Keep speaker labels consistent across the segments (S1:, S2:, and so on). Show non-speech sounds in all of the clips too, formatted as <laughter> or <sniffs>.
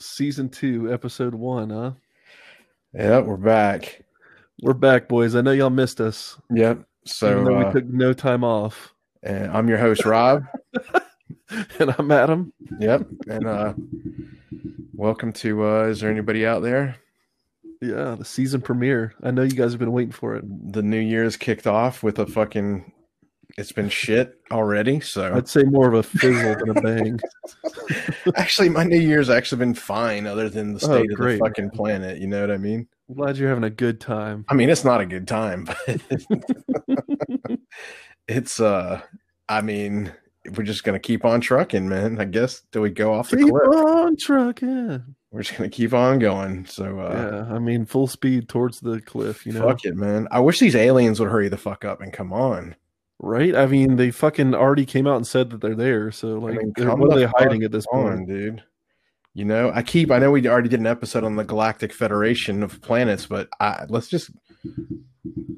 S1: season two, episode one, huh?
S2: Yeah, we're back.
S1: We're back, boys. I know y'all missed us.
S2: Yep.
S1: even
S2: So
S1: though
S2: uh,
S1: we took no time
S2: <laughs>
S1: off.
S2: and I'm your host, Rob.
S1: And I'm Adam.
S2: yep. And uh, welcome to. Uh, is there anybody out there?
S1: Yeah, the season premiere. I know you guys have been waiting for it.
S2: The new year's kicked off with a fucking. It's been shit
S1: <laughs>
S2: already. So
S1: I'd say more of a fizzle than a bang. <laughs>
S2: actually, my new year's actually been fine, other than the
S1: Oh,
S2: state of the
S1: great.
S2: fucking planet. You know what I mean?
S1: Glad you're having a good time.
S2: I mean, it's not a good time, but <laughs> it's. uh I mean, we're just gonna keep on trucking, man. I guess till we go off the
S1: Keep
S2: cliff.
S1: on trucking.
S2: We're just gonna keep on going. So. uh
S1: yeah, I mean, full speed towards the cliff, you know?
S2: Fuck it, man. I wish these aliens would hurry the fuck up and come on.
S1: Right? I mean, they fucking already came out and said that they're there. So, like,
S2: mean,
S1: they're-
S2: come
S1: what are
S2: the
S1: they
S2: fuck
S1: hiding at this
S2: On,
S1: point?
S2: dude. You know, I keep I know we already did an episode on the Galactic Federation of Planets, but I let's just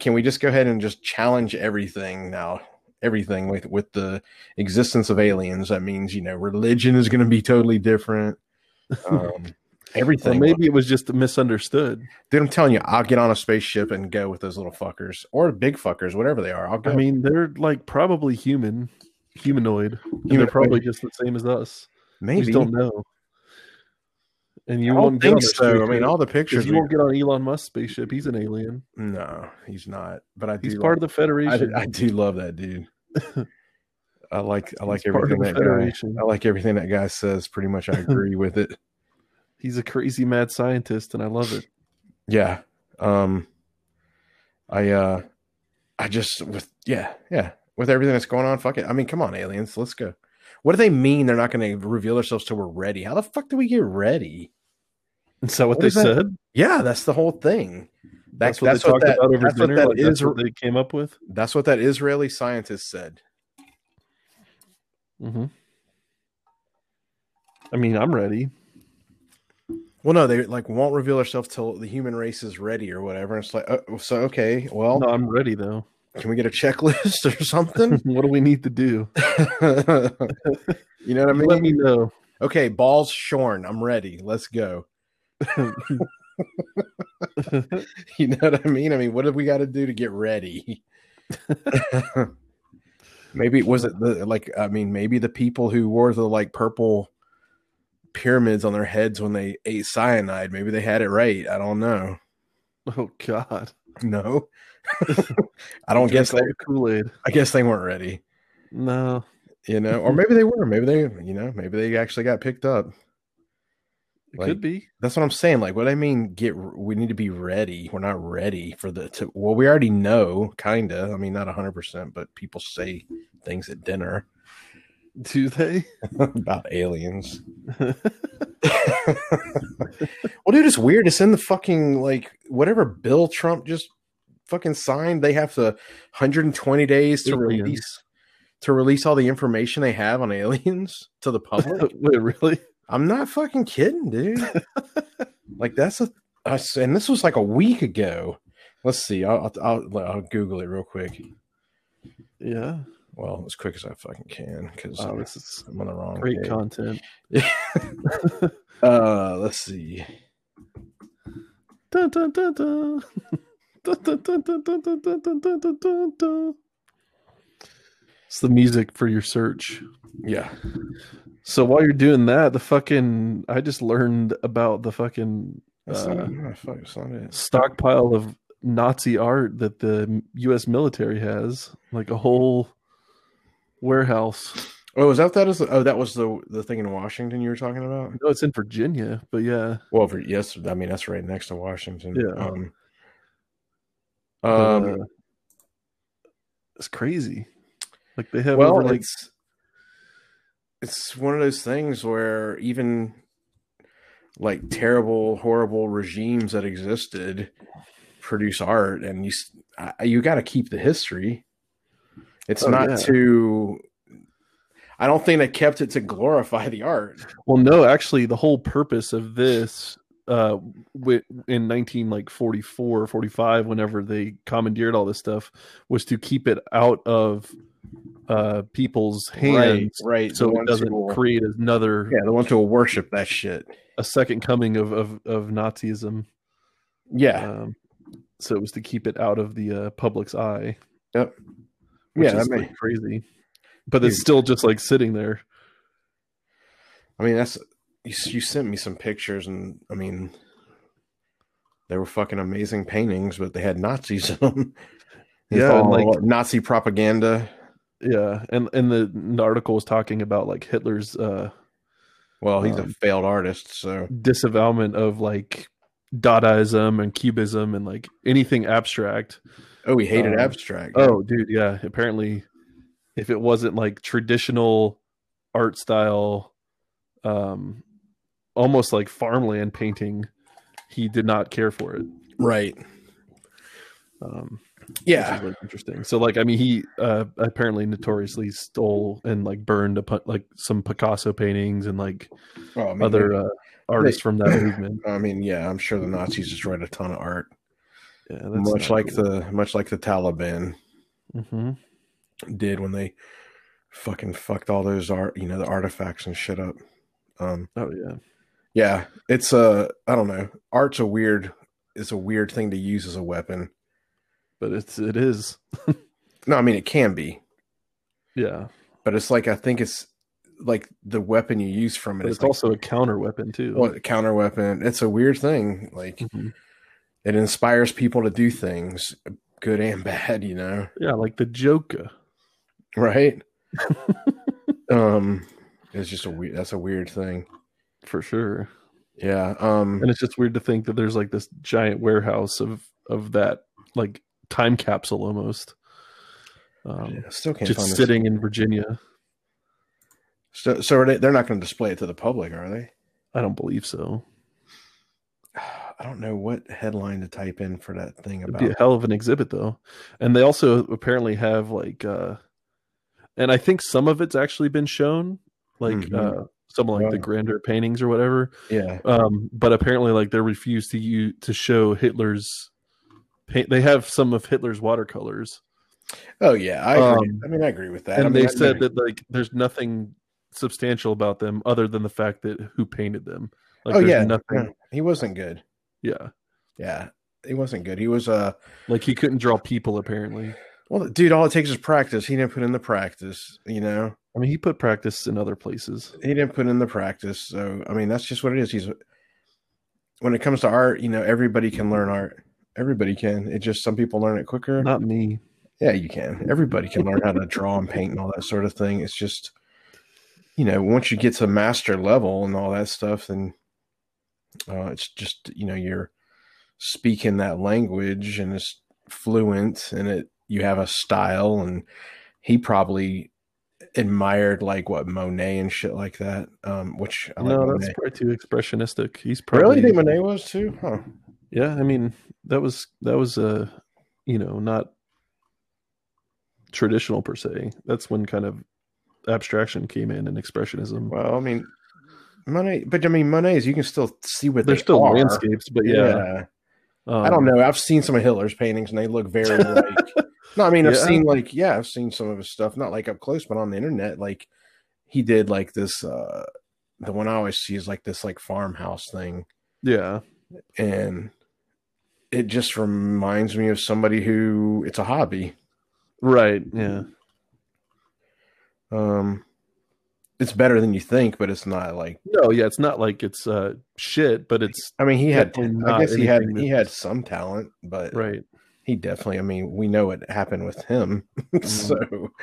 S2: can we just go ahead and just challenge everything now? Everything with with the existence of aliens. That means, you know, religion is gonna be
S1: <laughs>
S2: totally different. Um
S1: Or
S2: everything.
S1: maybe it was just misunderstood.
S2: dude, I'm telling you, I'll get on a spaceship and go with those little fuckers or big fuckers, whatever they are. I'll go.
S1: I mean, they're like probably human, humanoid. And they're
S2: Humanoid.
S1: probably just the same as us. We just
S2: maybe
S1: don't know. And you
S2: I don't
S1: won't get on
S2: think
S1: their
S2: so. I
S1: spaceship,
S2: mean, all the
S1: 'cause
S2: pictures.
S1: you
S2: we-
S1: won't get on Elon Musk's spaceship. He's an alien.
S2: no, he's not. But I do.
S1: He's
S2: love-
S1: part of the Federation.
S2: I, I do love
S1: <laughs>
S2: that dude. I like. I like
S1: He's part of
S2: everything
S1: the
S2: that guy.
S1: Federation.
S2: I like everything that guy says. Pretty much, I agree
S1: <laughs>
S2: with it.
S1: He's a crazy mad scientist, and I love it.
S2: Yeah. Um. I. uh I just with yeah yeah with everything that's going on. Fuck it. I mean, come on, aliens. Let's go. What do they mean? They're not going to reveal themselves till we're ready. How the fuck do we get ready?
S1: Is that what,
S2: What
S1: they
S2: is that?
S1: said?
S2: Yeah, that's the whole thing. That-
S1: that's what they talked
S2: that-
S1: about over
S2: that's what
S1: dinner.
S2: that
S1: like, that's
S2: is-
S1: what they came up with.
S2: That's what that Israeli scientist said.
S1: hmm I mean, I'm ready.
S2: Well, no, they like won't reveal herself till the human race is ready or whatever. And it's like, oh, so okay, well,
S1: No, I'm ready though. <laughs>
S2: can we get a checklist <laughs> or something?
S1: what do we need to do?
S2: you know what I mean?
S1: Let me know.
S2: okay, balls shorn. I'm ready. Let's go. <laughs> You know what I mean? I mean, what have we got to do to get ready? <laughs> maybe was it the like? I mean, maybe the people who wore the like purple pyramids on their heads when they ate cyanide. Maybe they had it right. I don't know.
S1: oh God.
S2: No, <laughs> I don't guess they.
S1: Kool Aid.
S2: I guess they weren't ready,
S1: No,
S2: you know, or maybe they were. Maybe they, you know, maybe they actually got picked up.
S1: it
S2: Like-
S1: could be. <laughs>
S2: That's what I'm saying. Like, what I mean, get we need to be ready. We're not ready for the. To, well, we already know, kinda. I mean, not 100, percent but people say things at dinner
S1: Do they? <laughs>
S2: about aliens. <laughs> Well, dude, it's weird. It's in the fucking like whatever Bill Trump just fucking signed. They have the 120 days to
S1: Aliens.
S2: release to release all the information they have on aliens to
S1: <laughs>
S2: the public.
S1: Wait, really?
S2: I'm not fucking kidding, dude.
S1: <laughs>
S2: like that's a us, and this was like a week ago. Let's see. I'll, I'll I'll I'll Google it real quick.
S1: Yeah.
S2: Well, as quick as I fucking can, because
S1: Wow, Oh, this is
S2: I'm on the wrong.
S1: great
S2: page.
S1: content.
S2: Uh, let's see.
S1: Dun, dun, dun, dun. <laughs> Dun, dun, dun, dun, dun, dun, dun, dun, dun, dun, dun, dun. It's the music for your search.
S2: Yeah.
S1: So while you're doing that, the fucking I just learned about the fucking
S2: That's
S1: Uh,
S2: not, no, fuck, it's not it.
S1: stockpile of Nazi art that the U.S. military has, like a whole warehouse.
S2: Oh, was that that is? Oh, that was the the thing in Washington you were talking about.
S1: No, it's in Virginia, but yeah,
S2: Well, for, yes, I mean that's right next to Washington.
S1: Yeah.
S2: Um.
S1: but,
S2: um,
S1: uh, it's crazy. Like they have
S2: well,
S1: over like
S2: it's it's one of those things where even like terrible, horrible regimes that existed produce art, and you s- I- you got to keep the history. It's
S1: Oh,
S2: not
S1: yeah.
S2: to. I don't think they kept it to glorify the art.
S1: Well, no, actually, the whole purpose of this, uh, wi- in nineteen like forty four or forty five, whenever they commandeered all this stuff, was to keep it out of uh, people's hands,
S2: right, right.
S1: so
S2: the
S1: it
S2: ones
S1: doesn't
S2: who will-
S1: create another
S2: yeah, the ones who will worship that shit.
S1: a second coming of of, of Nazism.
S2: Yeah,
S1: Um, so it was to keep it out of the uh, public's eye.
S2: Yep.
S1: Which
S2: Yeah,
S1: is
S2: that may-
S1: like, crazy. But it's
S2: Dude.
S1: still just like sitting there.
S2: I mean that's you, s- you sent me some pictures, and I mean they were fucking amazing paintings, but they had Nazis in them. <laughs> It's
S1: Yeah, and,
S2: all
S1: like-
S2: Nazi propaganda.
S1: Yeah, and and the, the article was talking about like Hitler's uh,
S2: Well, he's
S1: Um,
S2: a failed artist, so
S1: disavowment of like Dadaism and Cubism and like anything abstract.
S2: oh, he hated
S1: um,
S2: abstract.
S1: Oh, dude, yeah. Apparently, if it wasn't like traditional art style, um, almost like farmland painting, he did not care for it.
S2: right.
S1: Um, which is,
S2: Yeah,
S1: like, interesting. So, like, I mean, he uh, apparently notoriously stole and like burned a, pu- like some Picasso paintings and like
S2: Well, Oh, I mean,
S1: other uh, artists from that
S2: <laughs>
S1: movement.
S2: I mean, yeah, I'm sure the Nazis destroyed a ton of art,
S1: Yeah,
S2: much like the much like the Taliban
S1: hmm
S2: did when they fucking fucked all those art, you know, the artifacts and shit up. Um,
S1: Oh yeah,
S2: Yeah, it's a I don't know. Art's a weird it's a weird thing to use as a weapon.
S1: but it's it is
S2: No, I mean it can be,
S1: yeah.
S2: but it's like I think it's like the weapon you use from it
S1: But
S2: is
S1: it's also a counter weapon too.
S2: like, a counter weapon. It's a weird thing. Like
S1: Mhm.
S2: it inspires people to do things, good and <laughs> bad. You know,
S1: Yeah, like the Joker. <laughs>
S2: right? um, it's just a weird. That's a weird thing.
S1: for sure.
S2: Yeah. Um.
S1: And it's just weird to think that there's like this giant warehouse of of that like time capsule almost, um,
S2: I still can't find
S1: just
S2: this.
S1: sitting in Virginia.
S2: So, so are they, they're not going to display it to the public, are they?
S1: I don't believe so.
S2: <sighs> I don't know what headline to type in for that thing
S1: It'd
S2: about.
S1: be a hell of an exhibit though. And they also apparently have like, uh and I think some of it's actually been shown, like
S2: Mhm.
S1: uh some of like the
S2: Wow.
S1: grander paintings or whatever.
S2: yeah.
S1: um but apparently like they refuse to you to show hitler's paint they have some of hitler's watercolors
S2: Oh yeah, I agree.
S1: Um,
S2: I mean, I agree with that.
S1: and
S2: I mean,
S1: they
S2: I-
S1: said that like there's nothing substantial about them other than the fact that who painted them like
S2: oh
S1: there's
S2: yeah,
S1: nothing
S2: no, he wasn't good.
S1: yeah
S2: Yeah, he wasn't good. He was uh
S1: like he couldn't draw people apparently
S2: well, dude. All it takes is practice. He didn't put in the practice. You know,
S1: i mean he put practice in other places
S2: he didn't put in the practice. So I mean, that's just what it is. He's when it comes to art, you know, everybody can learn art. Everybody can. It just some people learn it quicker.
S1: not me
S2: Yeah, you can. Everybody can learn how to draw and paint and all that sort of thing. It's just, you know, once you get to master level and all that stuff, then uh, it's just, you know, you're speaking that language and it's fluent and it, you have a style. And he probably admired like what Monet and shit like that, um, which I like.
S1: no
S2: Monet.
S1: that's probably too expressionistic he's
S2: Really,
S1: probably
S2: you think Monet was too? Huh.
S1: yeah i mean that was that was uh you know not traditional per se that's when kind of abstraction came in and expressionism
S2: Well, I mean, Monet, but I mean, Monet's, you can still see what
S1: they're
S2: they
S1: still
S2: are.
S1: landscapes but yeah,
S2: yeah.
S1: um,
S2: I don't know. I've seen some of Hitler's paintings and they
S1: <laughs>
S2: look very like. no, I mean, I've
S1: Yeah.
S2: seen like, yeah, I've seen some of his stuff, not like up close, but on the internet. Like, he did like this. uh The one I always see is like this, like farmhouse thing.
S1: yeah
S2: And it just reminds me of somebody who it's a hobby.
S1: right yeah
S2: Um It's better than you think, but it's not like.
S1: no yeah it's not like it's uh shit but it's
S2: I mean, he had,
S1: Definitely
S2: I
S1: not
S2: guess he had,
S1: anything
S2: he
S1: that-
S2: had some talent, but
S1: right
S2: he definitely, I mean, we know what happened with him. <laughs>
S1: Mm-hmm.
S2: so.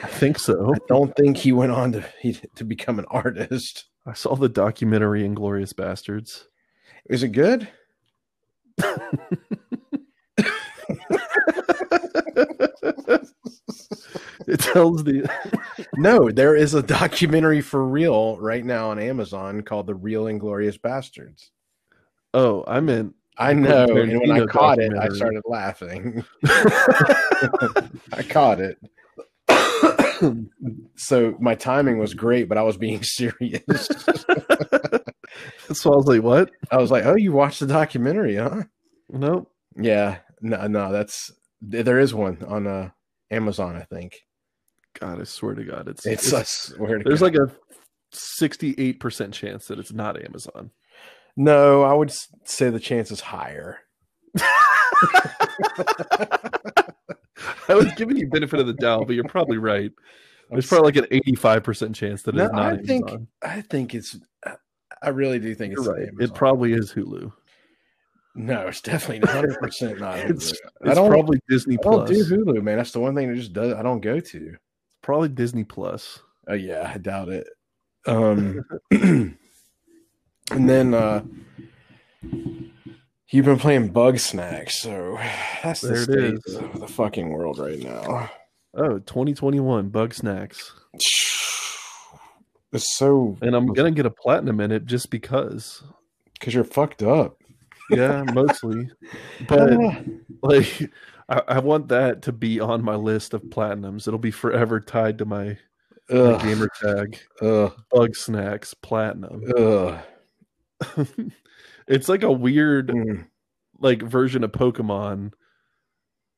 S1: i think so <laughs>
S2: I don't think he went on to he, to become an artist.
S1: i saw the documentary inglorious
S2: <laughs>
S1: bastards
S2: Is it good?
S1: it tells the
S2: No, there is a documentary for real right now on Amazon called "The Real Inglorious Bastards."
S1: oh i meant
S2: <laughs> I
S1: Quentin
S2: know, and when I
S1: Tarantino
S2: caught it, I
S1: documentary.
S2: started laughing. <laughs> I caught it, so my timing was great, but I was being <laughs> serious.
S1: <coughs> so i was like what
S2: I was like, "Oh, you watched the documentary, huh?"
S1: nope
S2: Yeah, no, no, that's there is one on uh, Amazon, I think.
S1: God, I swear to God, it's
S2: It's, I swear to
S1: there's like
S2: God.
S1: a sixty-eight percent chance that it's not Amazon. <laughs>
S2: no, I would s- say the chance is higher.
S1: I was giving you benefit of the doubt, but you're probably right.
S2: I'm
S1: There's probably like an eighty-five percent chance that
S2: No,
S1: it's not
S2: I think-
S1: Amazon.
S2: I think it's. I really do think
S1: You're
S2: it's
S1: right.
S2: Amazon.
S1: It probably is Hulu.
S2: no, it's definitely 100 percent not.
S1: <laughs>
S2: Hulu.
S1: It's, it's
S2: I don't.
S1: probably Disney
S2: I don't
S1: Plus.
S2: do Hulu, man. That's the one thing that just does. I don't go to.
S1: probably Disney Plus.
S2: Oh yeah, I doubt it. Um, <clears throat> and then uh, you've been playing Bug Snack, so that's the
S1: There it
S2: state
S1: is.
S2: of the fucking world right now. <sighs>
S1: Oh, 2021 Bug Snacks.
S2: It's so
S1: And I'm gonna get a platinum in it just because.
S2: because you're fucked up. Ah,
S1: Yeah,
S2: <laughs>
S1: mostly. But like I, I want that to be on my list of platinums. It'll be forever tied to my, my
S2: Ugh,
S1: gamer tag.
S2: ugh,
S1: Bug snacks platinum.
S2: ugh.
S1: <laughs> it's like a weird
S2: Mm.
S1: like version of Pokemon.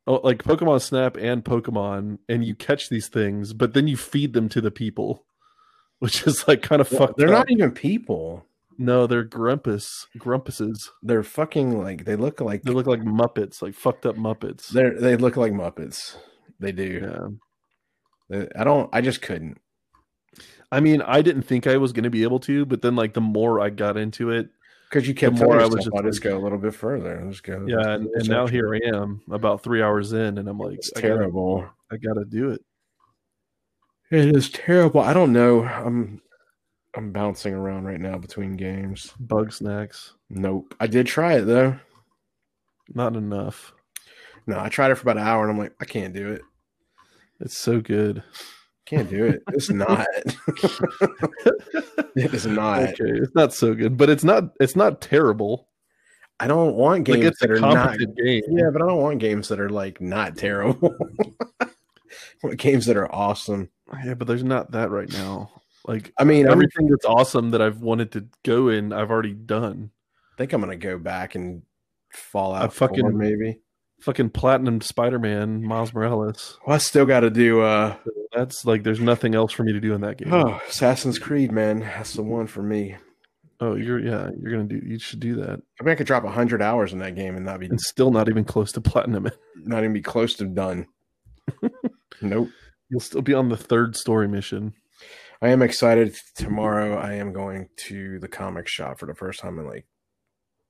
S1: Oh, like Pokemon Snap and Pokemon, and you catch these things, but then you feed them to the people, <laughs> which is like kind of fucked.
S2: They're
S1: up.
S2: not even people.
S1: No, they're grumpus grumpuses.
S2: They're fucking like they look like
S1: They look like Muppets, like fucked up Muppets.
S2: they they look like Muppets. They do.
S1: Yeah.
S2: They- I don't. I just couldn't.
S1: I mean, I didn't think I was going to be able to, but then like the more I got into it,
S2: Because you kept
S1: more
S2: telling
S1: I was
S2: yourself,
S1: just
S2: I'll just
S1: like-
S2: go a little bit further. Let's go.
S1: yeah, and, and now here I am, about three hours in, and I'm like,
S2: It's
S1: I gotta,
S2: terrible.
S1: I gotta do it.
S2: It is terrible. I don't know. I'm I'm bouncing around right now between games.
S1: Bug snacks,
S2: Nope. I did try it though.
S1: not enough.
S2: No, I tried it for about an hour and I'm like, I can't do it.
S1: It's so good.
S2: Can't do it. It's not. <laughs>
S1: <laughs>
S2: it is not.
S1: Okay, it's not so good, but it's not. It's not terrible.
S2: I don't want
S1: Like
S2: games
S1: it's
S2: that
S1: a
S2: are not
S1: competent game.
S2: Yeah, but I don't want games that are like not terrible. <laughs> I want games that are awesome.
S1: yeah, but there's not that right now. Like
S2: I mean, I'm-
S1: everything that's awesome that I've wanted to go in, I've already done.
S2: I think I'm gonna go back and fall
S1: I
S2: out.
S1: fucking-
S2: maybe.
S1: Fucking platinum Spider-Man, Miles Morales.
S2: Well, I still got to do uh
S1: That's like there's nothing else for me to do in that game.
S2: oh Assassin's Creed, man. That's the one for me.
S1: Oh, you're yeah, you're gonna do. You should do that.
S2: I mean, I could drop hundred hours in that game and <laughs> not be
S1: And still not even close to <laughs> platinum.
S2: not even be close to done. <laughs> nope.
S1: You'll still be on the third story mission.
S2: I am excited. Tomorrow, I am going to the comic shop for the first time in like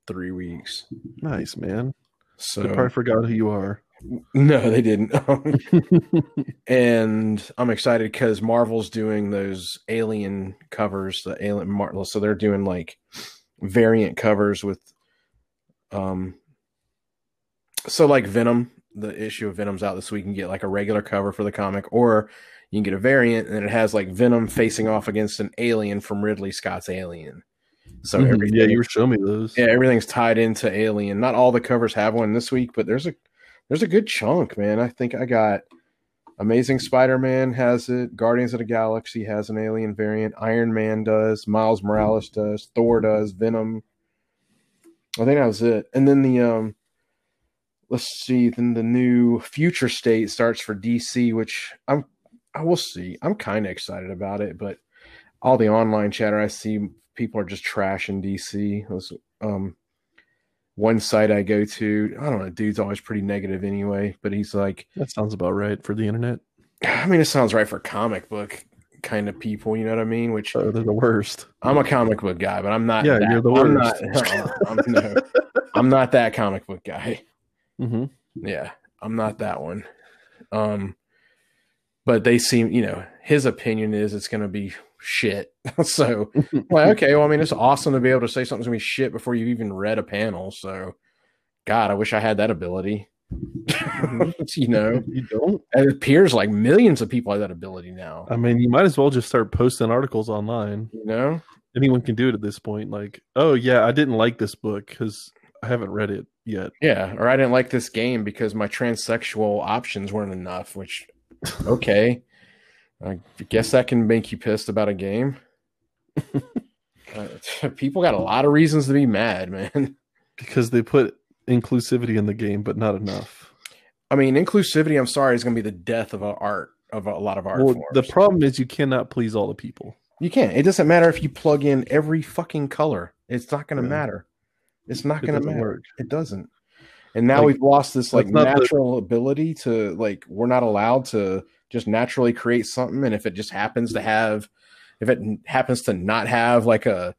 S2: three weeks.
S1: Nice man.
S2: So
S1: I probably forgot who you are.
S2: <laughs> no, they didn't. <laughs> Oh, and I'm excited because Marvel's doing those alien covers, the alien Marvel. So they're doing like variant covers with, um, so like Venom, the issue of Venom's out this week. You can get like a regular cover for the comic, or you can get a variant, and it has like Venom facing off against an alien from Ridley Scott's Alien. So
S1: Mhm. <laughs>
S2: everything
S1: yeah, you were showing me those.
S2: yeah, everything's tied into Alien. Not all the covers have one this week, but there's a there's a good chunk, man. I think I got Amazing Spider-Man has it, Guardians of the Galaxy has an Alien variant, Iron Man does, Miles Morales does, Thor does, Venom. I think that was it. And then the um let's see, then the new Future State starts for DC, which I'm I will see. I'm kind of excited about it, but all the online chatter I see people are just trashing DC. It was um one site I go to, I don't know, dude's always pretty negative anyway, but he's like,
S1: That sounds about right for the internet.
S2: I mean, it sounds right for comic book kind of people, you know what I mean? Which
S1: Oh, they're the worst.
S2: I'm a comic book guy, but I'm not.
S1: Yeah,
S2: that-
S1: you're the
S2: I'm
S1: worst.
S2: not, <laughs> I'm, no, I'm not that comic book guy.
S1: <laughs> hmm
S2: Yeah, I'm not that one. Um, but they seem, you know, his opinion is it's going to be shit. <laughs> so, I'm like, okay, well, I mean, it's awesome to be able to say something's going to be shit before you've even read a panel. So, God, I wish I had that ability. <laughs> you know,
S1: You don't.
S2: it appears like millions of people have that ability now.
S1: I mean, you might as well just start posting articles online.
S2: You know,
S1: Anyone can do it at this point. Like, oh yeah, I didn't like this book because I haven't read it yet.
S2: yeah. Or I didn't like this game because my transsexual options weren't enough. Which, okay, I guess that can make you pissed about a game. Uh, <laughs> people got a lot of reasons to be mad, man.
S1: because they put inclusivity in the game, but not enough.
S2: I mean, inclusivity. I'm sorry, is going to be the death of our art. of a lot of art
S1: Well,
S2: forms.
S1: the problem is you cannot please all the people.
S2: you can't. It doesn't matter if you plug in every fucking color. It's not going to
S1: Yeah.
S2: matter. It's not
S1: It
S2: going to
S1: doesn't
S2: matter.
S1: work.
S2: It doesn't. And now
S1: Like,
S2: we've lost this like
S1: that's not the-
S2: natural ability to like we're not allowed to just naturally create something. And if it just happens to have, if it n- happens to not have like a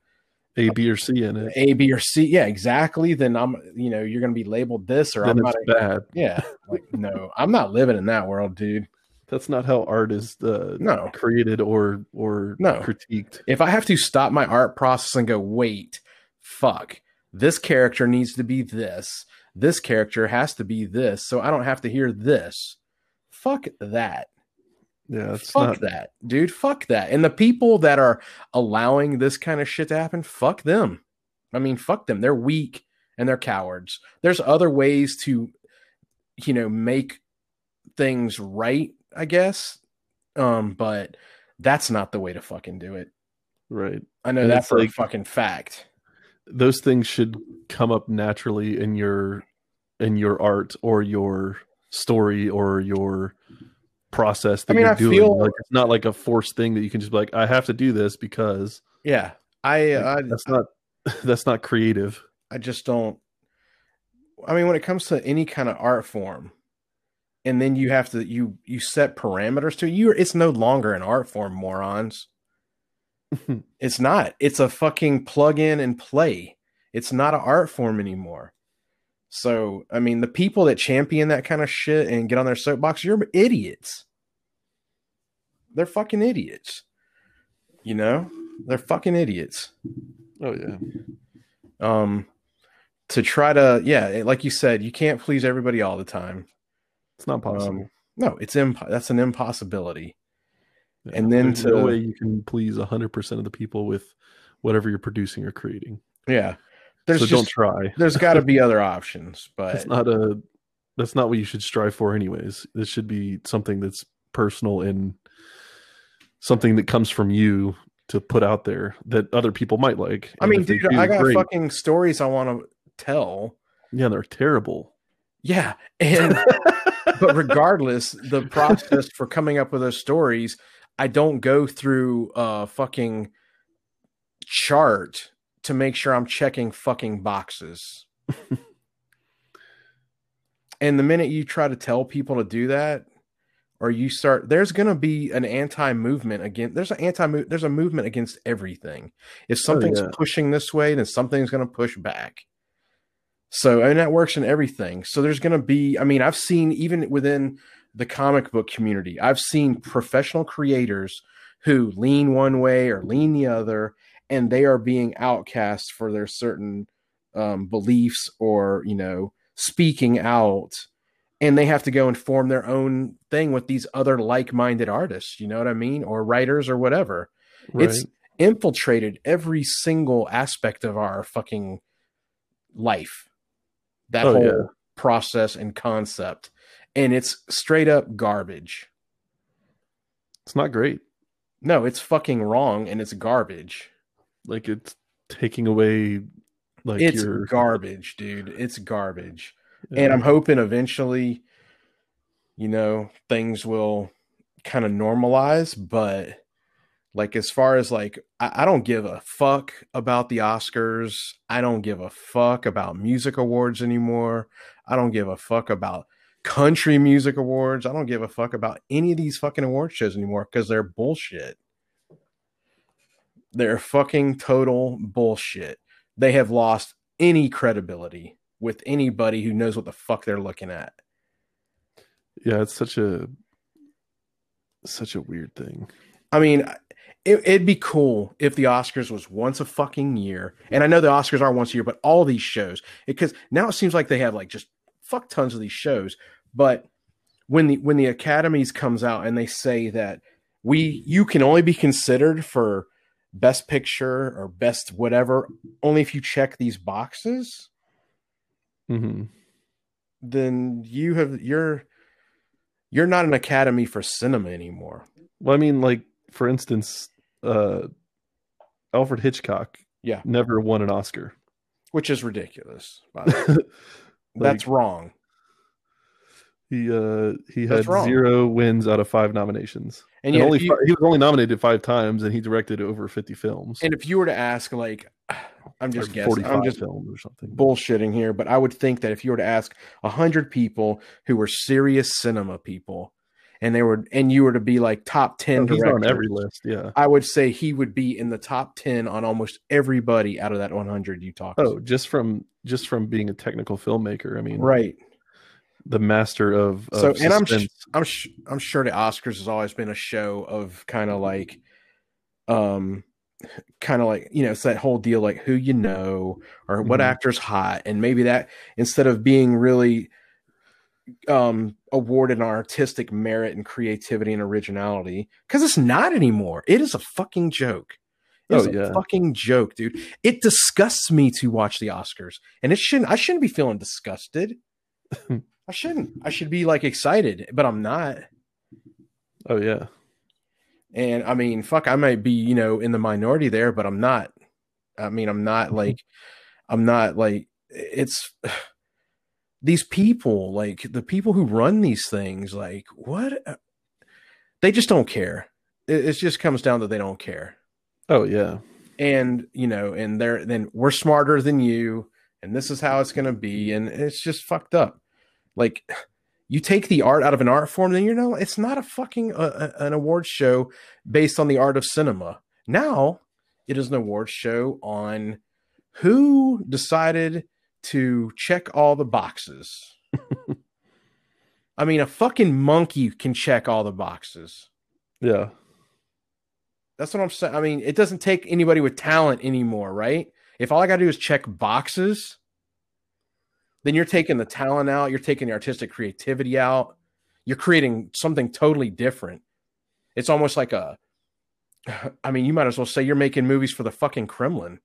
S1: A, B, or C in it.
S2: A, B, or C, yeah, exactly. Then I'm, you know, you're going to be labeled this or I'm
S1: Then
S2: not.
S1: it's bad.
S2: yeah, like no, I'm not living in that world, dude.
S1: That's not how art is uh,
S2: No,
S1: created or or
S2: No.
S1: critiqued.
S2: if I have to stop my art process and go, wait, fuck, this character needs to be this. This character has to be this, so I don't have to hear this. Fuck that.
S1: Yeah, it's not.
S2: fuck that, dude. Fuck that. And the people that are allowing this kind of shit to happen, fuck them. I mean, fuck them. They're weak and they're cowards. There's other ways to, you know, make things right, I guess. Um, but that's not the way to fucking do it.
S1: Right.
S2: I know
S1: And
S2: that
S1: it's
S2: for a
S1: like-
S2: fucking fact.
S1: Those things should come up naturally in your in your art or your story or your process that
S2: I mean,
S1: you're
S2: I
S1: doing.
S2: feel-
S1: Like it's not like a forced thing that you can just be like, I have to do this because
S2: Yeah. I, uh, I
S1: that's not <laughs> that's not creative.
S2: I just don't. I mean, when it comes to any kind of art form, and then you have to you you set parameters to it, you. It's no longer an art form, morons. it's not. It's a fucking plug in and play. It's not an art form anymore. So, I mean, the people that champion that kind of shit and get on their soapbox, you're idiots. They're fucking idiots. You know, they're fucking idiots
S1: Oh yeah.
S2: um to try to yeah it- like you said you can't please everybody all the time
S1: It's not possible.
S2: Um, no it's imp- that's an impossibility
S1: Yeah.
S2: and then
S1: There's no
S2: to-
S1: way you can please 100% of the people with whatever you're producing or creating.
S2: yeah there's
S1: so don't
S2: just
S1: try.
S2: there's got to be
S1: <laughs>
S2: other options but
S1: That's not a that's not what you should strive for anyways. This should be something that's personal and something that comes from you to put out there that other people might like.
S2: i
S1: And
S2: mean
S1: if they
S2: dude
S1: do,
S2: i got
S1: great.
S2: fucking stories i want to tell
S1: Yeah, they're terrible.
S2: yeah and but regardless the process for coming up with those stories i don't go through a fucking chart to make sure i'm checking fucking boxes and the minute you try to tell people to do that or you start there's going to be an anti-movement again there's an anti there's a movement against everything if something's
S1: yeah.
S2: pushing this way then something's going to push back so and that works in everything so there's going to be i mean i've seen even within the comic book community i've seen professional creators who lean one way or lean the other and they are being outcast for their certain um, beliefs or you know speaking out and they have to go and form their own thing with these other like-minded artists you know what i mean or writers or whatever
S1: Right?
S2: it's infiltrated every single aspect of our fucking life that
S1: Oh,
S2: whole
S1: yeah.
S2: process and concept and it's straight up garbage
S1: it's not great.
S2: no it's fucking wrong and it's garbage
S1: Like it's taking away like
S2: it's
S1: your
S2: garbage dude it's garbage
S1: yeah.
S2: and I'm hoping eventually, you know, things will kind of normalize. But like, as far as like, I, I don't give a fuck about the Oscars. I don't give a fuck about music awards anymore. I don't give a fuck about country music awards. I don't give a fuck about any of these fucking award shows anymore because they're bullshit. They're fucking total bullshit. They have lost any credibility with anybody who knows what the fuck they're looking at.
S1: yeah, it's such a such a weird thing.
S2: I mean, it, it'd be cool if the Oscars was once a fucking year. And I know the Oscars are once a year, but all these shows, because now it seems like they have like just fuck tons of these shows. But when the when the academies comes out and they say that we you can only be considered for best picture or best whatever only if you check these boxes
S1: hmm
S2: then you have you're you're not an academy for cinema anymore
S1: Well, I mean, like for instance, uh, Alfred Hitchcock,
S2: Yeah.
S1: never won an Oscar. <laughs>
S2: Uh-huh. which is ridiculous. By the way.
S1: Like,
S2: That's wrong.
S1: He uh he
S2: That's
S1: had
S2: wrong.
S1: zero wins out of five nominations. And,
S2: And, yet,
S1: only
S2: if you,
S1: fi- he was only nominated five times, and he directed over fifty films.
S2: and if you were to ask, like, <sighs> I'm just
S1: or
S2: guessing. I'm just
S1: films or something.
S2: bullshitting here, but I would think that if you were to ask a hundred people who were serious cinema people, and they were, and you were to be like top ten,
S1: No, Oh, he's on
S2: directors,
S1: every list. Yeah.
S2: I would say he would be in the top ten on almost everybody out of that 100 you talked.
S1: Oh, just from just from being a technical filmmaker. I mean,
S2: right.
S1: the master of, of
S2: So, and I'm sh-
S1: suspense.
S2: I'm sh- I'm sure the Oscars has always been a show of kind of like, um, kind of like you know it's that whole deal like who you know or what
S1: Mhm.
S2: actor's hot and maybe that instead of being really um awarded on artistic merit and creativity and originality because it's not anymore it is a fucking joke it's
S1: Oh, yeah.
S2: a fucking joke dude it disgusts me to watch the oscars and it shouldn't i shouldn't be
S1: <laughs>
S2: feeling disgusted i shouldn't i should be like excited but i'm not
S1: Oh yeah.
S2: and I mean, fuck, I might be, you know, in the minority there, but I'm not. I mean, I'm not like, I'm not like, it's <sighs> these people, like the people who run these things, like, what? They just don't care. It, it just comes down to they don't care.
S1: Oh yeah.
S2: And, you know, and they're, then we're smarter than you, and this is how it's going to be. And it's just fucked up. Like, <sighs> you take the art out of an art form, then you know it's not a fucking uh, an award show based on the art of cinema. Now it is an award show on who decided to check all the boxes. I mean, a fucking monkey can check all the boxes.
S1: Yeah.
S2: That's what I'm saying. I mean, it doesn't take anybody with talent anymore, right? If all I got to do is check boxes, then you're taking the talent out, you're taking the artistic creativity out, you're creating something totally different. It's almost like a, <sighs> I mean, you might as well say you're making movies for the fucking Kremlin.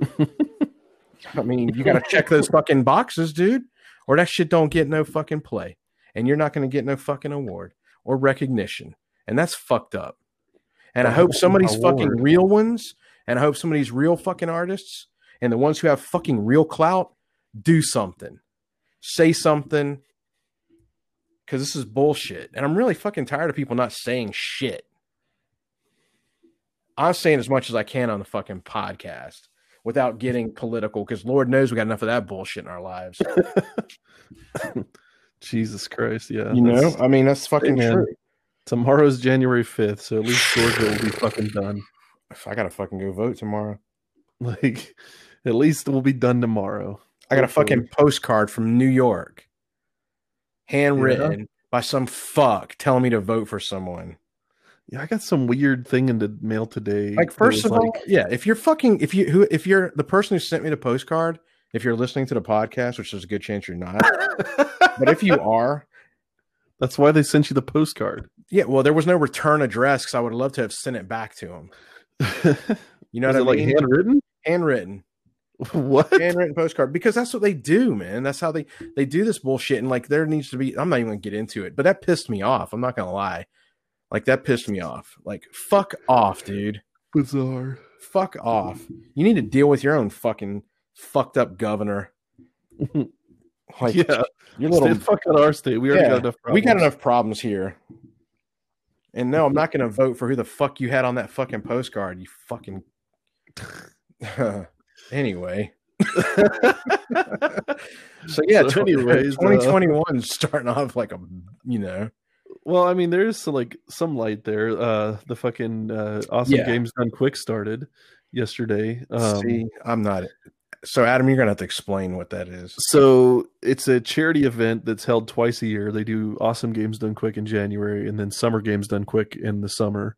S2: I mean, you got to check those fucking boxes, dude, or that shit don't get no fucking play, and you're not going to get no fucking award or recognition, and that's fucked up. And I hope some of these fucking
S1: Award.
S2: real ones, and I hope some of these real fucking artists, and the ones who have fucking real clout, do something, say something, because this is bullshit. And I'm really fucking tired of people not saying shit. I'm saying as much as I can on the fucking podcast without getting political, because Lord knows we got enough of that bullshit in our lives.
S1: Jesus Christ. Yeah.
S2: <laughs> you know,
S1: That's-
S2: I mean, that's fucking
S1: man.
S2: true.
S1: Tomorrow's January fifth, so at least Georgia will be fucking done. <laughs>
S2: I gotta fucking go vote tomorrow.
S1: Like, at least we'll be done tomorrow.
S2: I got a
S1: Hopefully.
S2: fucking postcard from New York, handwritten by some fuck telling me to vote for someone.
S1: Yeah, I got some weird thing in the mail today.
S2: Like,
S1: that
S2: first
S1: was
S2: of all, yeah, if you're fucking, if you who, if you're the person who sent me the postcard, if you're listening to the podcast, which there's a good chance you're not, but if you are,
S1: <laughs> that's why they sent you the postcard. <laughs>
S2: Yeah, well, there was no return address because I would love to have sent it back to him.
S1: Is
S2: You know
S1: it
S2: what I
S1: like
S2: mean?
S1: handwritten? <laughs>
S2: handwritten,
S1: What?
S2: handwritten postcard because that's what they do, man. That's how they they do this bullshit. And like, there needs to be. I'm not even gonna get into it, but that pissed me off. I'm not gonna lie. Like that pissed me off. Like fuck off, dude.
S1: Bizarre.
S2: Fuck off. You need to deal with your own fucking fucked up governor. Like
S1: yeah,
S2: your little
S1: Stay the fuck out of our state. We already
S2: Yeah,
S1: got enough. Problems.
S2: We got enough problems here. And no, I'm not going to vote for who the fuck you had on that fucking postcard. You fucking. <laughs>
S1: <laughs>
S2: anyway. so yeah,
S1: So
S2: tw-
S1: anyways, uh,
S2: 2021 is starting off like a, you know,
S1: Well, I mean, there is some, like some light there. Uh, the fucking uh, awesome
S2: Yeah.
S1: games done quick started yesterday. Um,
S2: see, I'm not. So Adam, you're going to have to explain what that is.
S1: So it's a charity event that's held twice a year. They do awesome games done quick in January, and then summer games done quick in the summer.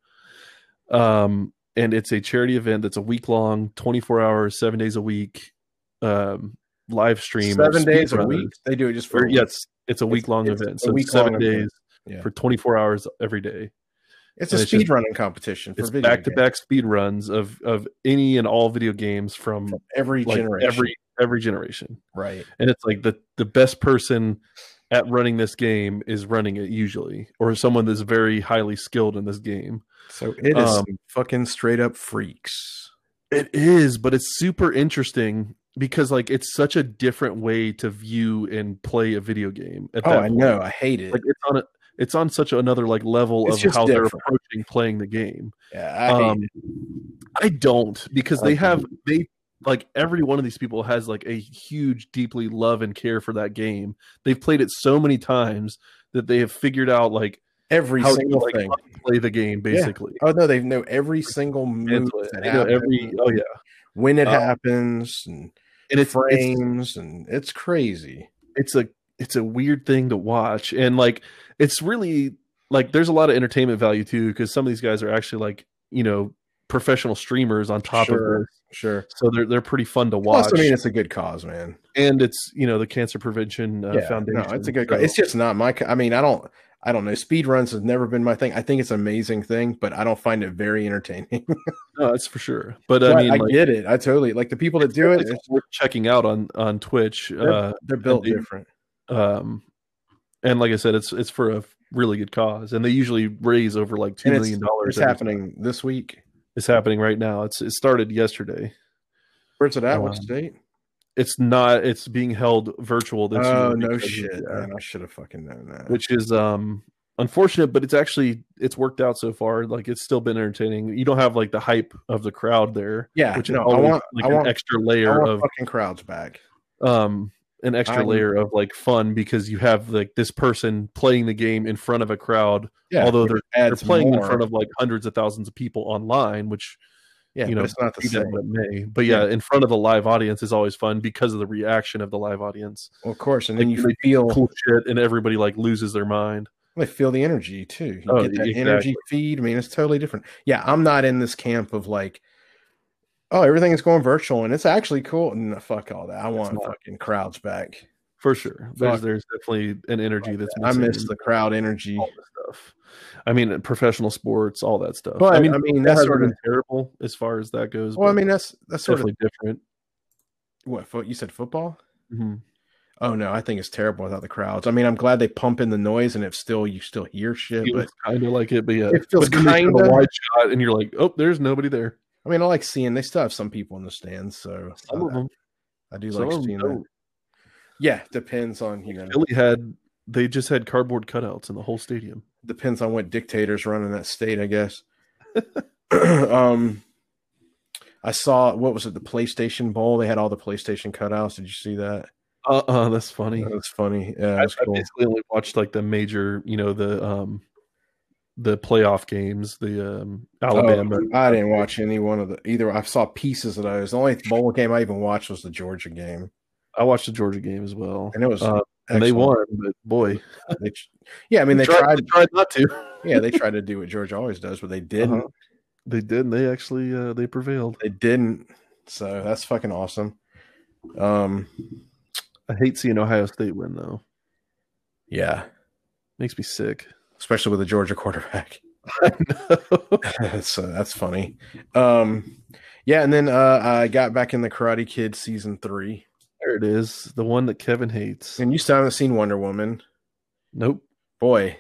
S1: Um, and it's a charity event that's a week long, twenty four hours, seven days a week, um, live stream. of
S2: Seven days a
S1: speedrunners.
S2: week. They do it just for,
S1: Or, yeah, it's, it's a
S2: It's-
S1: week long
S2: it's
S1: event.
S2: a
S1: So it's seven
S2: week-long event.
S1: days
S2: Yeah.
S1: for twenty four hours every day.
S2: it's a
S1: and it's just-
S2: speed running competition for
S1: It's
S2: video
S1: back to
S2: games.
S1: back speed runs of of any and all video games from
S2: every
S1: like
S2: generation.
S1: every every generation
S2: right.
S1: and it's like the the best person at running this game is running it usually or someone that's very highly skilled in this game
S2: So it is
S1: Um,
S2: some fucking straight up freaks.
S1: it is but it's super interesting because like it's such a different way to view and play a video game. At
S2: Oh,
S1: that
S2: I
S1: point.
S2: know. I hate it.
S1: Like it's on a, it's on such another like level
S2: It's
S1: of
S2: just
S1: how they're
S2: different.
S1: approaching playing the game.
S2: yeah, I
S1: um,
S2: hate it.
S1: I don't because they
S2: Okay.
S1: have they like every one of these people has like a huge deeply love and care for that game. They've played it so many times that they have figured out like
S2: every
S1: how to
S2: single
S1: like,
S2: thing.
S1: play the game basically.
S2: Oh no, they know every single move
S1: Mentally.
S2: that
S1: They know
S2: happens,
S1: every oh yeah.
S2: when it
S1: Oh.
S2: happens, and,
S1: And it's, it's
S2: frames, and it's crazy.
S1: it's a it's a weird thing to watch and like it's really like there's a lot of entertainment value too because some of these guys are actually like you know professional streamers on top of
S2: Sure.
S1: this
S2: Sure.
S1: so they're they're pretty fun to watch
S2: Plus, I mean, it's a good cause, man.
S1: and it's you know the cancer prevention uh,
S2: yeah,
S1: foundation
S2: no, it's a good.
S1: so-
S2: cause. It's just not my. ki- I mean, I don't. I don't know. Speed runs has never been my thing. I think it's an amazing thing, but I don't find it very entertaining.
S1: no, that's for sure but
S2: <laughs> But
S1: i mean like,
S2: get it. I totally like the people that do it.
S1: it's
S2: It's,
S1: worth checking out on on twitch
S2: they're,
S1: uh
S2: they're built
S1: they-
S2: different.
S1: um and like i said it's it's for a really good cause and they usually raise over like two
S2: And it's-
S1: million dollars
S2: It's
S1: every-
S2: happening this week.
S1: it's happening right now it's it started yesterday
S2: Where's it at? What
S1: Um,
S2: state?
S1: it's not it's being held virtual this
S2: Oh
S1: year
S2: no,
S1: because of-
S2: shit,
S1: yeah,
S2: man! I should have fucking known that.
S1: which is um unfortunate but it's actually it's worked out so far like it's still been entertaining you don't have like the hype of the crowd there
S2: yeah,
S1: which
S2: no,
S1: is
S2: I
S1: always,
S2: want,
S1: like
S2: I
S1: an
S2: want,
S1: extra
S2: I
S1: layer
S2: want
S1: of
S2: fucking crowds back.
S1: um an extra
S2: I'm-
S1: layer of like fun because you have like this person playing the game in front of a crowd
S2: Yeah,
S1: although
S2: which
S1: they're they're
S2: adds
S1: playing in
S2: more.
S1: front of like hundreds of thousands of people online which
S2: yeah,
S1: you
S2: but
S1: know,
S2: it's not the
S1: do that
S2: same.
S1: what may but yeah, in front of the live audience is always fun because of the reaction of the live audience
S2: Well, of course, and then
S1: Like,
S2: you
S1: they do
S2: feel
S1: cool shit and everybody like loses their mind
S2: I feel the energy too. You
S1: Oh,
S2: get that
S1: exactly.
S2: energy feed. I mean, it's totally different. Yeah, I'm not in this camp of like, oh, everything is going virtual and it's actually cool. No, fuck all that. I want
S1: not.
S2: fucking crowds back.
S1: for sure. There's
S2: Fuck.
S1: there's definitely an energy that's
S2: I
S1: missing.
S2: miss the crowd energy.
S1: all the stuff. I mean, professional sports, all that stuff.
S2: But
S1: I mean,
S2: I mean,
S1: that
S2: that's
S1: has
S2: sort of
S1: been terrible as far as that goes.
S2: well, I
S1: but
S2: mean, that's that's sort
S1: definitely different.
S2: of what fo- you said football.
S1: Mhm.
S2: Oh no, I think it's terrible without the crowds. I mean, I'm glad they pump in the noise and if still you still hear shit,
S1: It
S2: but
S1: was kind of like it, but yeah,
S2: it feels
S1: But then they show the
S2: kinda-
S1: wide shot, and you're like, oh, there's nobody there.
S2: I mean, I like seeing they still have some people in the stands, so
S1: Some of
S2: I,
S1: them,
S2: I do
S1: some
S2: like
S1: of them
S2: seeing
S1: don't.
S2: that. Yeah, depends on you know.
S1: Philly had they just had cardboard cutouts in the whole stadium.
S2: depends on what dictators running that state,
S1: <laughs>
S2: I guess. <clears throat> um, I saw what was it, the PlayStation Bowl? They had all the PlayStation cutouts. Did you see that?
S1: Uh, uh that's funny.
S2: That was Uh-uh, funny. Yeah,
S1: I,
S2: that was
S1: I
S2: cool.
S1: basically only watched like the major, you know, the um, the playoff games, the um, Alabama.
S2: Oh, I didn't watch any one of the either. I saw pieces of those. The only bowl game I even watched was the Georgia game,
S1: I watched the Georgia game as well.
S2: and it was.
S1: Uh, and they
S2: excellent.
S1: won, but boy,
S2: They tr- yeah, I mean they tried.
S1: not to.
S2: Yeah, they tried to do what Georgia always does, but they didn't.
S1: Uh-huh. They did. and They actually uh, they prevailed.
S2: They didn't. So that's fucking awesome. Um,
S1: I hate seeing Ohio State win though.
S2: yeah,
S1: Makes me sick.
S2: especially with a Georgia quarterback. <laughs>
S1: I <laughs> know.
S2: so that's funny. Um, yeah, and then uh, I got back in the Karate Kid season three,
S1: there it is, the one that Kevin hates.
S2: and you still haven't seen Wonder Woman.
S1: Nope,
S2: Boy,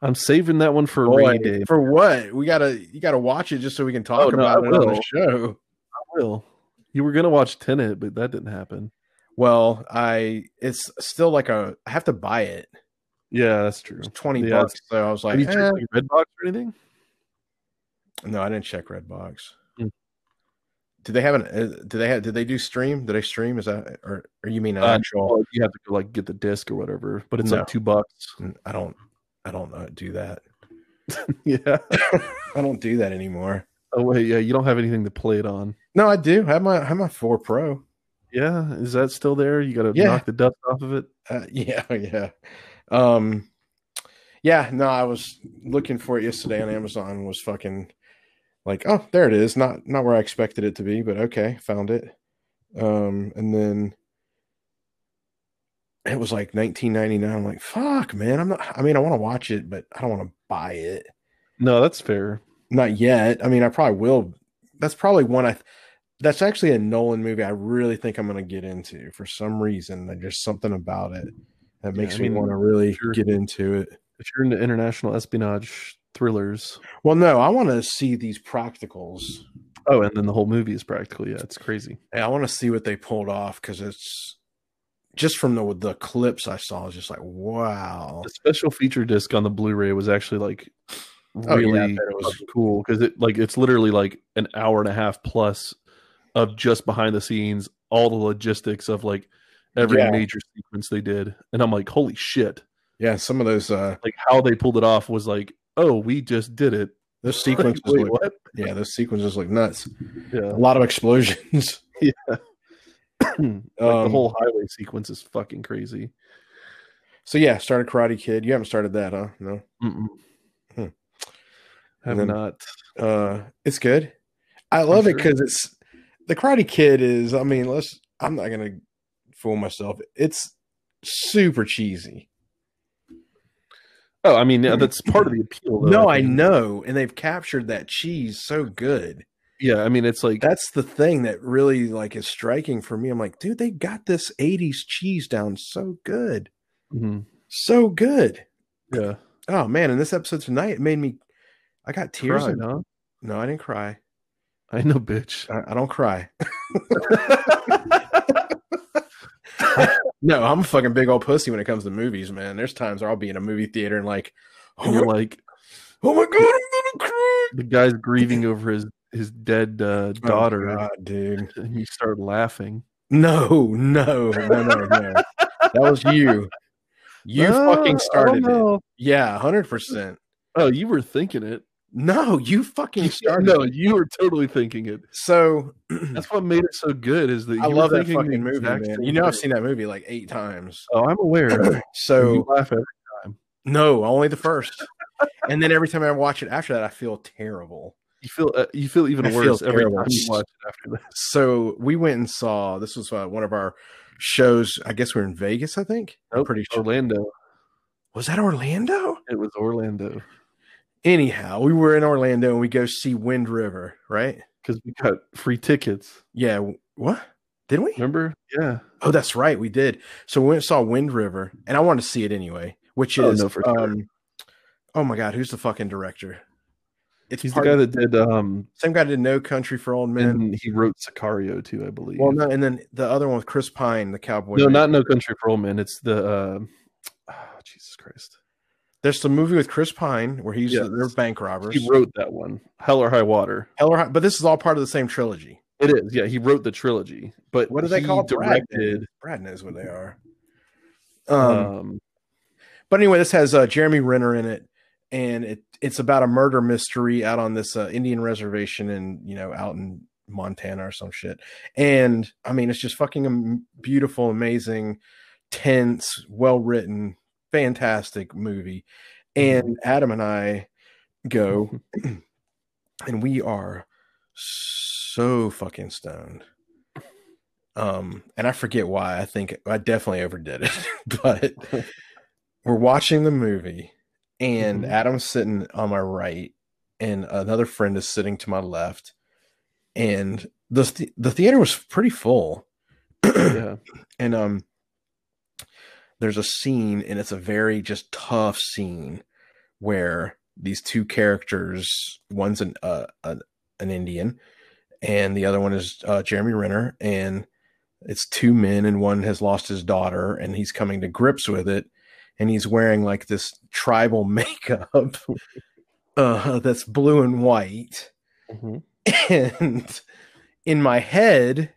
S1: I'm saving that one for a
S2: boy,
S1: rainy day.
S2: for what? We gotta you gotta watch it just so we can talk
S1: Oh, no,
S2: about
S1: I
S2: it on
S1: will.
S2: the show.
S1: Will you were gonna watch Tenet, but that didn't happen.
S2: Well, I it's still like a I have to buy it.
S1: Yeah, that's true.
S2: It's twenty
S1: Yeah,
S2: bucks, so I was
S1: Have
S2: like,
S1: you checked
S2: eh.
S1: like, Redbox or anything?
S2: no, I didn't check Redbox.
S1: Hmm.
S2: Did they have an? Uh, do they have? Did they do stream? Did they stream? Is that or, or you mean an
S1: Uh,
S2: actual?
S1: Well, you have to go like get the disc or whatever, but it's
S2: No.
S1: like two bucks.
S2: I don't. I don't know, do that.
S1: <laughs> yeah.
S2: I don't do that anymore.
S1: <laughs> Oh wait, yeah. You don't have anything to play it on.
S2: No, I do. I have my I have my four pro.
S1: Yeah, is that still there? You got to
S2: Yeah.
S1: knock the dust off of it.
S2: Uh, <laughs> yeah, yeah. Um yeah, no, I was looking for it yesterday on Amazon and was fucking like, oh, there it is. Not not where I expected it to be, but okay, found it. Um and then it was like 1999. I'm like, fuck, man. I'm not I mean, I want to watch it, but I don't want to buy it.
S1: No, that's fair.
S2: Not yet. I mean, I probably will. That's probably one I. That's actually a Nolan movie. I really think I'm going to get into for some reason. There's just something about it that
S1: Yeah,
S2: makes
S1: I
S2: me
S1: mean,
S2: want to really
S1: sure.
S2: get into it.
S1: If you're into international espionage thrillers,
S2: Well, no, I want to see these practicals.
S1: Oh, and then the whole movie is practical. Yeah, it's crazy.
S2: Hey, I want to see what they pulled off because it's just from the the clips I saw. I was just like, wow.
S1: The special feature disc on the Blu-ray was actually like
S2: Oh, yeah, I
S1: really
S2: bet it was-
S1: cool because it like it's literally like an hour and a half plus of just behind the scenes, all the logistics of like every
S2: Yeah.
S1: major sequence they did, and I'm like, holy shit!
S2: Yeah, some of those uh
S1: Like how they pulled it off was like, oh, we just did it. <laughs>
S2: those
S1: Like,
S2: sequences
S1: wait,
S2: look,
S1: what?
S2: yeah, those sequences look nuts.
S1: Yeah,
S2: A lot
S1: <laughs>
S2: of explosions. <coughs>
S1: like the
S2: Um,
S1: whole highway sequence is fucking crazy.
S2: So yeah, started Karate Kid. You haven't started that, huh? No.
S1: Mm-mm.
S2: Hmm.
S1: Have
S2: Then-
S1: not.
S2: Uh it's good. I love it
S1: sure.
S2: because it's the Karate Kid is, I mean, let's I'm not gonna fool myself. It's super cheesy.
S1: Oh, I mean, yeah, that's part of the appeal. though,
S2: No, I
S1: think.
S2: know, and they've captured that cheese so good.
S1: Yeah, I mean, it's like
S2: That's the thing that really like is striking for me. I'm like, dude, they got this 80s cheese down so good.
S1: mhm,
S2: So good.
S1: yeah,
S2: Oh man, in this episode tonight, it made me I got tears.
S1: Cried,
S2: in-
S1: huh?
S2: No, I didn't cry.
S1: I know,
S2: <laughs>
S1: bitch.
S2: I, I
S1: <laughs>
S2: don't cry. No, I'm a fucking big old pussy when it comes to movies, man. There's times where I'll be in a movie theater and like, oh
S1: and you're
S2: my,
S1: like
S2: oh my god, I'm gonna cry.
S1: the guy's grieving over his his dead uh, <laughs> daughter,
S2: Oh, God, dude.
S1: and you start laughing.
S2: No, no, no, no, no. that was you. You
S1: Ah, I
S2: fucking
S1: don't
S2: started it.
S1: know.
S2: Yeah, hundred percent.
S1: Oh, you were thinking it.
S2: No,
S1: <laughs>
S2: you fucking started.
S1: no,
S2: it.
S1: you were totally thinking
S2: <clears throat>
S1: it.
S2: So
S1: That's what made it so good. Is that you
S2: I
S1: were
S2: love that
S1: thinking the
S2: fucking movie,
S1: exact
S2: man.
S1: same
S2: You know, I've
S1: thing. <clears throat>
S2: seen that movie like eight times.
S1: Oh, I'm aware.
S2: So
S1: you laugh at
S2: no, only the first. And then every time I watch it after that, I feel terrible.
S1: You feel uh, you feel even
S2: I feel
S1: worse every
S2: terrible.
S1: time you watch it after
S2: <laughs>
S1: that.
S2: so we went and saw this was uh, one of our shows. I guess we're in Vegas. I think I'm
S1: Nope,
S2: pretty sure.
S1: Orlando.
S2: Was that Orlando?
S1: It was Orlando
S2: Anyhow, we were in Orlando and we go see Wind River, right?
S1: because we got free tickets.
S2: Yeah. w- What did we?
S1: Remember? Yeah.
S2: Oh, that's right, we did. So we went and saw Wind River, and I wanted to see it anyway. Which
S1: Oh,
S2: is,
S1: no, for sure.
S2: um, oh my god, who's the fucking director? It's
S1: He's the
S2: part
S1: guy
S2: of-
S1: that did um
S2: same guy that did No Country for Old Men.
S1: and he wrote Sicario too, I believe.
S2: Well, no, and then the other one with Chris Pine, the cowboy.
S1: no,
S2: man.
S1: not No Country for Old Men. It's the uh, <sighs> ah, Jesus Christ.
S2: there's the movie with Chris Pine where he's
S1: Yes.
S2: they're bank robbers.
S1: He wrote that one, Hell or High Water.
S2: Hell or High, but this is all part of the same trilogy.
S1: It is, yeah. He wrote the trilogy, but
S2: What do they
S1: he
S2: call it? Brad knows-
S1: Directed.
S2: Brad knows what they are.
S1: Um,
S2: Um, but anyway, this has uh, Jeremy Renner in it, and it it's about a murder mystery out on this uh, Indian reservation, and you know, out in Montana or some shit. And I mean, it's just fucking am- beautiful, amazing, tense, well written, fantastic movie.
S1: Mm-hmm.
S2: And Adam and I go, and we are so fucking stoned. Um, and I forget why. I think I definitely overdid it, <laughs> but we're watching the movie, and
S1: Mhm.
S2: Adam's sitting on my right, and another friend is sitting to my left, and the th- the theater was pretty full,
S1: <clears throat>
S2: <clears throat>
S1: yeah.
S2: and um, there's a scene, and it's a very just tough scene where these two characters, one's an uh, an, an Indian, and the other one is uh, Jeremy Renner, and it's two men, and one has lost his daughter, and he's coming to grips with it, and he's wearing like this tribal <laughs> makeup uh, that's blue and white,
S1: Mhm.
S2: and in my head,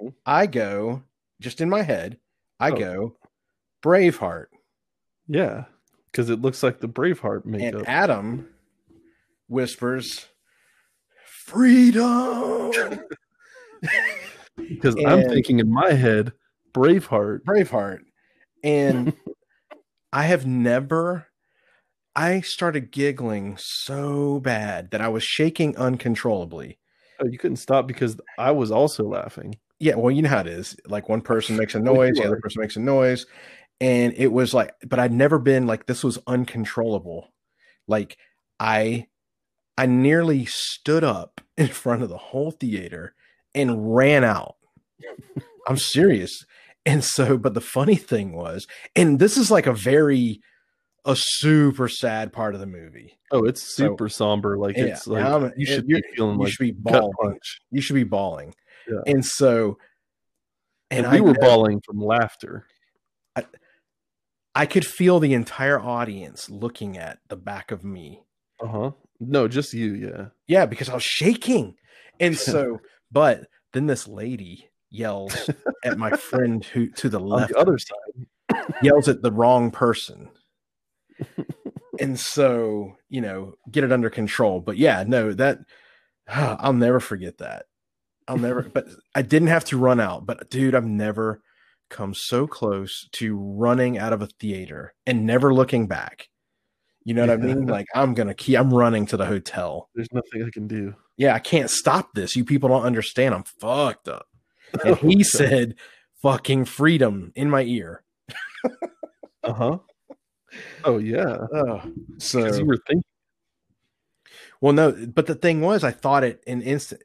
S1: Mhm.
S2: I go just in my head, I
S1: Oh.
S2: go Braveheart.
S1: Yeah. Because it looks like the Braveheart makeup.
S2: And Adam whispers, Freedom.
S1: Because I'm
S2: and-
S1: thinking in my head, Braveheart.
S2: Braveheart. And I have never, I started giggling so bad that I was shaking uncontrollably.
S1: Oh, you couldn't stop because I was also laughing.
S2: Yeah, well, you know how it is. Like one
S1: <laughs>
S2: person makes a
S1: Well,
S2: noise,
S1: you
S2: the other
S1: are.
S2: person makes a noise. And it was like, but I'd never been like this was uncontrollable. Like I I nearly stood up <laughs> in front of the whole theater and ran
S1: <laughs>
S2: out. I'm serious. And so, but the funny thing was, and this is like a very a super sad part of the movie.
S1: Oh, it's super somber. Like
S2: Yeah,
S1: it's like
S2: I'm-
S1: you should
S2: you're-
S1: be feeling
S2: you
S1: like
S2: should be
S1: gut
S2: bawling.
S1: punch.
S2: You should be bawling.
S1: Yeah.
S2: And so,
S1: And,
S2: I
S1: we were
S2: know-
S1: bawling from laughter.
S2: I could feel the entire audience looking at the back of me.
S1: Uh huh. No, just you. Yeah.
S2: Yeah, because I was shaking.
S1: <laughs>
S2: And so, but then this lady yells at my friend who
S1: <laughs>
S2: to the
S1: On
S2: left,
S1: the other side.
S2: yells at the wrong
S1: <laughs>
S2: person. and so, you know, get it under control. But yeah, no, that <sighs> I'll never forget that.
S1: <laughs>
S2: I'll never, but I didn't have to run out. But dude, I've never come so close to running out of a theater and never looking back. You know what I mean? Like, I'm going to keep, I'm running to the hotel.
S1: There's nothing I can do.
S2: Yeah, I can't stop this. You people don't understand. I'm fucked up. <laughs>
S1: <laughs>
S2: And he said, fucking freedom in my ear.
S1: Uh huh. Oh yeah.
S2: Oh, "Uh-huh." so
S1: Because you were thinking.
S2: Well, no, but the thing was, I thought it in instant.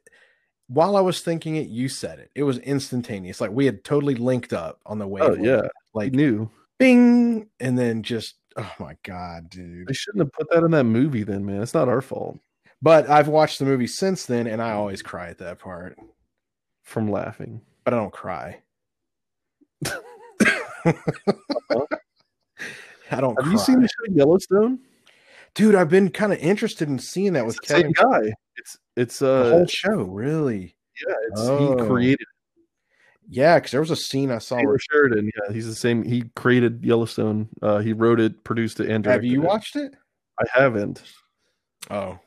S2: While I was thinking it, you said it. It was instantaneous. Like we had totally linked up on the way.
S1: Oh yeah. I
S2: like
S1: knew.
S2: bing, and then just oh my god, dude. <laughs>
S1: They shouldn't have put that in that movie. Then man, it's not our fault
S2: But I've watched the movie since then, and I always cry at that part.
S1: from laughing.
S2: But I don't cry. <laughs> I don't.
S1: Have
S2: Oh, cry.
S1: you seen the show Yellowstone?
S2: dude? I've been kind of interested in seeing that with
S1: It's the same
S2: Kevin.
S1: guy. It's it's
S2: The
S1: uh
S2: whole show, really.
S1: yeah. It's
S2: Oh.
S1: he created
S2: Yeah, because there was a scene I saw.
S1: Taylor
S2: Where,
S1: Sheridan. Yeah, he's the same. He created Yellowstone. Uh, he wrote it, produced it, and
S2: have
S1: directed
S2: you
S1: it.
S2: watched it?
S1: I haven't.
S2: Oh,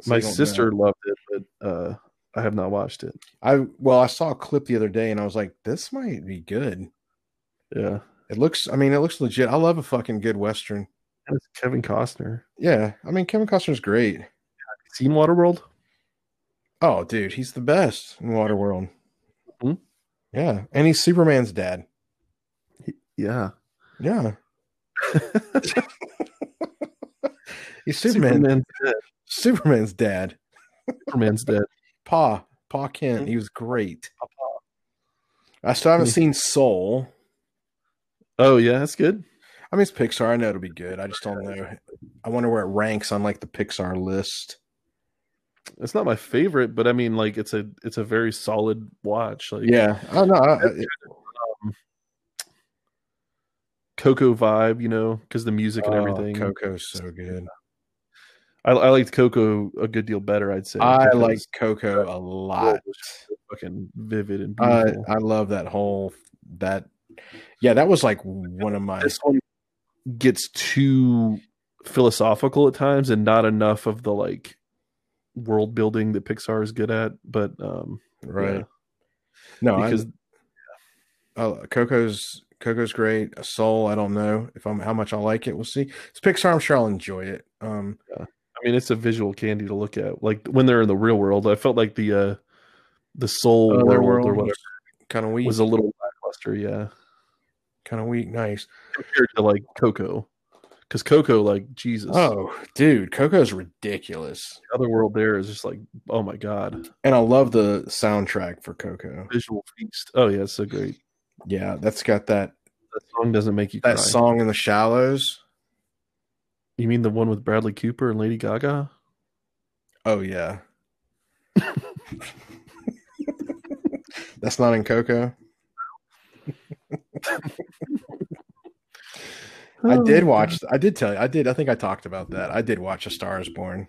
S2: So
S1: My
S2: you don't know.
S1: sister loved it, but uh, I have not watched it.
S2: I well, I saw a clip the other day and I was like, this might be good.
S1: Yeah,
S2: It looks, I mean, it looks legit. I love a fucking good Western.
S1: and it's Kevin Costner.
S2: Yeah. I mean, Kevin Costner's great.
S1: Seen Waterworld?
S2: Oh, dude, he's the best in Waterworld.
S1: Mhm.
S2: Yeah. And he's Superman's dad.
S1: Yeah,
S2: Yeah. he's Superman.
S1: Superman. dead.
S2: Superman's dad.
S1: Superman's dead.
S2: Pa. Pa Kent.
S1: Mhm.
S2: He was great. I still haven't
S1: Mhm.
S2: seen Soul.
S1: Oh yeah, that's good.
S2: I mean, it's Pixar. I know it'll be good. I just don't know. I wonder where it ranks on like the Pixar list.
S1: It's not my favorite, but I mean, like, it's a it's a very solid watch. Like,
S2: Yeah, I know. I-
S1: Coco vibe, you know, because the music and
S2: oh,
S1: everything.
S2: Coco's so good.
S1: I, I liked Coco a good deal better. I'd say.
S2: I
S1: because
S2: like Coco a lot.
S1: it was so fucking vivid and
S2: I
S1: beautiful.
S2: I love that whole that. Yeah, that was like one of my.
S1: this one gets too philosophical at times and not enough of the like world building that Pixar is good at. But um
S2: Right.
S1: yeah,
S2: No, I-
S1: because
S2: uh, Coco's Coco's great. A soul. I don't know if I'm how much I like it. We'll see. It's Pixar. I'm sure I'll enjoy it. Um.
S1: I mean it's a visual candy to look at. Like when they're in the real world, I felt like the uh the soul world, or whatever
S2: Kind of weak.
S1: was a little lackluster, yeah.
S2: Kind of weak. Nice.
S1: Compared to like Coco. Because Coco, like Jesus,
S2: Oh, dude, Coco's ridiculous.
S1: the other world there is just like, oh my god,
S2: And I love the soundtrack for Coco.
S1: visual feast. Oh yeah, it's so great.
S2: Yeah, that's got that
S1: That song doesn't make you
S2: that
S1: cry.
S2: song in the shallows.
S1: You mean the one with Bradley Cooper and Lady Gaga?
S2: Oh yeah. That's not in Coco. I
S1: Oh,
S2: did watch I did tell you. I did I think I talked about that. I did watch A Star is Born.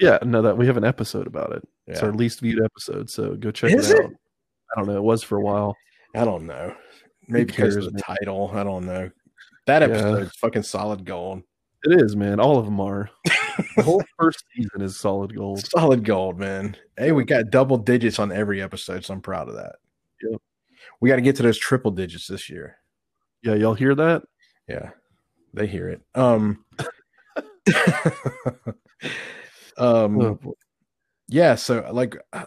S1: Yeah, no, that we have an episode about it. It's
S2: Yeah.
S1: our least viewed episode, so go check
S2: Is
S1: it
S2: it?
S1: out. I don't know. It was for a while.
S2: I don't know. Maybe because of
S1: cares,
S2: the
S1: man?
S2: title. I don't know. That
S1: Yeah.
S2: episode is fucking solid gold.
S1: It is, man. All of them
S2: <laughs>
S1: are. The whole first season is solid gold.
S2: Solid gold, man. Hey, we got double digits on every episode, so I'm proud of that.
S1: Yep.
S2: We got to get to those triple digits this year.
S1: Yeah, y'all hear that?
S2: Yeah. They hear it. Um <laughs> Um
S1: Oh, boy.
S2: yeah, so like uh,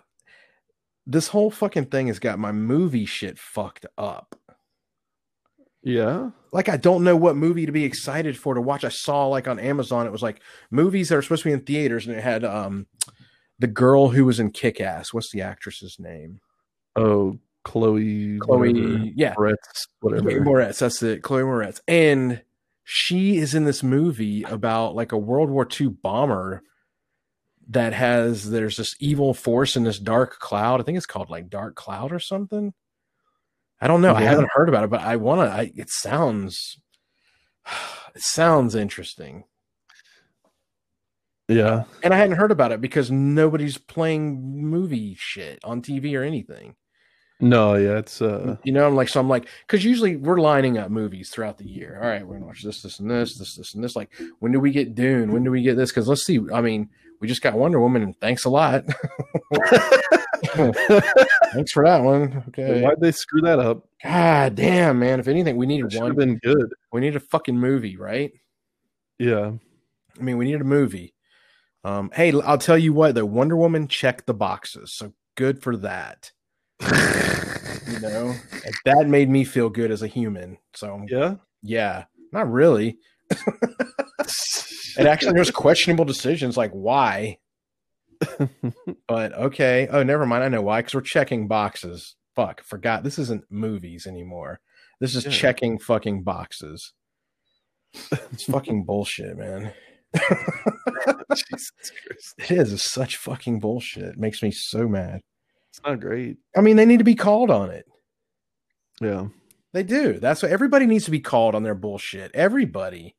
S2: this whole fucking thing has got my movie shit fucked up.
S1: yeah.
S2: Like I don't know what movie to be excited for to watch. I saw like on Amazon it was like movies that are supposed to be in theaters and it had um the girl who was in Kick Ass. What's the actress's name?
S1: Oh, Chloe.
S2: Chloe.
S1: whatever.
S2: Yeah.
S1: Moretz, whatever.
S2: Chloe Moretz. That's it. Chloe Moretz. And she is in this movie about like a World War II bomber that has there's this evil force in this dark cloud. I think it's called like Dark Cloud or something. I don't know. I
S1: Yeah.
S2: haven't heard about it, but I want to. It sounds it sounds interesting,
S1: Yeah.
S2: and I hadn't heard about it because nobody's playing movie shit on TV or anything.
S1: No, yeah, it's uh
S2: you know, I'm like, so I'm like, because usually we're lining up movies throughout the year. All right, we're gonna watch this, this, and this, this, this, and this. Like, when do we get Dune? When do we get this? Because let's see. I mean, we just got Wonder Woman, and thanks a lot. <laughs> Mm.
S1: <laughs>
S2: thanks for that one. Okay.
S1: why'd they screw that up?
S2: God damn, man. If anything, we
S1: It
S2: needed
S1: should
S2: one.
S1: have been good.
S2: we need a fucking movie, right?
S1: Yeah.
S2: <laughs> I mean, we need a movie. Um, hey, I'll tell you what, though, Wonder Woman checked the boxes, so good for that. You
S1: <laughs>
S2: know, And that made me feel good as a human. So I'm
S1: yeah.
S2: Yeah, not really. It
S1: <laughs>
S2: actually there's questionable decisions like why, but okay. Oh, never mind. I know why because we're checking boxes. Fuck, forgot this isn't movies anymore. This is
S1: Yeah.
S2: checking fucking boxes. It's fucking bullshit, man.
S1: Jesus Christ.
S2: It is it's such fucking bullshit. It makes me so mad.
S1: It's not great.
S2: I mean, they need to be called on it.
S1: Yeah.
S2: They do. That's what everybody needs to be called on their bullshit. Everybody.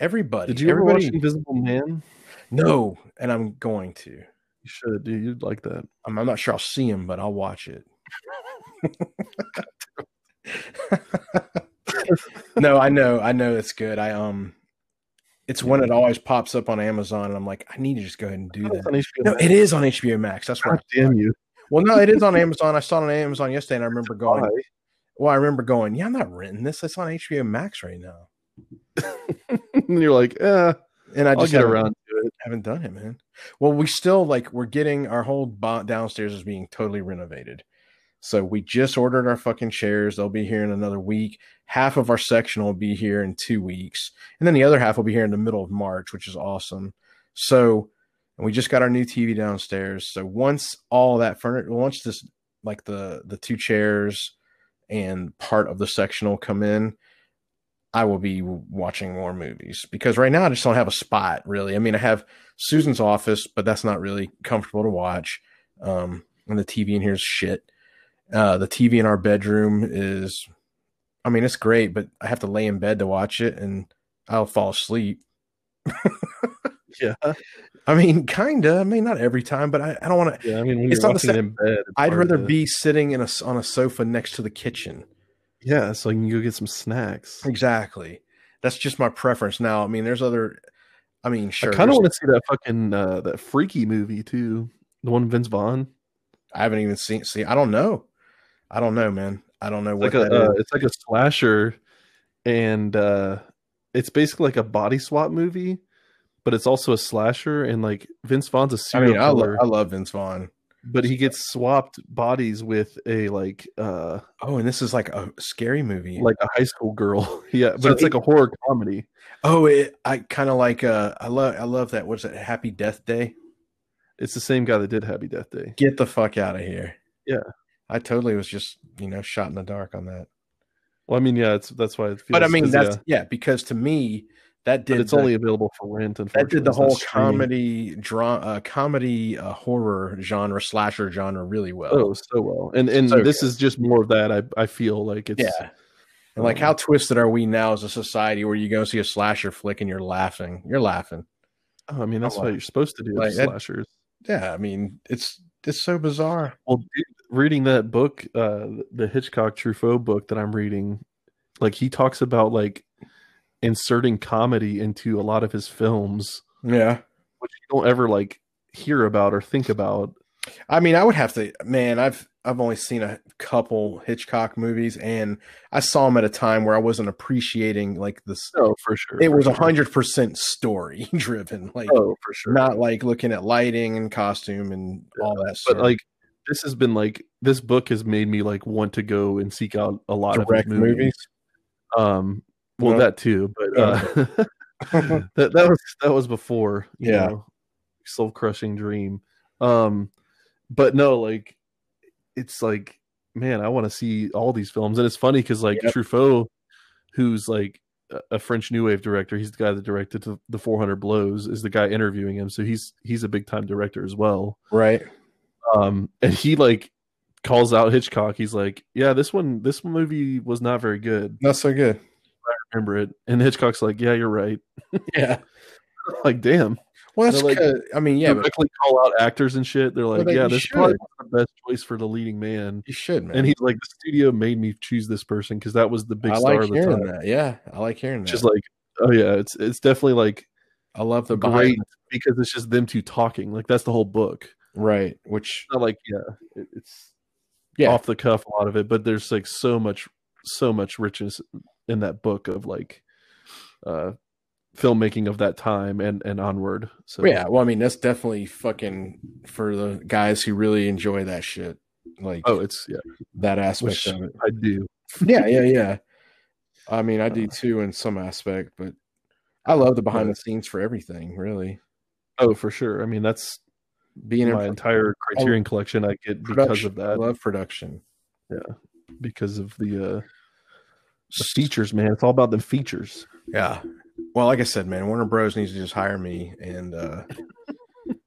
S2: Everybody.
S1: Did you ever watch
S2: everybody.
S1: Invisible Man?
S2: No, and I'm going to.
S1: You should, dude. You'd like that.
S2: I'm, I'm not sure I'll see him, but I'll watch it. <laughs> no, I know, I know it's good. I um, it's one that always pops up on Amazon, and I'm like, I need to just go ahead and do
S1: It's
S2: that.
S1: on HBO
S2: No,
S1: Max.
S2: it is on HBO Max. That's
S1: God
S2: right.
S1: damn you.
S2: Well, no, it is on Amazon. I saw it on Amazon yesterday, and I remember going.
S1: Why?
S2: Well, I remember going. Yeah, I'm not renting this. It's on HBO Max right now,
S1: <laughs> and you're like, eh,
S2: and I
S1: I'll
S2: just
S1: get
S2: haven't-
S1: around to it.
S2: haven't done it, man. Well, we still like we're getting our whole bo- downstairs is being totally renovated. So we just ordered our fucking chairs. They'll be here in another week. Half of our section will be here in two weeks, and then the other half will be here in the middle of March, which is awesome. So, and we just got our new TV downstairs. So once all that furniture, once this like the the two chairs and part of the sectional come in, I will be watching more movies because right now I just don't have a spot really. I mean, I have Susan's office, but that's not really comfortable to watch. Um, and the TV in here is shit. Uh, the TV in our bedroom is, I mean, it's great, but I have to lay in bed to watch it and I'll fall asleep.
S1: Yeah.
S2: I mean, <laughs> kind of, I mean, not every time, but I, I don't want to,
S1: Yeah. I mean, when
S2: It's
S1: you're
S2: not the
S1: watching it in bed, it's
S2: I'd
S1: hard
S2: rather
S1: to-
S2: be sitting in a, s- on a sofa next to the kitchen.
S1: Yeah. So I can go get some snacks.
S2: Exactly. That's just my preference. Now, I mean, there's other, I mean, sure.
S1: I kind of
S2: there's-
S1: want to see that fucking uh, that freaky movie too. The one with Vince Vaughn.
S2: I haven't even seen. See, I don't know. I don't know, man. I don't know
S1: It's
S2: what
S1: like a
S2: that
S1: uh,
S2: is.
S1: it's like a slasher, and uh, it's basically like a body swap movie, but it's also a slasher. And like Vince Vaughn's a
S2: I
S1: serial
S2: mean, I, lo-
S1: killer,
S2: I love Vince Vaughn.
S1: but he gets swapped bodies with a like uh
S2: Oh, and this is like a scary movie.
S1: like a high school girl. <laughs> yeah, but
S2: So
S1: it's like a horror comedy.
S2: oh, it, I kind of like. Uh, I love. I love that. What's it? Happy Death Day.
S1: It's the same guy that did Happy Death Day.
S2: Get the fuck out of here.
S1: Yeah.
S2: I totally was just you know shot in the dark on that.
S1: Well, I mean, yeah, it's that's why it feels.
S2: But I mean,
S1: 'cause,
S2: that's
S1: yeah,
S2: yeah. because to me that
S1: but
S2: did
S1: it's
S2: the-
S1: only available for rent.
S2: that
S1: Unfortunately,
S2: did the
S1: It's not
S2: whole
S1: streaming.
S2: comedy drama, uh, comedy uh, horror genre, slasher genre really well.
S1: Oh, so well, and and
S2: So
S1: this
S2: good.
S1: is just more of that. I I feel like it's
S2: yeah. And like,
S1: um,
S2: how twisted are we now as a society where you go see a slasher flick and you're laughing? You're laughing.
S1: Oh, I mean, that's what
S2: like-
S1: you're supposed to do
S2: like
S1: with
S2: that-
S1: slashers.
S2: Yeah, I mean, it's it's so bizarre.
S1: Well, dude, reading that book, uh, the Hitchcock Truffaut book that I'm reading, like he talks about like inserting comedy into a lot of his films,
S2: Yeah,
S1: which you don't ever like hear about or think about.
S2: I mean, I would have to. Man, I've I've only seen a couple Hitchcock movies, and I saw them at a time where I wasn't appreciating like this.
S1: No, Oh, for sure.
S2: It
S1: for
S2: was
S1: sure.
S2: hundred percent story <laughs> driven, like
S1: Oh, for sure.
S2: not like looking at lighting and costume and all that.
S1: but
S2: stuff.
S1: like this has been like this book has made me like want to go and seek out a lot
S2: direct
S1: of his movies.
S2: movies.
S1: Um, well,
S2: Well,
S1: that too, but uh, <laughs> that that was that was before, you
S2: Yeah.
S1: know, soul crushing dream. Um, but no, like it's like, man, I want to see all these films, and it's funny because like
S2: Yep.
S1: Truffaut, who's like a- a French New Wave director. He's the guy that directed the- the 400 Blows. Is the guy interviewing him, so he's he's a big time director as well.
S2: Right.
S1: Um, and he like calls out Hitchcock. He's like, "Yeah, this one this movie was not very good.
S2: Not so good.
S1: I remember it." And Hitchcock's like, "Yeah, you're right." <laughs>
S2: Yeah.
S1: like, damn.
S2: Well, that's
S1: They're like-
S2: 'cause- I mean, yeah,
S1: Yeah,
S2: but
S1: directly call out actors and shit. They're like,
S2: like,
S1: "Yeah,
S2: you
S1: this is
S2: should."
S1: probably not the best choice for the leading man."
S2: you should, man.
S1: And he's like, the studio made me choose this person because that was the big
S2: I
S1: star
S2: like
S1: of the time.
S2: hearing that. Yeah, I like hearing that.
S1: Which is like, oh yeah, it's it's definitely like
S2: I love the behind-
S1: great because it's just them two talking. Like that's the whole book.
S2: right? Which
S1: It's not like yeah, it- it's
S2: Yeah.
S1: off the cuff a lot of it, but there's like so much so much richness in that book of like uh filmmaking of that time and and onward. So
S2: yeah. Well, I mean, that's definitely fucking for the guys who really enjoy that shit, like
S1: Oh, it's yeah,
S2: that aspect
S1: which
S2: of it.
S1: I do.
S2: <laughs> yeah, yeah, yeah. I mean, I do
S1: Uh,
S2: too in some aspect, but I love the behind
S1: but-
S2: the scenes for everything. Really,
S1: Oh, for sure. I mean, that's
S2: being in
S1: my
S2: pro-
S1: entire Criterion collection I get because
S2: Oh. production,
S1: of
S2: I
S1: that.
S2: love production.
S1: because of the uh the features, man. It's all about the features.
S2: Yeah. Well, like I said, man, Warner Bros needs to just hire me, and uh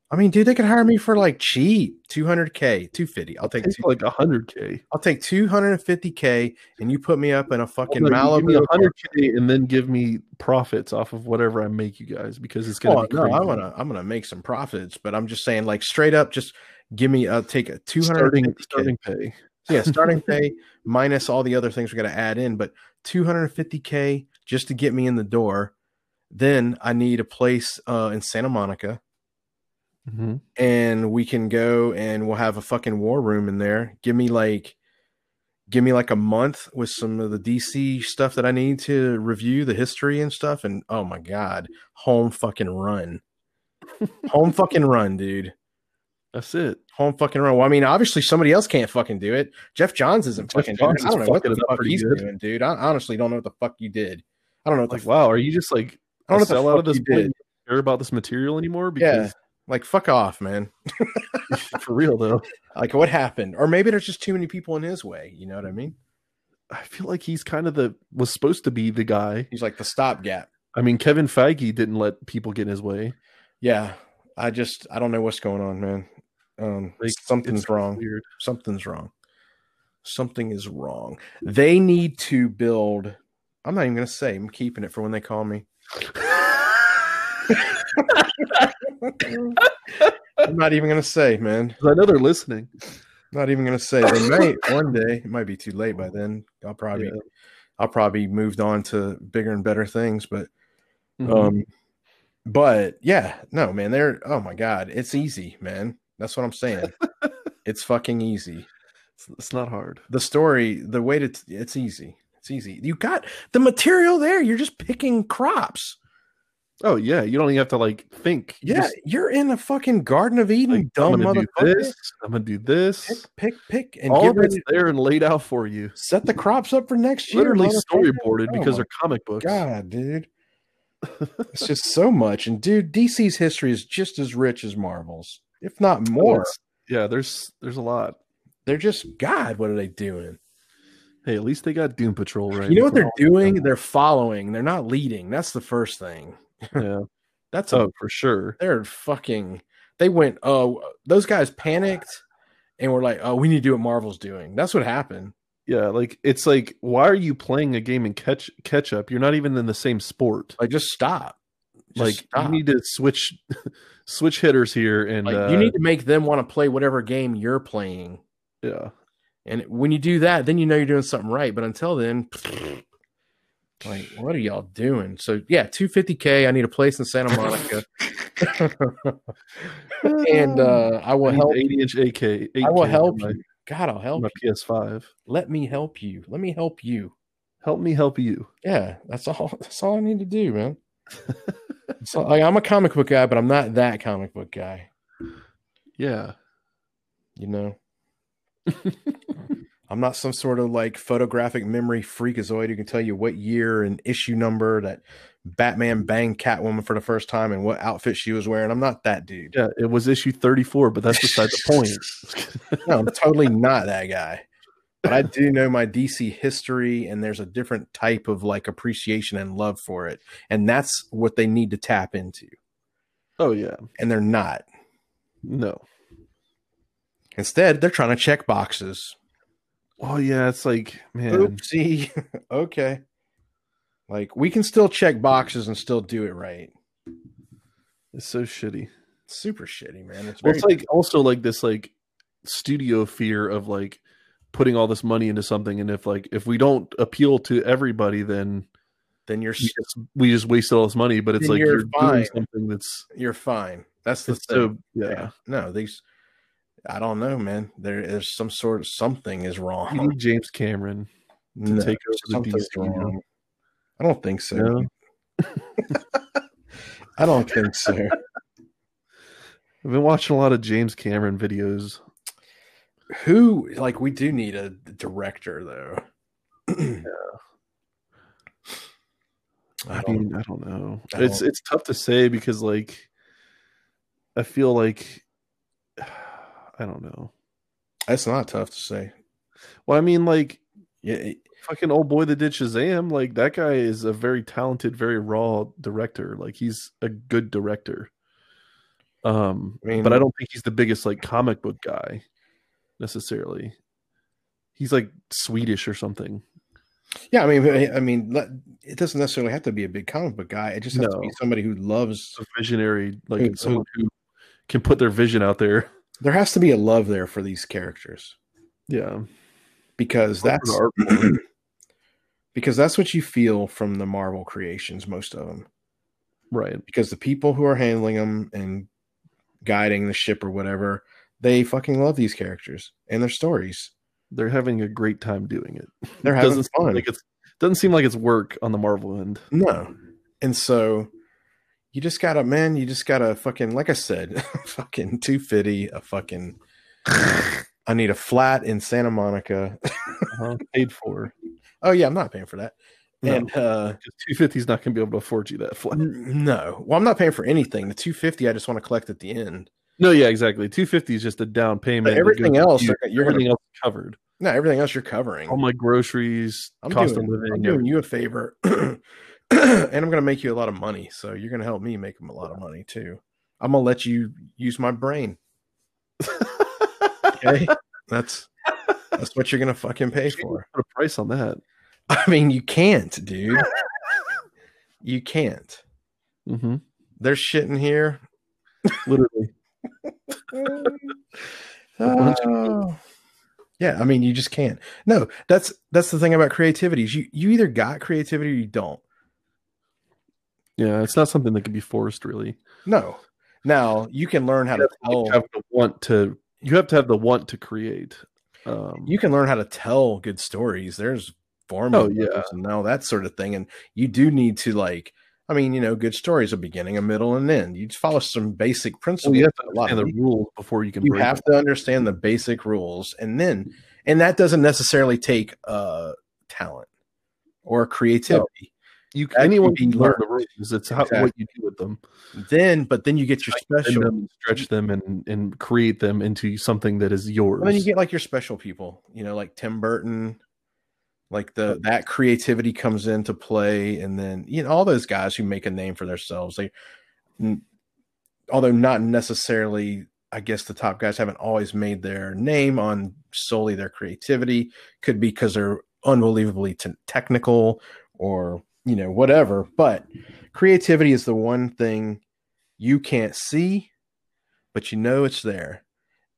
S2: I mean, dude, they could hire me for like cheap, two hundred k, two fifty. I'll take
S1: It's
S2: two,
S1: like hundred k.
S2: I'll take two hundred and fifty k, and you put me up in a fucking
S1: Give me
S2: Malibu.
S1: hundred k, and then give me profits off of whatever I make you guys because it's gonna
S2: Oh,
S1: be
S2: no,
S1: crazy.
S2: I'm gonna I'm gonna make some profits, but I'm just saying, like straight up, just give me a take a two hundred
S1: starting starting pay.
S2: yeah, starting pay minus all the other things we got to add in, but 250k just to get me in the door. Then I need a place uh, in Santa Monica,
S1: Mhm.
S2: and we can go and we'll have a fucking war room in there. Give me like, give me like a month with some of the DC stuff that I need to review the history and stuff. And oh my god, home fucking run, home fucking run, dude.
S1: That's it.
S2: Home fucking run. Well, I mean, obviously somebody else can't fucking do it. Jeff Johns isn't
S1: Jeff
S2: fucking
S1: Johns
S2: doing it. I
S1: is
S2: don't know what
S1: fucking
S2: the
S1: it up
S2: fuck
S1: pretty
S2: he's
S1: good.
S2: doing, dude. I honestly don't know what the fuck you did. I don't know what
S1: Like,
S2: the fuck,
S1: wow, are you just like
S2: I don't know
S1: a sellout
S2: what the
S1: at
S2: fuck
S1: this
S2: you
S1: point?
S2: did.
S1: You don't care about this material anymore?
S2: Yeah.
S1: Because
S2: Like fuck off, man.
S1: <laughs> for real though,
S2: Like what happened? Or maybe there's just too many people in his way. You know what I mean?
S1: I feel like he's kind of the was supposed to be the guy.
S2: He's like the stopgap.
S1: I mean, Kevin Feige didn't let people get in his way.
S2: Yeah. I just I don't know what's going on, man. Um,
S1: Like,
S2: something's
S1: it's
S2: wrong.
S1: Weird. <laughs>
S2: something's wrong. Something is wrong. They need to build. I'm not even gonna say. I'm keeping it for when they call me. I'm not even gonna say, man.
S1: 'Cause I know they're listening.
S2: Not even gonna say.
S1: <laughs>
S2: They might one day. It might be too late by then. I'll probably
S1: Yeah.
S2: I'll probably moved on to bigger and better things. But
S1: Mhm.
S2: um, but yeah, no, man. They're oh my god, it's easy, man. That's what I'm
S1: <laughs>
S2: saying. it's fucking easy.
S1: It's, it's not hard.
S2: the story, the way to it's easy. It's easy. You got the material there. You're just picking crops.
S1: Oh yeah, you don't even have to like think. You
S2: Yeah,
S1: just,
S2: you're in a fucking Garden of Eden,
S1: like,
S2: dumb
S1: I'm gonna
S2: motherfucker.
S1: do this. I'm gonna do
S2: Pick,
S1: this.
S2: pick, pick, and
S1: All
S2: get
S1: that's
S2: ready.
S1: there and laid out for you.
S2: Set the crops up for next year.
S1: Literally
S2: motherfucker.
S1: storyboarded
S2: Oh
S1: because
S2: my
S1: they're comic books.
S2: God, dude. it's just so much. And dude, DC's history is just as rich as Marvel's, if not
S1: Oh,
S2: more.
S1: it's- yeah, there's there's a lot.
S2: They're just God, what are they doing?
S1: Hey, at least they got Doom Patrol right.
S2: You know what
S1: For
S2: they're doing? They're following. They're not leading. That's the first thing.
S1: all-
S2: <laughs>
S1: Yeah.
S2: That's a
S1: Oh, for sure.
S2: they're fucking they went oh those guys panicked and were like oh we need to do what marvel's doing that's what happened
S1: Yeah, like it's like, why are you playing a game and catch catch up? You're not even in the same sport.
S2: like just stop Just
S1: like
S2: stop.
S1: you need to switch <laughs> switch hitters here and
S2: Like,
S1: uh,
S2: you need to make them want to play whatever game you're playing
S1: yeah.
S2: and when you do that then you know you're doing something right but until then <sniffs> like what are y'all doing so yeah 250k i need a place in santa monica and uh i
S1: <laughs>
S2: will
S1: I need
S2: help
S1: an 80 inch AK.
S2: i will
S1: 8K
S2: help
S1: on
S2: you god i'll
S1: my,
S2: help
S1: my
S2: you
S1: PS5.
S2: let me help you let me help you
S1: Help me help you.
S2: yeah, that's all. <laughs> That's all I need to do, man.
S1: <laughs>
S2: so like, I'm a comic book guy, but I'm not that comic book guy.
S1: Yeah.
S2: You know, <laughs> I'm not some sort of like photographic memory freakazoid who can tell you what year and issue number that Batman banged Catwoman for the first time and what outfit she was wearing. I'm not that dude.
S1: <laughs> Yeah,
S2: <laughs>
S1: it was issue 34, but that's beside the point. <laughs>
S2: No, I'm totally not that guy. but I do know my DC history, and there's a different type of like appreciation and love for it, and that's what they need to tap into,
S1: Oh yeah,
S2: and they're not.
S1: no.
S2: Instead, they're trying to check boxes.
S1: Oh yeah, it's like man,
S2: Oopsie. <laughs> okay. Like we can still check boxes and still do it right.
S1: it's so shitty.
S2: It's super shitty, man. It's,
S1: Well,
S2: very,
S1: it's like also like this like studio fear of like putting all this money into something, and if like if we don't appeal to everybody, then
S2: then you're
S1: we just, we just wasted all this money. But it's
S2: Then
S1: like
S2: you're
S1: you're, doing
S2: fine.
S1: something that's
S2: you're fine. That's the
S1: it's
S2: thing.
S1: so yeah.
S2: No, these. I don't know, man. There is some sort of something is
S1: You
S2: wrong.
S1: need James Cameron.
S2: No,
S1: take over the
S2: something's
S1: DC, you know?
S2: I don't think so.
S1: No?
S2: I don't
S1: <laughs>
S2: think so.
S1: I've been watching a lot of James Cameron videos.
S2: Who like we do need a director though. <clears throat> I
S1: I,
S2: don't
S1: mean, I don't know.
S2: I
S1: It's
S2: don't-
S1: it's tough to say because like I feel like <sighs> I don't know.
S2: That's not tough to say.
S1: Well, I mean, like
S2: Yeah,
S1: fucking old boy that did Shazam, like that guy is a very talented, very raw director. Like he's a good director. Um,
S2: I mean-
S1: but I don't think he's the biggest like comic book guy necessarily. He's like Swedish or something.
S2: yeah. I mean, I- I mean, let- it doesn't necessarily have to be a big comic book guy. It just has to be
S1: No.
S2: somebody who loves.
S1: A visionary, like
S2: Who-
S1: someone who can put their vision out there.
S2: There has to be a love there for these characters
S1: Yeah,
S2: because that's
S1: Art form.
S2: because that's what you feel from the Marvel creations, most of them.
S1: right.
S2: Because the people who are handling them and guiding the ship or whatever, they fucking love these characters and their stories.
S1: They're having a great time doing it.
S2: They're having
S1: doesn't
S2: fun.
S1: Seem like it's doesn't seem like it's work on the Marvel end.
S2: No. And so you just gotta, man, you just gotta fucking, like I said, <laughs> fucking 250, a fucking, I need a flat in Santa Monica. <laughs>
S1: Uh-huh. Paid for. <laughs>
S2: Oh, yeah, I'm not paying for that.
S1: No.
S2: And, uh,
S1: Two fifty's not going to be able to afford you that flight.
S2: n- no, well, I'm not paying for anything. The 250, I just want to collect at the end.
S1: No, yeah, exactly. Two fifty is just a down payment. that
S2: everything
S1: goes with
S2: else,
S1: you.
S2: you're- you're
S1: everything else is covered.
S2: No, everything else you're covering.
S1: All my groceries,
S2: I'm
S1: cost
S2: doing,
S1: of living.
S2: I'm
S1: everything.
S2: doing you a favor, <clears throat> and I'm gonna make you a lot of money. So you're gonna help me make him a lot of money too. I'm gonna let you use my brain. Okay, that's that's what you're gonna fucking pay for.
S1: Put a price on that.
S2: I mean, you can't, dude. You can't.
S1: hmm
S2: There's shit in here. Uh,
S1: Literally, bunch
S2: Oh. yeah, I mean, you just can't. No, that's that's the thing about creativity. Is you you either got creativity or you don't.
S1: yeah. It's not something that can be forced, really.
S2: No. Now you can learn how
S1: You have
S2: to
S1: to
S2: tell.
S1: have the want to. You have to have the want to create. Um,
S2: you can learn how to tell good stories. There's formulas
S1: Oh, yeah.
S2: and all that sort of thing. And you do need to like, I mean, you know, good stories a beginning, a middle, and end. You just follow some basic
S1: well,
S2: principles.
S1: you have
S2: A
S1: to
S2: lot
S1: understand
S2: of
S1: the
S2: people-
S1: rules before you can.
S2: you
S1: break
S2: have
S1: them.
S2: to understand the basic rules, and then, and that doesn't necessarily take uh talent or creativity.
S1: You
S2: that
S1: anyone
S2: can
S1: can
S2: be
S1: learn the
S2: learned.
S1: rules. It's how,
S2: Exactly.
S1: what you do with them.
S2: Then, but then you get your
S1: Bend
S2: special.
S1: them, and stretch them, and and create them into something that is yours.
S2: Well, then you get like your special people, you know, like Tim Burton, like the that creativity comes into play, and then you know all those guys who make a name for themselves. They, n- although not necessarily, I guess the top guys haven't always made their name on solely their creativity. Could be because they're unbelievably t- technical, or you know whatever. But creativity is the one thing you can't see, but you know it's there.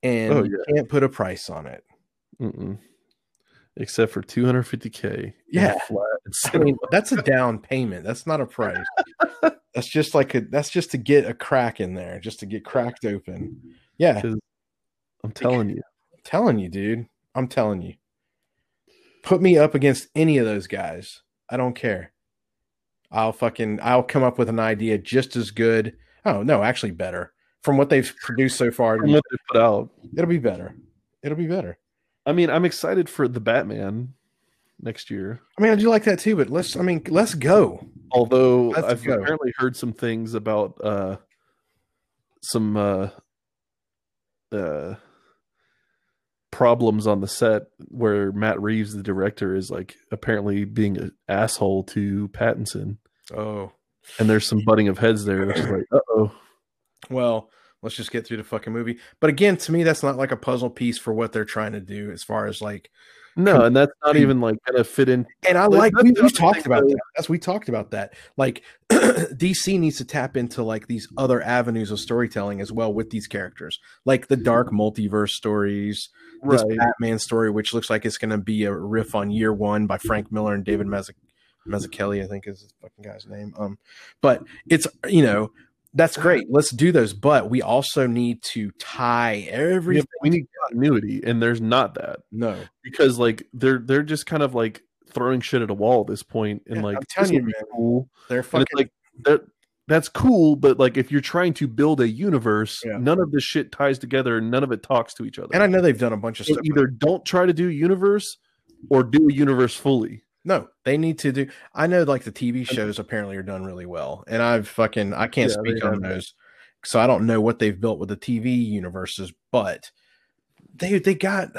S2: And
S1: Oh,
S2: you can't put a price on it.
S1: Mm-mm. Except for 250k. and
S2: Yeah.
S1: a flat.
S2: I mean, that's a down payment. That's not a price. that's just like a that's just to get a crack in there, just to get cracked open. Yeah,
S1: I'm telling you.
S2: I'm telling you, dude. I'm telling you. Put me up against any of those guys. I don't care. I'll fucking I'll come up with an idea just as good. Oh no, actually better from what they've produced so far.
S1: From what they put out.
S2: It'll be better. It'll be better.
S1: I mean, I'm excited for the Batman next year.
S2: I mean, I do like that too, but let's I mean, let's go.
S1: Although
S2: Let's
S1: I've
S2: go.
S1: apparently heard some things about uh some uh uh problems on the set where Matt Reeves, the director, is like apparently being an asshole to Pattinson,
S2: Oh,
S1: and there's some butting of heads there, which is like, uh oh,
S2: well, let's just get through the fucking movie. But again, to me, that's not like a puzzle piece for what they're trying to do as far as like
S1: no, and that's not even like gonna fit in.
S2: And I
S1: But
S2: like
S1: that's
S2: we,
S1: the
S2: we
S1: other
S2: talked
S1: thing,
S2: about
S1: though.
S2: that. That's we talked about that. Like <clears throat> DC needs to tap into like these other avenues of storytelling as well with these characters, like the dark multiverse stories,
S1: Mm-hmm. Right,
S2: this Batman story, which looks like it's going to be a riff on Year One by Frank Miller and David Mezzik- Mazzucchelli, I think is the fucking guy's name. Um, but it's you know that's great. Let's do those, but we also need to tie
S1: Yeah,
S2: everything.
S1: but we need continuity, and there's not that
S2: no.
S1: because like they're they're just kind of like throwing shit at a wall at this point, and
S2: Yeah,
S1: like
S2: I'm telling you,
S1: this'll be
S2: man.
S1: cool.
S2: They're
S1: And
S2: fucking
S1: it's like that that's cool, but like if you're trying to build a universe,
S2: Yeah.
S1: none of this shit ties together and none of it talks to each other.
S2: and I know they've done a bunch of
S1: So
S2: stuff.
S1: either don't try to do universe or do a universe fully.
S2: No, they need to do. I know, like the TV shows apparently are done really well, and I've fucking I can't
S1: Yeah, they
S2: speak
S1: have.
S2: on those, so I don't know what they've built with the TV universes, but they they got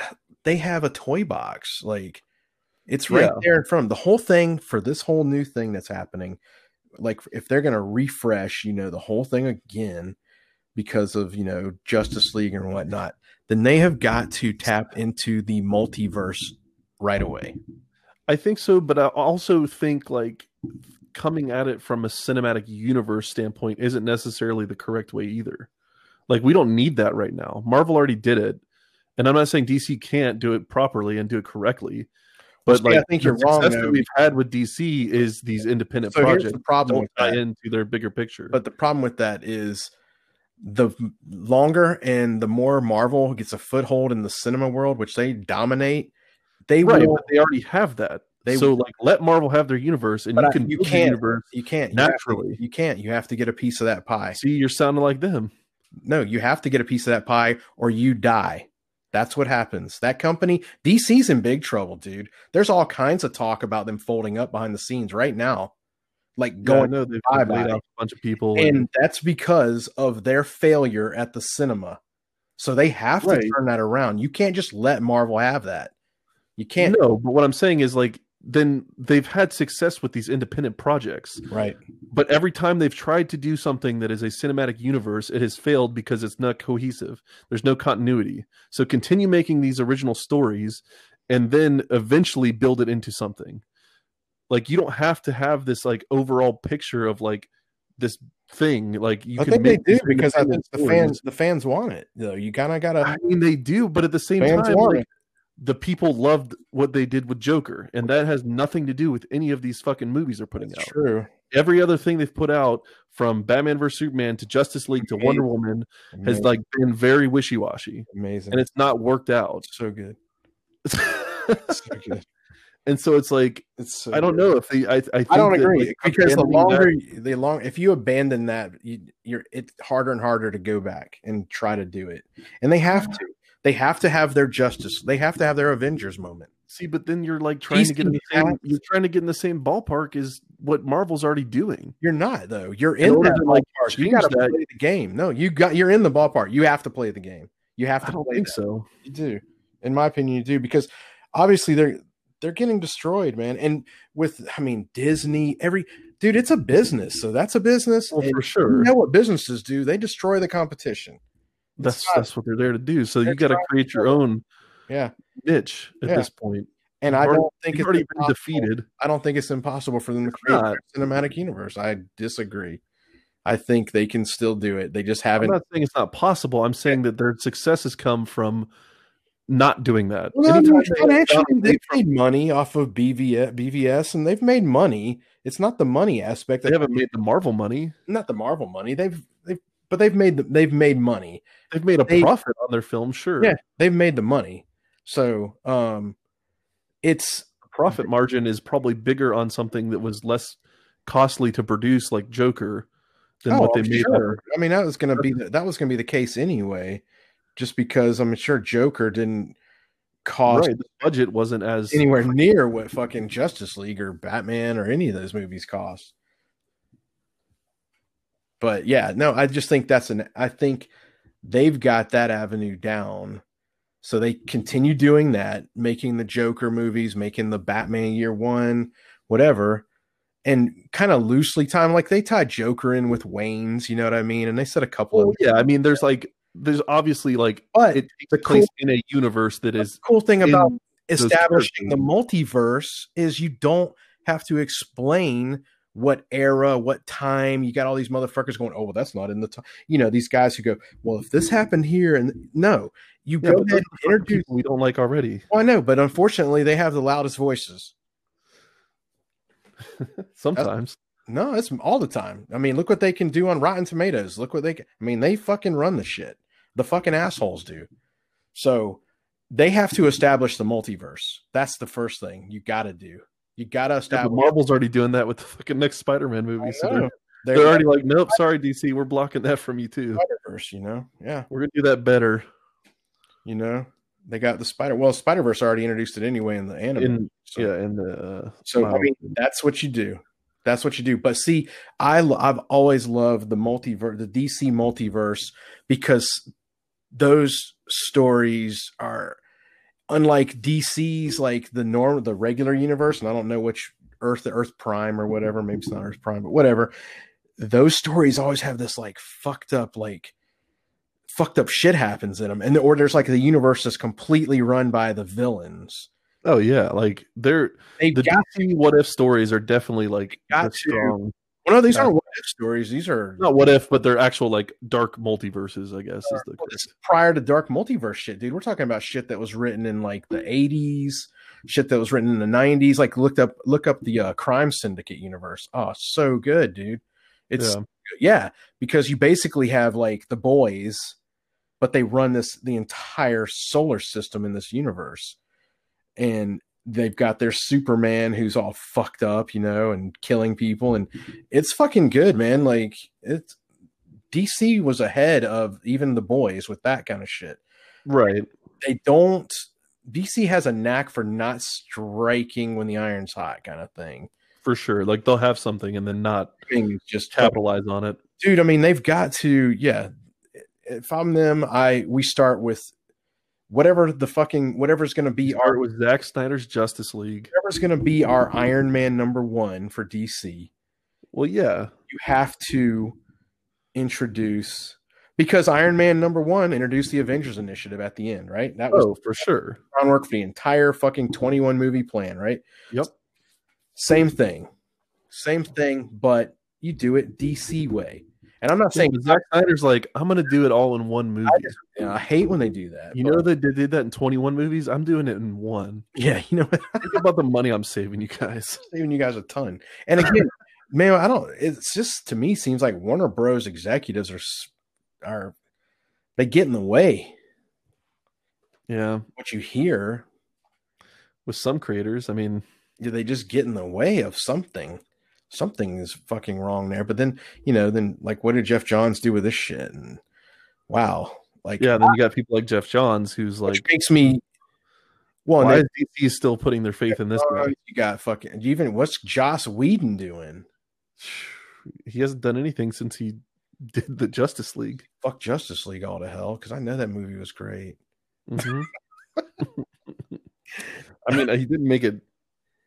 S2: they have a toy box like it's right
S1: Yeah.
S2: there in front of 'em. the whole thing for this whole new thing that's happening. Like if they're gonna refresh, you know, the whole thing again because of you know Justice League and whatnot, then they have got to tap into the multiverse right away.
S1: I think so, but I also think like coming at it from a cinematic universe standpoint isn't necessarily the correct way either. Like we don't need that right now. Marvel already did it. And I'm not saying DC can't do it properly and do it correctly. But
S2: see,
S1: like
S2: I think
S1: the
S2: you're wrong,
S1: success
S2: though,
S1: that we've had with DC is these independent
S2: So
S1: projects.
S2: here's the problem
S1: don't
S2: with
S1: tie
S2: that.
S1: into their bigger picture.
S2: But the problem with that is the m- longer and the more Marvel gets a foothold in the cinema world, which they dominate, they
S1: right,
S2: will.
S1: but they already have that.
S2: They
S1: so like let Marvel have their universe, and
S2: But
S1: you
S2: I-
S1: can
S2: you
S1: build your
S2: can't.
S1: universe.
S2: You can't you have to-
S1: naturally.
S2: you can't. You have to get a piece of that pie.
S1: See, you're sounding like them.
S2: No, you have to get a piece of that pie, or you die. That's what happens. That company, DC's in big trouble, dude. There's all kinds of talk about them folding up behind the scenes right now, like
S1: Yeah, I
S2: going
S1: know they've
S2: bye-bye.
S1: laid off a bunch of people,
S2: and that's because of their failure at the cinema. So they have to
S1: Right.
S2: turn that around. You can't just let Marvel have that. You can't.
S1: no. But what I'm saying is like then they've had success with these independent projects,
S2: Right.
S1: but every time they've tried to do something that is a cinematic universe, it has failed because it's not cohesive. There's no continuity. So continue making these original stories, and then eventually build it into something. Like you don't have to have this like overall picture of like this thing. Like you
S2: I
S1: can
S2: think they
S1: make these
S2: do because I think
S1: independent
S2: the
S1: stories.
S2: fans the fans want it. Though you kind of gotta
S1: I mean, they do, but at the same
S2: fans
S1: time,
S2: want
S1: like,
S2: it.
S1: the people loved what they did with Joker, and that has nothing to do with any of these fucking movies they're putting
S2: It's
S1: out.
S2: true.
S1: Every other thing they've put out, from Batman vs Superman to Justice League to
S2: Amazing.
S1: Wonder Woman, has
S2: Amazing.
S1: like been very wishy washy,
S2: amazing.
S1: and it's not worked out.
S2: it's so good. It's so good.
S1: <laughs> and so it's like
S2: It's so
S1: I don't
S2: good.
S1: know if the I I, think
S2: I don't
S1: that,
S2: agree
S1: like,
S2: because the
S1: abandoning
S2: longer the long if you abandon that you, you're it's harder and harder to go back and try to do it and they have to they have to have their justice they have to have their Avengers moment
S1: that- see, but then you're like trying to get in the
S2: DC
S1: same, you're trying to get in the same ballpark as what Marvel's already doing.
S2: you're not though you're
S1: In
S2: in,
S1: order
S2: that
S1: to, like,
S2: ballpark you
S1: change
S2: got to play
S1: that-
S2: the game no you got you're in the ballpark you have to play the game you have
S1: I
S2: to
S1: don't
S2: play
S1: think
S2: that.
S1: so.
S2: You do. In my opinion, you do because obviously they're they're getting destroyed, man. And with I mean Disney, every dude, it's a business. So that's a business.
S1: Well,
S2: and
S1: Oh, for sure.
S2: You know what businesses do? They destroy the competition.
S1: that's
S2: not-
S1: that's what they're there to do. So
S2: they're
S1: you got to
S2: trying
S1: create your own
S2: Yeah.
S1: niche at
S2: Yeah.
S1: this point.
S2: And
S1: You've
S2: I
S1: already-
S2: don't think
S1: You've
S2: it's
S1: already been
S2: impossible-
S1: defeated.
S2: I don't think it's impossible for them to create
S1: not.
S2: their cinematic universe. I disagree. I think they can still do it. They just
S1: I'm
S2: haven't.
S1: not saying it's not possible. I'm saying that their success has come from not doing that.
S2: Well, I mean,
S1: Anytime they-
S2: financially,
S1: they,
S2: they've made money off of BVS, BVS, and they've made money. It's not the money aspect
S1: they
S2: that
S1: haven't made the Marvel money.
S2: not the Marvel money. They've they've but they've made the, they've made money.
S1: They've made a
S2: They-
S1: profit on their film, sure.
S2: Yeah, they've made the money. So um, it's
S1: The profit margin is probably bigger on something that was less costly to produce, like Joker, than
S2: oh,
S1: what they
S2: I'm
S1: made.
S2: sure. I mean, that was gonna be the, that was gonna be the case anyway, just because I'm sure Joker didn't cost
S1: Right, the budget wasn't as
S2: anywhere near what fucking Justice League or Batman or any of those movies cost. But yeah, no, I just think that's an I think they've got that avenue down So they continue doing that, making the Joker movies, making the Batman Year One, whatever, and kind of loosely time like they tie Joker in with Wayne's, you know what I mean? And they said a couple
S1: Well,
S2: of
S1: yeah, I mean, there's like, there's obviously like
S2: but
S1: it takes
S2: the
S1: place in a universe that
S2: the
S1: is
S2: cool thing
S1: in
S2: about
S1: those
S2: establishing the
S1: cartoons.
S2: multiverse is you don't have to explain what era, what time. You got all these motherfuckers going, oh, well, that's not in the time. You know, these guys who go, well, if this happened here, and no, you
S1: Yeah,
S2: go
S1: but
S2: ahead
S1: those
S2: and introduce.
S1: people we don't like
S2: <laughs>
S1: already.
S2: Well, I know, but unfortunately, they have the loudest voices.
S1: Sometimes
S2: No, it's all the time. I mean, look what they can do on Rotten Tomatoes. Look what they can. I mean, they fucking run the shit. The fucking assholes do. So they have to establish the multiverse. That's the first thing you got to do. You got
S1: Yeah,
S2: to
S1: but
S2: establish.
S1: Marvel's already doing that with the fucking next Spider-Man
S2: I
S1: movie. So
S2: know.
S1: they're,
S2: They're,
S1: they're already like, nope, sorry, DC, we're blocking that from you too.
S2: Spider-Verse, you know? Yeah.
S1: We're gonna do that better
S2: You know, they got the Spider. Well, Spider-Verse already introduced it anyway in the anime.
S1: in
S2: so.
S1: yeah in the uh,
S2: So I
S1: Miles.
S2: mean, that's what you do. That's what you do. But see, I lo- I've always loved the multiverse, the DC multiverse, because those stories are unlike DC's like the norm, the regular universe, and I don't know which Earth, the Earth Prime or whatever. Maybe it's not Earth Prime, but whatever. Those stories always have this like fucked up like fucked up shit happens in them, and or there's like the universe is completely run by the villains.
S1: oh yeah, like they're
S2: They've
S1: the
S2: got
S1: DC what if stories are definitely like
S2: Got
S1: the
S2: to.
S1: strong.
S2: well, no, these
S1: Yeah.
S2: aren't what if stories. These are
S1: Not what if, but they're actual like dark multiverses. I guess is the
S2: Well, this is <laughs> prior to dark multiverse shit, dude. We're talking about shit that was written in like the 80s, shit that was written in the 90s. Like looked up look up the uh, crime syndicate universe. Oh, so good, dude. It's
S1: yeah.
S2: yeah, because you basically have like the boys, but they run this the entire solar system in this universe. And they've got their Superman who's all fucked up, you know, and killing people and it's fucking good, man. Like it's DC was ahead of even the boys with that kind of shit.
S1: right.
S2: They don't DC has a knack for not striking when the iron's hot kind of thing.
S1: For sure, like they'll have something and then not
S2: Things just
S1: capitalize on it.
S2: dude i mean they've got to yeah if i'm them i we start with whatever the fucking whatever's going to be
S1: Art
S2: our
S1: with Zack Snyder's Justice League.
S2: whatever's going to be our iron man number one for dc you
S1: Well, yeah,
S2: have to introduce because iron man number one introduced the avengers initiative at the end right that was
S1: oh for sure.
S2: the groundwork for the entire fucking 21 movie plan right
S1: Yep.
S2: same thing same thing but you do it dc way and i'm not
S1: Same.
S2: saying
S1: Zack Snyder's like, I'm gonna do it all in one movie.
S2: just- you know, i hate when they do that
S1: You
S2: but-
S1: know that they did that in 21 movies. I'm doing it in one.
S2: yeah you know
S1: Think about the money I'm saving you guys. <laughs>
S2: saving you guys a ton. And again, man, I don't. It's just to me seems like Warner Bros. executives are s- are they get in the way.
S1: Yeah,
S2: What you hear,
S1: with some creators, I mean,
S2: do they just get in the way of something? Something is fucking wrong there. But then you know, then like, what did Jeff Johns do with this shit? And wow, like,
S1: yeah. Then you got people like Jeff Johns, who's
S2: which
S1: like,
S2: makes me. Well,
S1: why
S2: and
S1: is DC still putting their faith in
S2: then
S1: this guy?
S2: you got fucking even what's Joss Whedon doing?
S1: <sighs> He hasn't done anything since he <laughs> did the Justice League.
S2: Fuck Justice League all to hell because I know that movie was great.
S1: Mhm. <laughs> I mean, uh, he didn't make it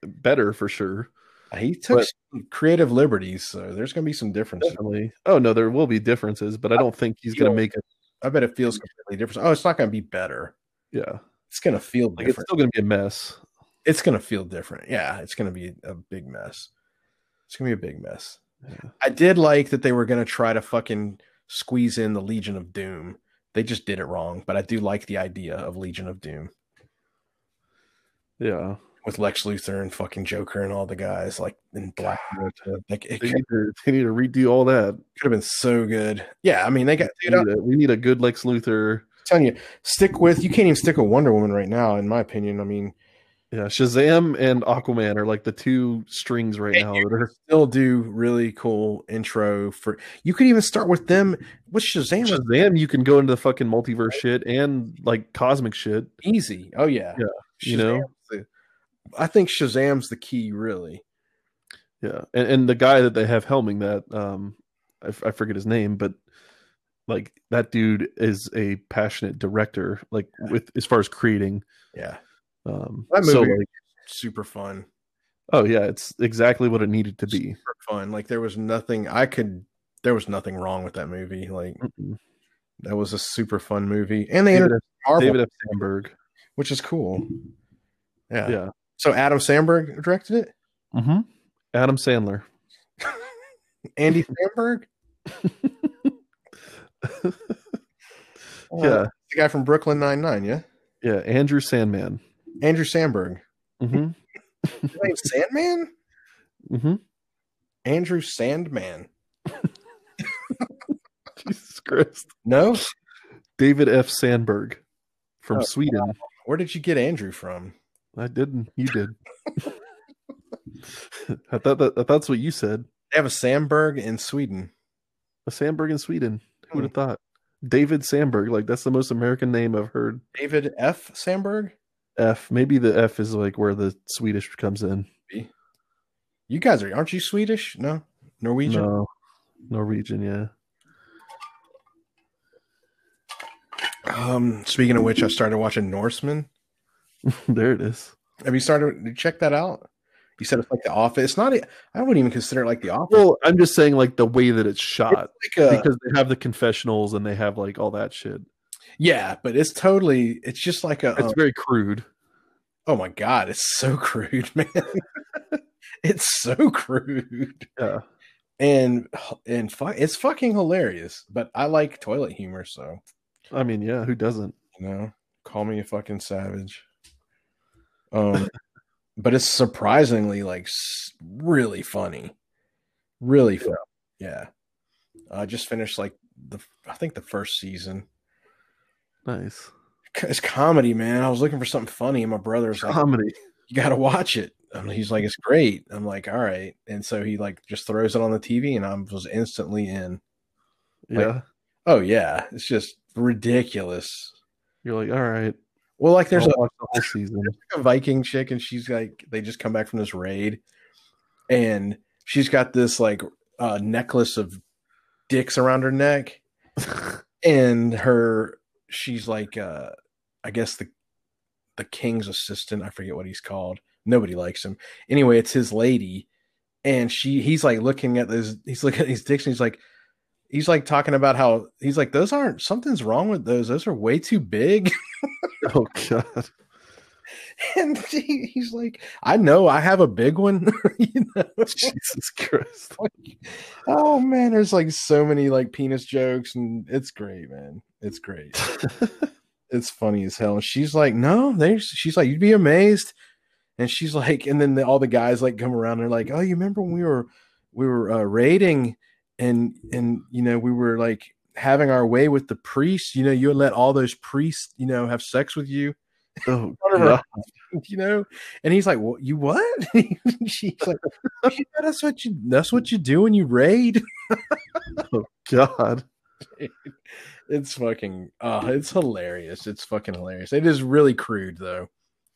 S1: better for sure.
S2: He took
S1: But-
S2: some creative liberties, so there's going to be some differences.
S1: Definitely. Oh no, there will be differences, but I don't think he's gonna make it.
S2: I bet it feels completely different. Oh, it's not going to be better.
S1: Yeah,
S2: It's going to feel
S1: like it's
S2: different.
S1: still gonna be a mess.
S2: It's, going to feel different. Yeah, it's going to be a big mess. It's going to be a big mess.
S1: Yeah.
S2: I did like that they were going to try to fucking squeeze in the Legion of Doom. They just did it wrong, but I do like the idea of Legion of Doom
S1: Yeah.
S2: with Lex Luthor and fucking Joker and all the guys like in Black Manta. Like
S1: They
S2: it could
S1: need, to, they need to redo all that.
S2: have been so good. Yeah, I mean they got
S1: We
S2: dude, I-
S1: need, a, we need a good Lex Luthor.
S2: telling you, stick with you can't even stick with Wonder Woman right now, in my opinion. I mean,
S1: Yeah, Shazam and Aquaman are like the two strings right now that are
S2: still do really cool intro for you could even start with them with Shazam was
S1: Shazam. You can go into the fucking multiverse shit and like cosmic shit.
S2: easy. Oh yeah.
S1: Yeah, you know?
S2: Shazam's the- I think Shazam's the key, really.
S1: Yeah, and and the guy that they have helming that um, I, f- I forget his name, but like that dude is a passionate director like with as far as creating
S2: Yeah,
S1: um
S2: That
S1: so
S2: movie-
S1: like
S2: super fun.
S1: oh yeah it's exactly what it needed to be
S2: Super fun. Like there was nothing I could. There was nothing wrong with that movie. Like
S1: Mm-mm.
S2: that was a super fun movie, and they
S1: David,
S2: introduced Marvel,
S1: David F. Sandberg
S2: which is cool. Yeah.
S1: yeah
S2: So Adam Sandberg directed it. Mm-hmm.
S1: hmm Adam Sandler
S2: <laughs> Andy Sandberg.
S1: <laughs> yeah
S2: Uh, the guy from Brooklyn Nine Nine. Yeah,
S1: yeah Andrew Sandman
S2: Andrew Sandberg.
S1: hmm
S2: Mm-hmm. His name's Sandman.
S1: hmm
S2: Andrew Sandman.
S1: <laughs> Jesus Christ
S2: No,
S1: David F. Sandberg from
S2: Oh,
S1: Sweden
S2: where did you get Andrew from?
S1: I didn't. You did. <laughs> I thought that, that that's what you said.
S2: They have a Sandberg in Sweden.
S1: A Sandberg in Sweden. Who would have
S2: Hmm.
S1: thought? David Sandberg. Like that's the most American name I've heard.
S2: David F. Sandberg.
S1: F. Maybe the F is like where the Swedish comes in.
S2: You guys are aren't you Swedish? No, Norwegian.
S1: No, Norwegian. Yeah. <laughs>
S2: Um, speaking of which, I started watching Norseman.
S1: there it is.
S2: Have you started? did you check that out. You said it's like The Office. It's not. e, I wouldn't even consider it like The Office.
S1: Well, uh, I'm just saying like the way that it's shot
S2: It's like a,
S1: because they have the confessionals and they have like all that shit.
S2: yeah, but it's totally. It's just like a.
S1: It's
S2: um,
S1: very crude.
S2: oh my god, it's so <laughs> crude, man. it's so crude,
S1: Yeah.
S2: and and fu- it's fucking hilarious. But I like toilet humor, so
S1: I mean, yeah. Who doesn't?
S2: you know call me a fucking savage um but it's surprisingly like s- really funny really fun. yeah i just finished like the i think the first season
S1: Nice
S2: C- it's comedy man i was looking for something funny and my brother's like
S1: comedy.
S2: you gotta watch it and he's like it's great i'm like all right and so he like just throws it on the tv and i was instantly in
S1: Yeah.
S2: oh yeah it's just ridiculous
S1: You're like, all right.
S2: well like there's
S1: There's
S2: a
S1: I'll watch the whole season. <laughs>
S2: a Viking chick, and she's like, they just come back from this raid, and she's got this like uh, necklace of dicks around her neck, and her she's like, uh, I guess the the king's assistant. I forget what he's called. Nobody likes him. Anyway, it's his lady, and she he's like looking at those. He's looking at these dicks, and he's like. He's like talking about how he's like those aren't something's wrong with those those are way too big
S1: Oh god. <laughs>
S2: <laughs> and he, he's like, I know I have a big one. <laughs> you know?
S1: Jesus Christ.
S2: Oh man, there's like so many like penis jokes, and it's great, man. It's <laughs> great. It's funny as hell. And she's like, No, there's she's like, You'd be amazed. And she's like, and then the, all the guys like come around and they're like, Oh, you remember when we were we were uh, raiding and and you know, we were like having our way with the priests, you know, you would let all those priests, you know, have sex with you.
S1: oh
S2: whatever. <laughs> you know and he's like what you what <laughs> And she's like "Oh, "Yeah, that's what you that's what you do when you raid <laughs>
S1: god.
S2: it's fucking uh it's hilarious it's fucking hilarious it is really crude though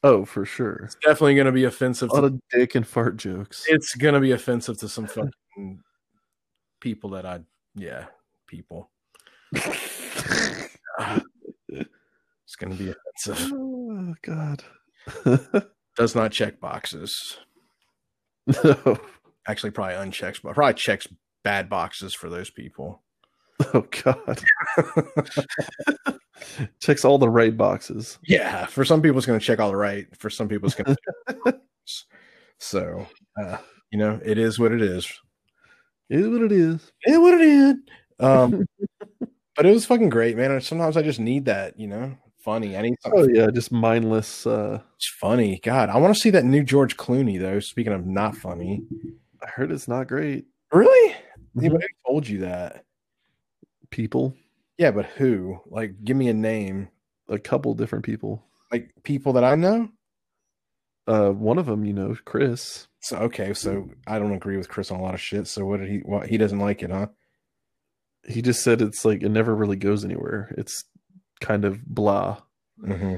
S1: Oh, for sure.
S2: it's definitely gonna be offensive
S1: A lot
S2: to,
S1: of dick and fart jokes. <laughs>
S2: it's gonna be offensive to some fucking people that i yeah people it's gonna be offensive
S1: oh god.
S2: does not check boxes
S1: no.
S2: actually probably unchecks but probably checks bad boxes for those people
S1: Oh god. <laughs> Checks all the right boxes.
S2: Yeah, for some people it's going to check all right. For some people it's going <laughs> to. so, uh, you know, it is what it is.
S1: It is what it is.
S2: It is what it is. <laughs> Um, but it was fucking great, man. And sometimes I just need that, you know, funny. I need something
S1: Oh yeah, just mindless uh
S2: that's funny. God, I want to see that new George Clooney though. Speaking of not funny,
S1: I heard it's not great.
S2: really? Mm-hmm.
S1: Mhm.
S2: Anybody told you that?
S1: People,
S2: Yeah, but who? Like, give me a name.
S1: a couple different people.
S2: Like people that I know.
S1: Uh one of them, you know, Chris.
S2: So okay, so I don't agree with Chris on a lot of shit. So what did he? What he doesn't like it, huh?
S1: He just said it's like it never really goes anywhere. It's kind of blah.
S2: Mm-hmm.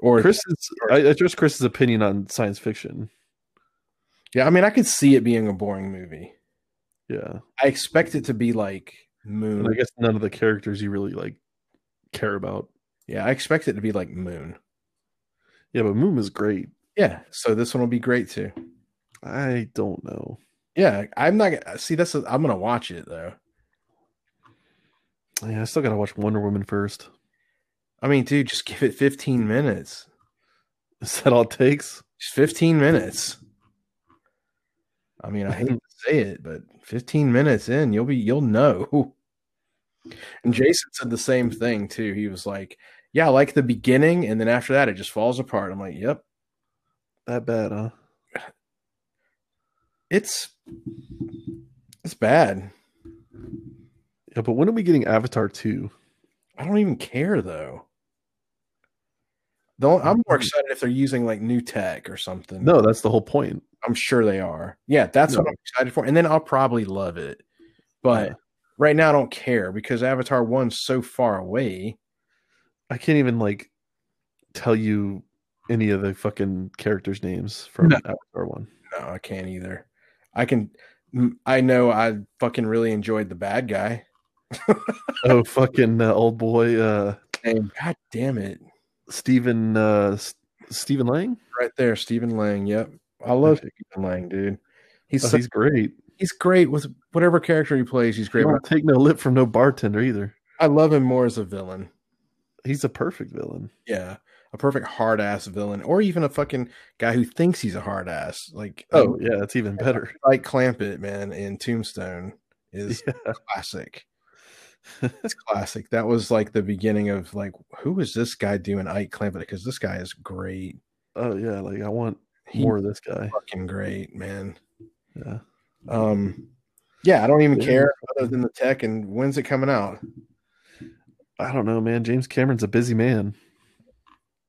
S2: Or
S1: Chris's, I, I trust Chris's opinion on science fiction.
S2: Yeah, I mean, I could see it being a boring movie.
S1: Yeah,
S2: I expect it to be like
S1: And
S2: Moon.
S1: I guess none of the characters you really like care about.
S2: yeah, I expect it to be like Moon.
S1: Yeah, but Moon is great.
S2: Yeah, so this one will be great too.
S1: I don't know.
S2: Yeah, I'm not see that's i I'm gonna watch it though.
S1: Yeah, I still gotta watch Wonder Woman first. <laughs>
S2: I mean, dude, just give it 15 minutes.
S1: Is that all it takes?
S2: Just 15 minutes. I mean, I hate to say it, but 15 minutes in, you'll be you'll know. And Jason said the same thing too. He was like, "Yeah, I like the beginning, and then after that, it just falls apart." I'm like, "Yep,
S1: That bad, huh?
S2: it's it's bad."
S1: Yeah, but when are we getting Avatar 2?
S2: I don't even care though. Don't, I'm more excited if they're using like new tech or something.
S1: No, that's the whole point.
S2: I'm sure they are. Yeah, that's what
S1: No.
S2: I'm excited for. And then I'll probably love it. But
S1: Yeah.
S2: right now I don't care because Avatar 1's so far away.
S1: I can't even like tell you any of the fucking characters' names from
S2: No.
S1: Avatar 1.
S2: No, I can't either. I can m- I know I fucking really enjoyed the bad guy.
S1: Oh, fucking uh, old boy, uh,
S2: And god damn it.
S1: Stephen, uh, S- Stephen Lang. Oh,
S2: Right there, Stephen Lang. Yep. I love
S1: Perfect.
S2: Stephen Lang, dude. He's
S1: Oh,
S2: so-
S1: he's great.
S2: he's great with whatever character he plays, he's
S1: Great.
S2: great.
S1: Won't take no lip from no bartender either.
S2: I love him more as a villain.
S1: He's a perfect villain.
S2: Yeah. A perfect hard ass villain, or even a fucking guy who thinks he's a hard ass. Like
S1: Oh yeah, it's even better.
S2: like Clampett, man, in Tombstone is
S1: <laughs> Yeah.
S2: classic. It's classic. That was like the beginning of like who is this guy doing Ike Clampett? Because this guy is great.
S1: Oh yeah, like I want
S2: He's
S1: more of this guy.
S2: fucking great, man.
S1: Yeah.
S2: Um yeah, I don't even
S1: Yeah.
S2: care other than the tech and when's it coming out?
S1: I don't know, man. James Cameron's a busy man. <laughs>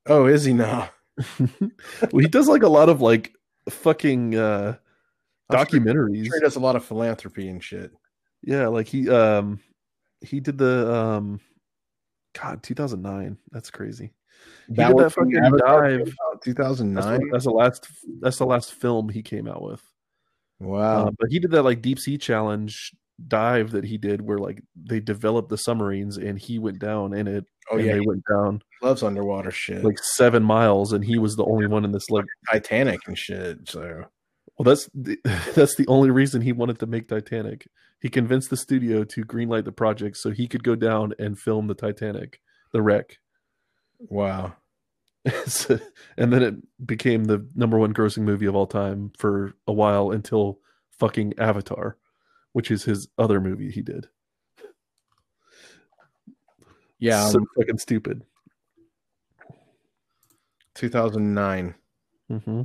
S2: Oh, is he now?
S1: well, he does like a lot of like fucking uh
S2: I'm sure-
S1: documentaries.
S2: I'm sure he does a lot of philanthropy and shit.
S1: Yeah, like he um he did the um God, 2009. That's crazy. He
S2: That
S1: did
S2: was
S1: that
S2: from
S1: fucking
S2: Avatar
S1: dive. That's, what-
S2: 2009.
S1: that's the last that's the last film he came out with.
S2: Wow.
S1: Uh, but he did that like deep sea challenge dive that he did where like they developed the submarines and he went down in it
S2: oh
S1: and
S2: yeah,
S1: they
S2: he
S1: went down
S2: loves underwater shit.
S1: like seven miles and he was the only one in this like
S2: Titanic and shit. So
S1: well that's the, <laughs> that's the only reason he wanted to make titanic he convinced the studio to greenlight the project so he could go down and film the titanic the wreck
S2: wow.
S1: So- <laughs> and then it became the number one grossing movie of all time for a while until fucking avatar which is his other movie he did
S2: Yeah,
S1: so
S2: um,
S1: fucking stupid
S2: 2009.
S1: hmm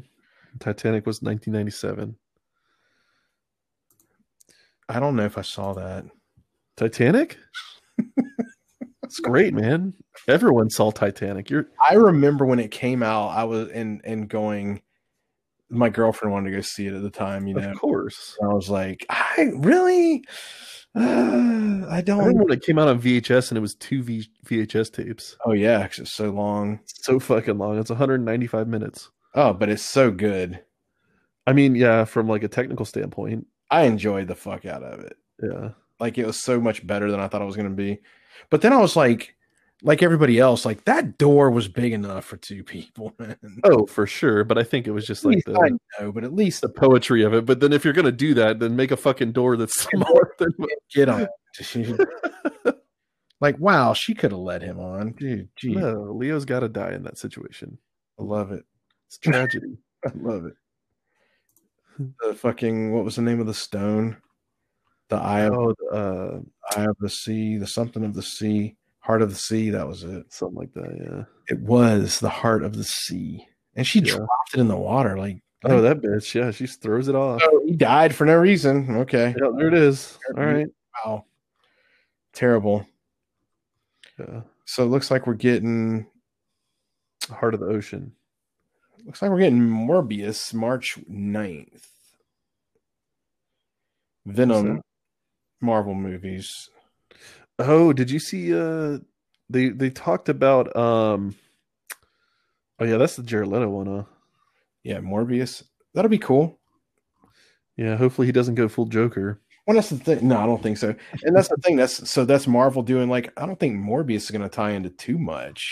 S1: titanic was 1997
S2: I don't know if I saw that. <laughs>
S1: titanic it's great man everyone saw titanic you're
S2: I remember when it came out, I was in and going. My girlfriend wanted to go see it at the time, you know.
S1: of course
S2: And I was like, I really, uh, I
S1: I remember
S2: don't.
S1: when it came out on VHS and it was two v- VHS tapes.
S2: Oh yeah, 'cause it's so long.
S1: It's so fucking long. It's 195 minutes.
S2: Oh, but it's so good.
S1: I mean, yeah, from like a technical standpoint,
S2: I enjoyed the fuck out of it.
S1: yeah.
S2: Like it was so much better than I thought it was going to be. But then I was like, like everybody else, like that door was big enough for two people. <laughs> Man.
S1: Oh, for sure. But I think it was just
S2: At
S1: like
S2: least I
S1: the,
S2: know, but at least
S1: the poetry of it. But then if you're gonna do that, then make a fucking door that's smaller than.
S2: get on.
S1: <laughs>
S2: Dude. like, wow, she could have let him on. Dude, gee,
S1: No, Leo's got to die in that situation.
S2: I love it.
S1: It's tragedy.
S2: I love it. The fucking what was the name of the stone? The eye of
S1: <laughs> oh, uh,
S2: eye of the sea, the something of the sea, heart of the sea. That was it.
S1: something like that.
S2: It was the heart of the sea, and she
S1: Yeah.
S2: dropped it in the water. Like,
S1: Yeah. Oh, that bitch. Yeah, she just throws it off.
S2: oh, he died for no reason. Okay,
S1: Yeah, there it is. All right.
S2: wow, terrible.
S1: Yeah.
S2: So it looks like we're getting
S1: Heart of the ocean.
S2: Looks like we're getting Morbius March 9th. Venom
S1: that?
S2: Marvel movies.
S1: Oh, did you see uh they they talked about um Oh yeah, that's the Jared Leto one, huh?
S2: Yeah, Morbius. That'll be cool.
S1: Yeah, hopefully he doesn't go full Joker.
S2: Well, that's the thing. No, I don't think so. And that's the thing. That's so that's Marvel doing like I don't think Morbius is going to tie into too much.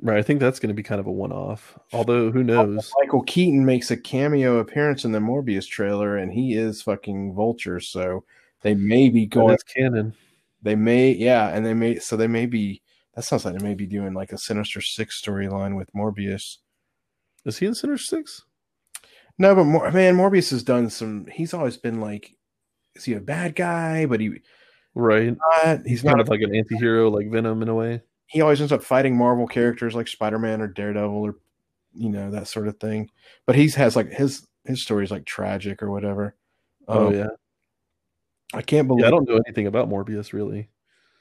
S1: Right. I think that's going to be kind of a one off. Although, who knows?
S2: Michael Keaton makes a cameo appearance in the Morbius trailer, and he is fucking Vulture. So they may be
S1: Well,
S2: going.
S1: that's canon.
S2: They may, yeah, and they may. So they may be. That sounds like they may be doing like a Sinister Six storyline with Morbius.
S1: Is he in Center Six?
S2: No, but Mor- man, Morbius has done some. He's always been like, is he a bad guy? But he
S1: Right.
S2: not. He's
S1: Kind
S2: not.
S1: of like an anti hero, like Venom in a way.
S2: he always ends up fighting Marvel characters like Spider Man or Daredevil or you know that sort of thing. But he's has like his his story is like tragic or whatever.
S1: Oh,
S2: Um,
S1: yeah.
S2: I can't believe
S1: Yeah, I don't know anything about Morbius really.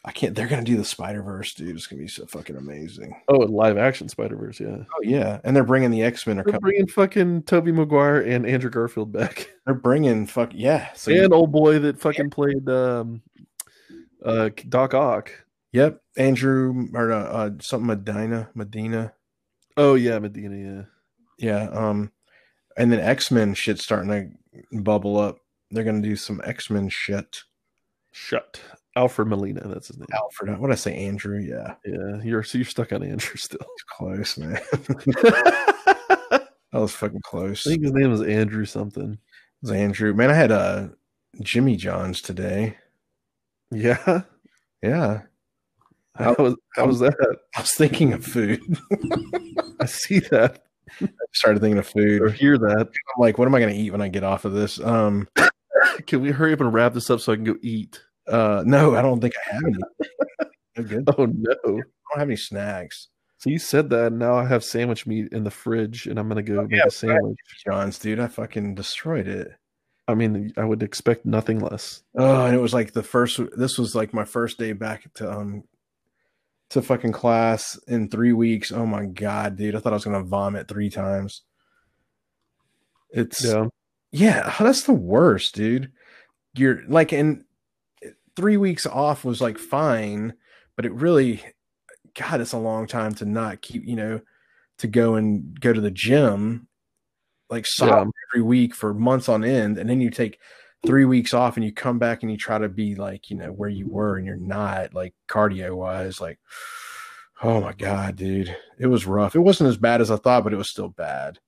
S2: I can't. They're gonna do the Spider Verse, dude. It's gonna be so fucking amazing.
S1: Oh, and live action Spider Verse, yeah.
S2: Oh yeah, and they're bringing the X Men are
S1: They're
S2: coming.
S1: bringing fucking Toby Maguire and Andrew Garfield back, <laughs>
S2: They're bringing fuck yeah. So
S1: and old boy that fucking played um, uh, Doc Ock.
S2: yep, Andrew or uh, uh, something Medina Medina.
S1: Oh yeah, Medina. Yeah,
S2: Yeah. Um, and then X Men shit's starting to bubble up. They're gonna do some X Men shit.
S1: shut Alfred Molina. That's his name.
S2: Alfred, what I say, Andrew? Yeah,
S1: Yeah, you're so you're stuck on Andrew <laughs> still.
S2: it's close, man. <laughs>
S1: I
S2: That was fucking close. It
S1: think his name is Andrew something.
S2: was Andrew. Man, I had uh Jimmy John's today.
S1: Yeah,
S2: Yeah. <laughs>
S1: how was how was that?
S2: I was thinking of food. <laughs>
S1: I see that
S2: Started thinking of food.
S1: or
S2: I'm
S1: hear that.
S2: like, what am I gonna eat when I get off of this? Um
S1: <laughs> Can we hurry up and wrap this up so I can go eat?
S2: uh no, I don't think I have any. <laughs> No good. I
S1: Oh no!
S2: don't have any snacks.
S1: So you said that, and now I have sandwich meat in the fridge, and I'm gonna go make
S2: yeah,
S1: a sandwich.
S2: John's, dude, I fucking destroyed it.
S1: I mean, I would expect nothing less.
S2: Oh, and it was like the first this was like my first day back to um to fucking class in three weeks. Oh my god, dude. I thought I was gonna vomit three times. It's
S1: Yeah.
S2: Yeah, oh, that's the worst, dude. You're like, and three weeks off was like fine, but it really, God, it's a long time to not keep, you know, to go and go to the gym like solid every week for months on end. And then you take three weeks off and you come back and you try to be like, you know, where you were and you're not like cardio wise. Like, oh my God, dude, it was rough. It wasn't as bad as I thought, but it was still bad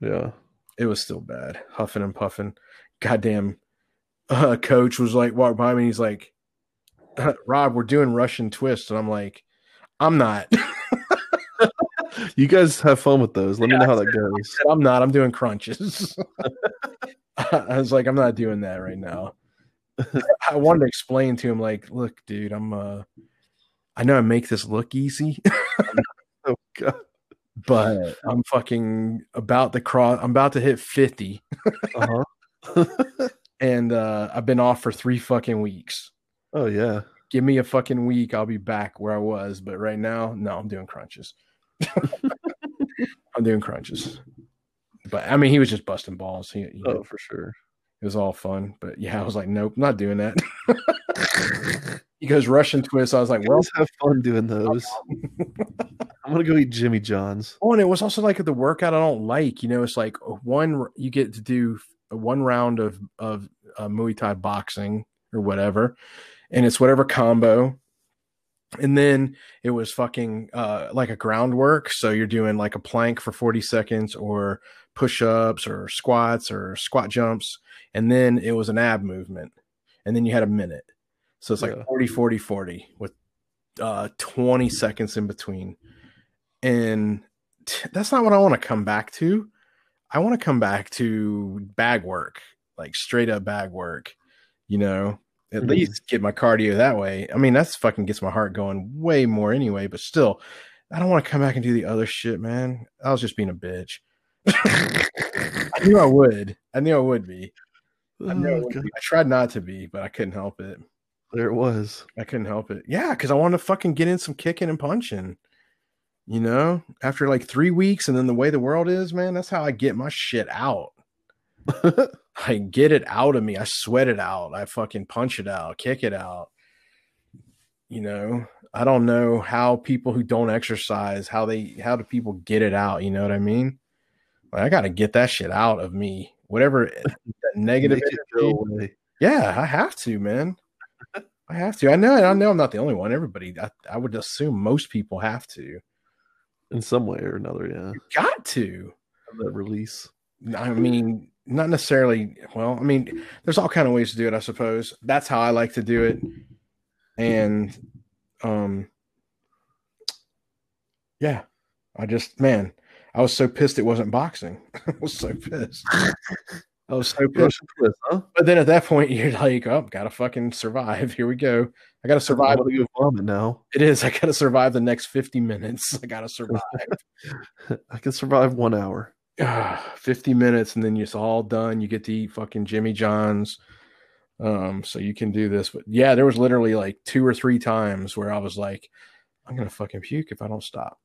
S1: Yeah.
S2: it was still bad. Huffing and puffing. Goddamn. Uh, coach was like, walked by me. And he's like, "Uh, Rob, we're doing Russian twist. And I'm like, I'm not.
S1: You guys have fun with those. Let me know how that goes.
S2: I'm not. I'm doing crunches. <laughs> I was like, I'm not doing that right now. I wanted to explain to him, like, look, dude, I'm, uh, I know I make this look easy,
S1: <laughs> Oh god.
S2: but I'm fucking about to cross. I'm about to hit 50.
S1: Uh-huh.
S2: And, uh, I've been off for three fucking weeks.
S1: Oh yeah.
S2: give me a fucking week, I'll be back where I was. But right now, no, I'm doing crunches. <laughs> I'm doing crunches. But I mean, he was just busting balls. He, he-
S1: Oh, for sure.
S2: It was all fun. But yeah, I was like, nope, not doing that. <laughs> he goes Russian twist. I was like,
S1: You
S2: well,
S1: guys have fun doing those. <laughs> I'm gonna go eat Jimmy John's.
S2: oh, and it was also like the workout I don't like. You know, it's like uh, one you get to do one round of of uh, Muay Thai boxing or whatever, and it's whatever combo. And then it was fucking uh, like a groundwork. So you're doing like a plank for 40 seconds or push ups or squats or squat jumps. And then it was an ab movement. And then you had a minute. So it's like
S1: Yeah.
S2: 40, 40, 40 with uh, 20 seconds in between. And t- that's not what I want to come back to. I want to come back to bag work, like straight up bag work, you know, at
S1: Mhm.
S2: least get my cardio that way. I mean, that's fucking gets my heart going way more anyway, but still, I don't want to come back and do the other shit, man. I was just being a bitch. <laughs> I knew I would. I knew I would be. I knew I,
S1: Oh,
S2: would
S1: God.
S2: be. I tried not to be, but I couldn't help it.
S1: There it was.
S2: I couldn't help it. Yeah, because I wanted to fucking get in some kicking and punching. You know, after like three weeks, and then the way the world is, man, that's how I get my shit out. I get it out of me. I sweat it out. I fucking punch it out, kick it out. You know, I don't know how people who don't exercise, how they, how do people get it out? You know what I mean? Like, I got to get that shit out of me. Whatever <laughs> that negative
S1: Make it
S2: energy,
S1: go away.
S2: Yeah, I have to, man. I have to. I know. I know. I'm not the only one. Everybody. I, I would assume most people have to.
S1: in some way or another. Yeah,
S2: Got to.
S1: that release.
S2: I mean, not necessarily. Well, I mean, there's all kind of ways to do it. I suppose that's how I like to do it, and um, yeah, I just man, I was so pissed it wasn't boxing. <laughs> I was so pissed. I was so pissed.
S1: Russian twist, huh?
S2: But then at that point, <laughs> you're like, oh, gotta fucking survive. Here we go. I gotta survive.
S1: What do you vomit now? <laughs>
S2: It is. <laughs> I gotta survive the next 50 minutes. <laughs> I gotta survive. <sighs>
S1: I can survive one hour.
S2: Ah, 50 minutes and then it's all done. You get to eat fucking Jimmy John's. Um, so you can do this. But yeah, there was literally like two or three times where I was like, I'm gonna fucking puke if I don't stop.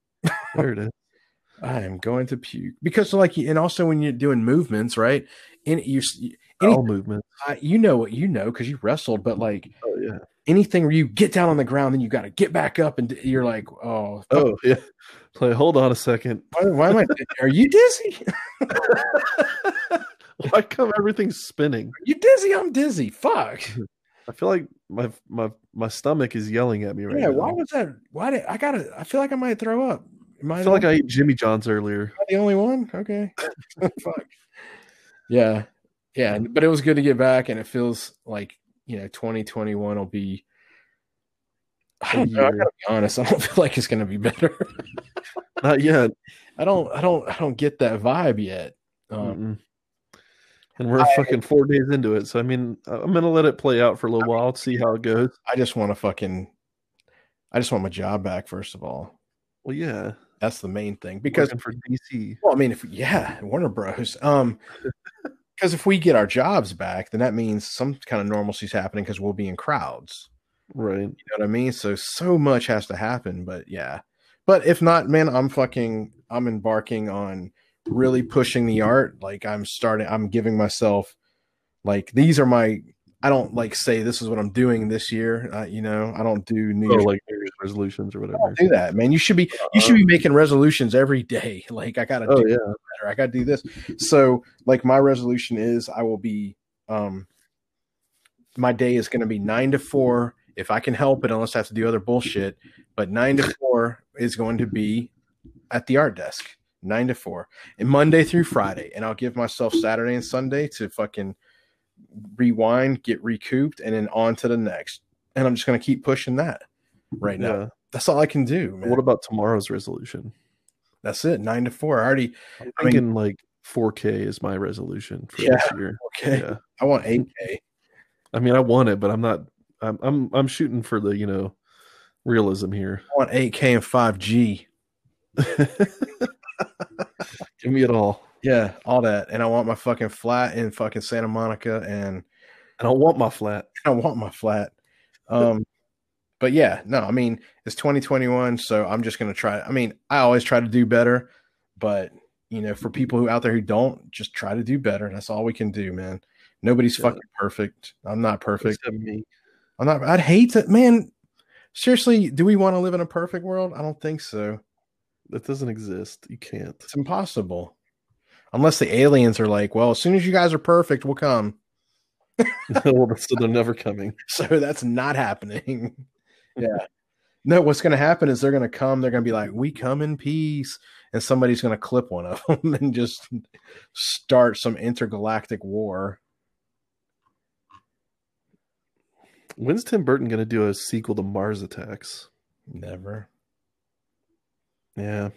S1: There
S2: <laughs>
S1: it is.
S2: I am going to puke because, like, and also when you're doing movements, right? And you,
S1: All movement.
S2: I- you know what you know because you wrestled, but like
S1: Oh yeah.
S2: anything where you get down on the ground, then you got to get back up, and d- you're like, oh, fuck,
S1: Oh <laughs> yeah. Like, hold on a second. <laughs>
S2: why, why am I? Are you dizzy? Are
S1: Why come everything's spinning?
S2: you dizzy? I'm dizzy. Fuck.
S1: I feel like my my my stomach is yelling at me right
S2: yeah.
S1: now.
S2: Why was that? Why did I gotta? I feel like I might throw up. Am I,
S1: I feel like I ate Jimmy John's earlier.
S2: the only one? <laughs> Okay. Fuck. Yeah. Yeah. But it was good to get back, and it feels like you know 2021 will be. I don't know. I gotta be honest. <laughs> I don't feel like it's gonna be better. <laughs>
S1: Not yet.
S2: I don't. I don't. I don't get that vibe yet. Um,
S1: Mm-mm. And we're fucking four days into it, so I mean, I- I'm gonna let it play out for a little while, see how it goes.
S2: I just want to fucking, I just want my job back. First of all,
S1: Well, yeah,
S2: that's the main thing. Because
S1: Working for DC,
S2: well, I mean, if yeah, Warner Bros. Um, because if we get our jobs back, then that means some kind of normalcy's happening because we'll be in crowds.
S1: right?
S2: You know what I mean? So so much has to happen. But yeah, but if not, man, I'm fucking, I'm embarking on really pushing the art. Like I'm starting, I'm giving myself, like these are my. I don't like say this is what I'm doing this year. Uh, you know, I don't do New
S1: Or
S2: Year's
S1: like New Year's resolutions or whatever. Uh,
S2: don't do that, man. You should be you should be making resolutions every day. <laughs> Like I gotta
S1: Oh
S2: do
S1: yeah,
S2: better. I gotta do this. So like my resolution is I will be um my day is gonna be nine to four if I can help it, unless I have to do other bullshit. But nine to four is going to be at the art desk. Nine to four. And Monday through Friday. And I'll give myself Saturday and Sunday to fucking rewind, get recouped, and then on to the next. And I'm just gonna keep pushing that right now.
S1: yeah.
S2: That's all I can do. Man.
S1: What about tomorrow's resolution?
S2: That's it. Nine to four. I already
S1: I'm
S2: I mean-
S1: thinking like 4K is my resolution for
S2: Yeah.
S1: this year.
S2: <laughs> okay.
S1: Yeah,
S2: I want eight K.
S1: I mean, I want it, but I'm not. I'm I'm I'm shooting for the you know realism here.
S2: I want eight K and five G.
S1: Give me it all.
S2: Yeah, all that. And I want my fucking flat in fucking Santa Monica, and <laughs>
S1: I don't want my flat.
S2: I want my flat. Um, but yeah, no, I mean it's 2021, so I'm just gonna try. I mean, I always try to do better, but you know, for people who out there who don't, just try to do better. That's all we can do, man. Nobody's
S1: Yeah.
S2: fucking perfect. I'm not perfect.
S1: Except me.
S2: I'm not. I'd hate to, man. Seriously, do we want to live in a perfect world? I don't think so.
S1: That doesn't exist. You can't. <laughs>
S2: It's impossible. Unless the aliens are like, well, as soon as you guys are perfect, we'll come. <laughs>
S1: Well, so they're never coming.
S2: So that's not happening. yeah. <laughs> No, what's going to happen is they're going to come. They're going to be like, we come in peace. And somebody's going to clip one of <laughs> them and just start some intergalactic war.
S1: When's Tim Burton gonna do a sequel to Mars Attacks?
S2: Never.
S1: Yeah,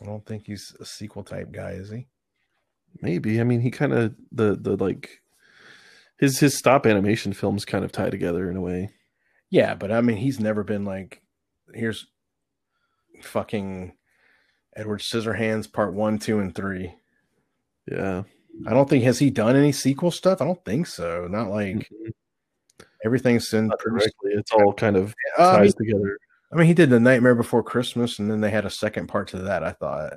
S2: I don't think he's a sequel type guy, is he?
S1: maybe. I mean, he kind of the the like his his stop animation films kind of tie together in a way.
S2: Yeah, but I mean, he's never been like, here's fucking Edward Scissorhands part one, two, and three.
S1: Yeah.
S2: I don't think has he done any sequel stuff. I don't think so. Not like everything's in.
S1: Not
S2: produced-
S1: directly. It's all kind of
S2: Uh, I, mean,
S1: ties together.
S2: I mean, he did the Nightmare Before Christmas, and then they had a second part to that. I thought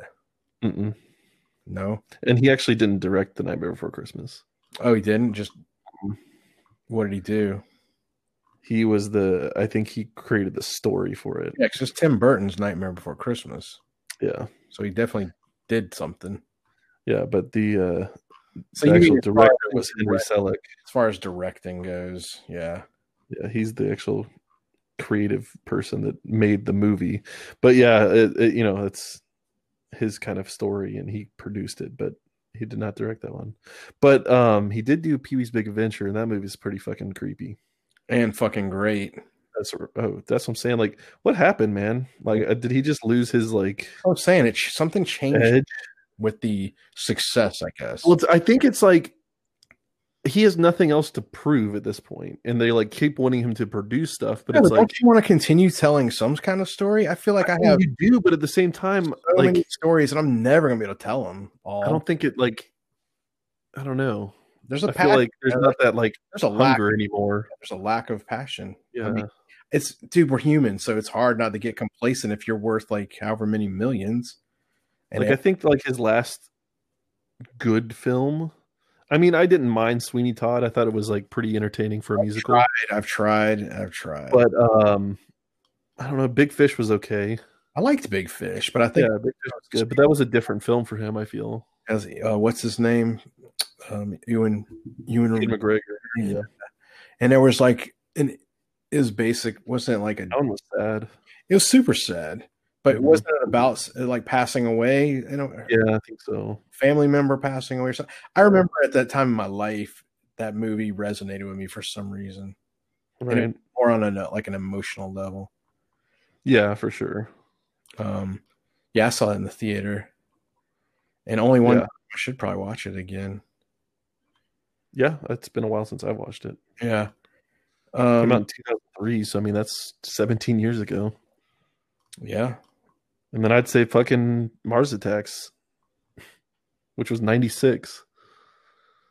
S1: Mm-mm.
S2: no.
S1: And he actually didn't direct The Nightmare Before Christmas.
S2: Oh, he didn't. Just Mm-hmm. what did he do?
S1: He was the I think he created the story for it.
S2: Yeah, 'cause it's Tim Burton's Nightmare Before Christmas,
S1: Yeah.
S2: so he definitely did something.
S1: Yeah, but the uh
S2: So
S1: the
S2: you
S1: actual
S2: mean as far
S1: director
S2: as-
S1: was Henry Selick.
S2: as far as directing goes, yeah.
S1: Yeah, he's the actual creative person that made the movie. But yeah, it, it- you know, it's his kind of story, and he produced it, but he did not direct that one. But um, he did do Pee Wee's Big Adventure, and that movie is pretty fucking creepy.
S2: And fucking great.
S1: That's oh, that's what I'm saying. Like, what happened, man? Like, uh, did he just lose his like
S2: I was saying it. ch- Something changed
S1: edge?
S2: with the success, I guess.
S1: Well, it's, I think it's like he has nothing else to prove at this point, and they like keep wanting him to produce stuff, but
S2: Yeah,
S1: it's
S2: but
S1: like
S2: don't you want to continue telling some kind of story? I feel like I have
S1: you do, but at the same time,
S2: so
S1: like
S2: many stories, and I'm never gonna be able to tell them all.
S1: I don't think it like I don't know.
S2: there's
S1: I
S2: a
S1: feel
S2: passion.
S1: like there's not that like
S2: there's a lack.
S1: hunger anymore.
S2: There's a lack of passion.
S1: Yeah,
S2: mean, It's dude, we're human, so it's hard not to get complacent if you're worth like however many millions. And
S1: like I
S2: it-
S1: think like his last good film. I mean, I didn't mind Sweeney Todd. I thought it was like pretty entertaining for a
S2: I've
S1: musical.
S2: tried, I've tried, I've tried.
S1: But um, I don't know. Big Fish was okay.
S2: I liked Big Fish, but I
S1: Yeah,
S2: think
S1: Big Fish was good, but that was a different film for him. I feel.
S2: as uh, what's his name, um, Ewan Ewan
S1: Ian McGregor. Mm-hmm. Yeah,
S2: Yeah. and there was like an is basic wasn't it like a
S1: that one was sad.
S2: it was super sad but
S1: Mhm.
S2: wasn't it about uh, like passing away you know
S1: Yeah, I think so.
S2: family member passing away or something i remember at that time in my life that movie resonated with me for some reason
S1: Right.
S2: or on a like an emotional level
S1: yeah, for sure.
S2: um yeah i saw it in the theater and only one
S1: Yeah.
S2: i should probably watch it again
S1: Yeah, it's been a while since I watched it.
S2: yeah
S1: It
S2: um
S1: came out in 2003, so I mean that's 17 years ago.
S2: yeah
S1: And then I'd say fucking Mars Attacks, which was 96.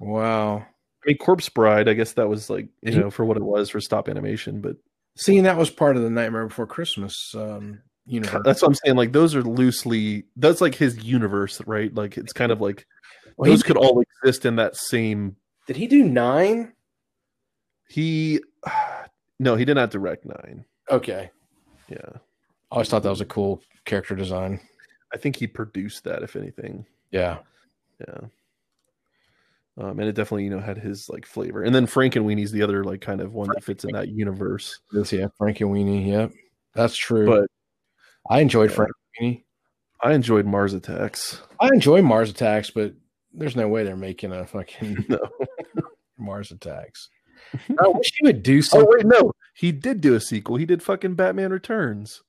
S2: wow
S1: I mean, Corpse Bride, I guess that was like, you
S2: Mhm.
S1: know, for what it was for stop animation, but
S2: seeing that was part of the nightmare before christmas um you know
S1: <laughs> that's what I'm saying. Like, those are loosely, that's like his universe, right? Like, it's kind of like
S2: Well, he-
S1: those could all exist in that same.
S2: did he do nine
S1: He, <sighs> no, he did not direct Nine.
S2: okay
S1: Yeah.
S2: I always thought that was a cool character design.
S1: I think he produced that, if anything.
S2: Yeah.
S1: Yeah. Um, and it definitely, you know, had his like flavor. And then Frank and Weenie's the other like kind of one that fits in that universe.
S2: This, yeah. Frankie Weenie. Yep. That's true.
S1: But
S2: I enjoyed
S1: Yeah.
S2: Frankie Weenie.
S1: I enjoyed Mars Attacks.
S2: I enjoy Mars Attacks, but there's no way they're making a fucking
S1: <laughs> No.
S2: <laughs> Mars Attacks. I wish you would do
S1: Oh
S2: something.
S1: wait, no, he did do a sequel. He did fucking Batman Returns.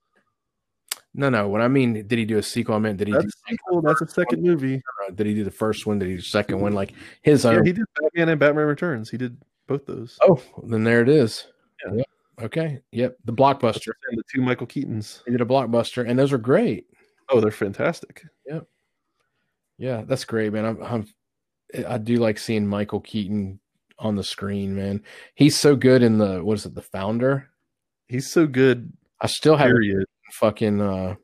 S2: No, no. What I mean, did he do a sequel? I meant, did he,
S1: That's
S2: do, uh,
S1: a sequel. That's a second movie.
S2: did he do the first one? Did he do the second one? Like his
S1: Mm-hmm. Yeah,
S2: own.
S1: he did Batman and Batman Returns. He did both those.
S2: oh, then there it is.
S1: Yeah.
S2: Yep. Okay. Yep. The blockbuster.
S1: And the two Michael Keatons.
S2: He did a blockbuster, and those are great.
S1: Oh, they're fantastic.
S2: Yeah, that's great, man. I'm, I'm I do like seeing Michael Keaton on the screen, man. He's so good in the what is it, the founder?
S1: He's so good.
S2: I still haven't
S1: Period.
S2: fucking uh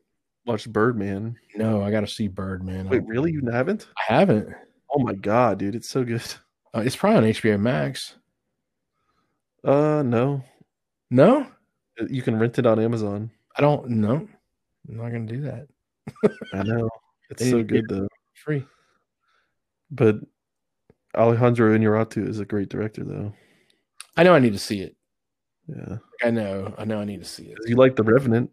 S1: Watch Birdman.
S2: no, I gotta see Birdman.
S1: Wait, really? You haven't?
S2: I haven't.
S1: Oh my god, dude, it's so good.
S2: Uh, it's probably on HBO Max.
S1: Uh, no,
S2: No,
S1: you can rent it on Amazon.
S2: I don't no. I'm not gonna do that.
S1: I know it's
S2: They
S1: so
S2: need to get-
S1: good though.
S2: Free.
S1: But Alejandro Inarritu is a great director, though.
S2: I know I need to see it.
S1: Yeah,
S2: I know, I know I need to see it.
S1: you like The Revenant?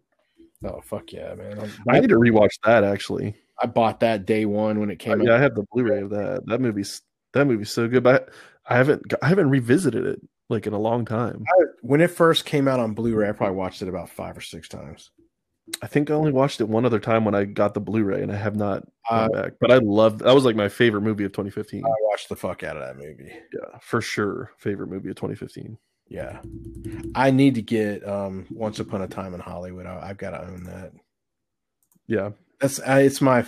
S2: Oh fuck yeah, man. I'm-
S1: I
S2: I,
S1: need to rewatch that actually. Uh,
S2: I bought that day one when it came
S1: Oh, yeah,
S2: out.
S1: I have the Blu-ray of that. That movie's that movie's so good, but I haven't I haven't revisited it like in a long time.
S2: When it first came out on Blu-ray, I probably watched it about five or six times.
S1: I think I only watched it one other time when I got the Blu-ray, and I have not
S2: Uh,
S1: gone back. But I loved that was like my favorite movie of 2015.
S2: I watched the fuck out of that movie.
S1: yeah, for sure, favorite movie of 2015.
S2: Yeah. I need to get um Once Upon a Time in Hollywood. I, I've got to own that.
S1: Yeah,
S2: That's I, it's my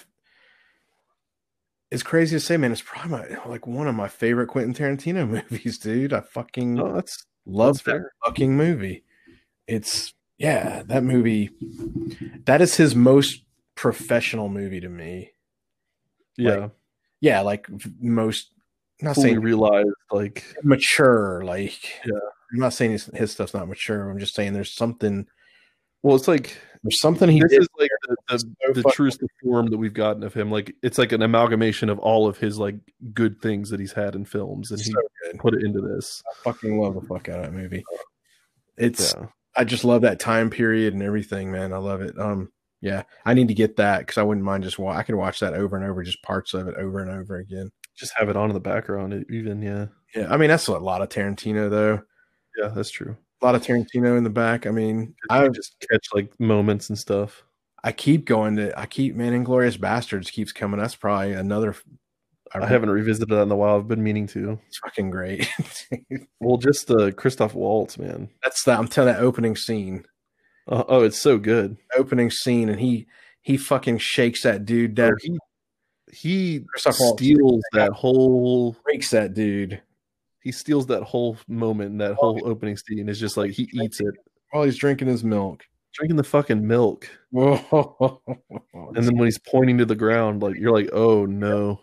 S2: it's crazy to say, man. It's probably my, like one of my favorite Quentin Tarantino <laughs> movies, dude. I fucking
S1: no, that's
S2: love
S1: Oh, that's
S2: that
S1: fair.
S2: fucking movie. It's yeah, that movie that is his most professional movie to me.
S1: Yeah,
S2: Yeah, like v- most not
S1: fully
S2: saying
S1: realized like
S2: mature, like
S1: Yeah.
S2: I'm not saying his, his stuff's not mature. I'm just saying there's something
S1: well, it's like
S2: there's something he
S1: this
S2: did
S1: is like the, the,
S2: so
S1: the
S2: fucking-
S1: truest form that we've gotten of him. Like it's like an amalgamation of all of his like good things that he's had in films, and he
S2: so good.
S1: put it into this.
S2: I fucking love the fuck out of that movie. It's
S1: Yeah.
S2: I just love that time period and everything, man. I love it. Um, yeah, I need to get that because I wouldn't mind just wa I could watch that over and over, just parts of it over and over again.
S1: Just have it on in the background, e, even yeah,
S2: Yeah, I mean that's a lot of Tarantino though.
S1: yeah, that's true.
S2: A lot of Tarantino in the back. I mean,
S1: I
S2: I
S1: just catch like moments and stuff.
S2: I keep going to I keep man, Inglorious Bastards keeps coming. That's probably another.
S1: I haven't revisited that in a while. I've been meaning to.
S2: It's fucking great. <laughs>
S1: Well, just the Christoph Waltz, man.
S2: that's the I'm telling that opening scene.
S1: Uh, oh, it's so good.
S2: opening scene and he he fucking shakes that dude down,
S1: Oh, he he
S2: Christoph Waltz.
S1: steals that whole.
S2: breaks that dude
S1: He steals that whole moment and that whole opening scene. Is just like he eats it,
S2: while he's drinking his milk. <laughs> Oh,
S1: drinking the fucking milk,
S2: Whoa.
S1: and then when he's pointing to the ground, like you're like, oh no,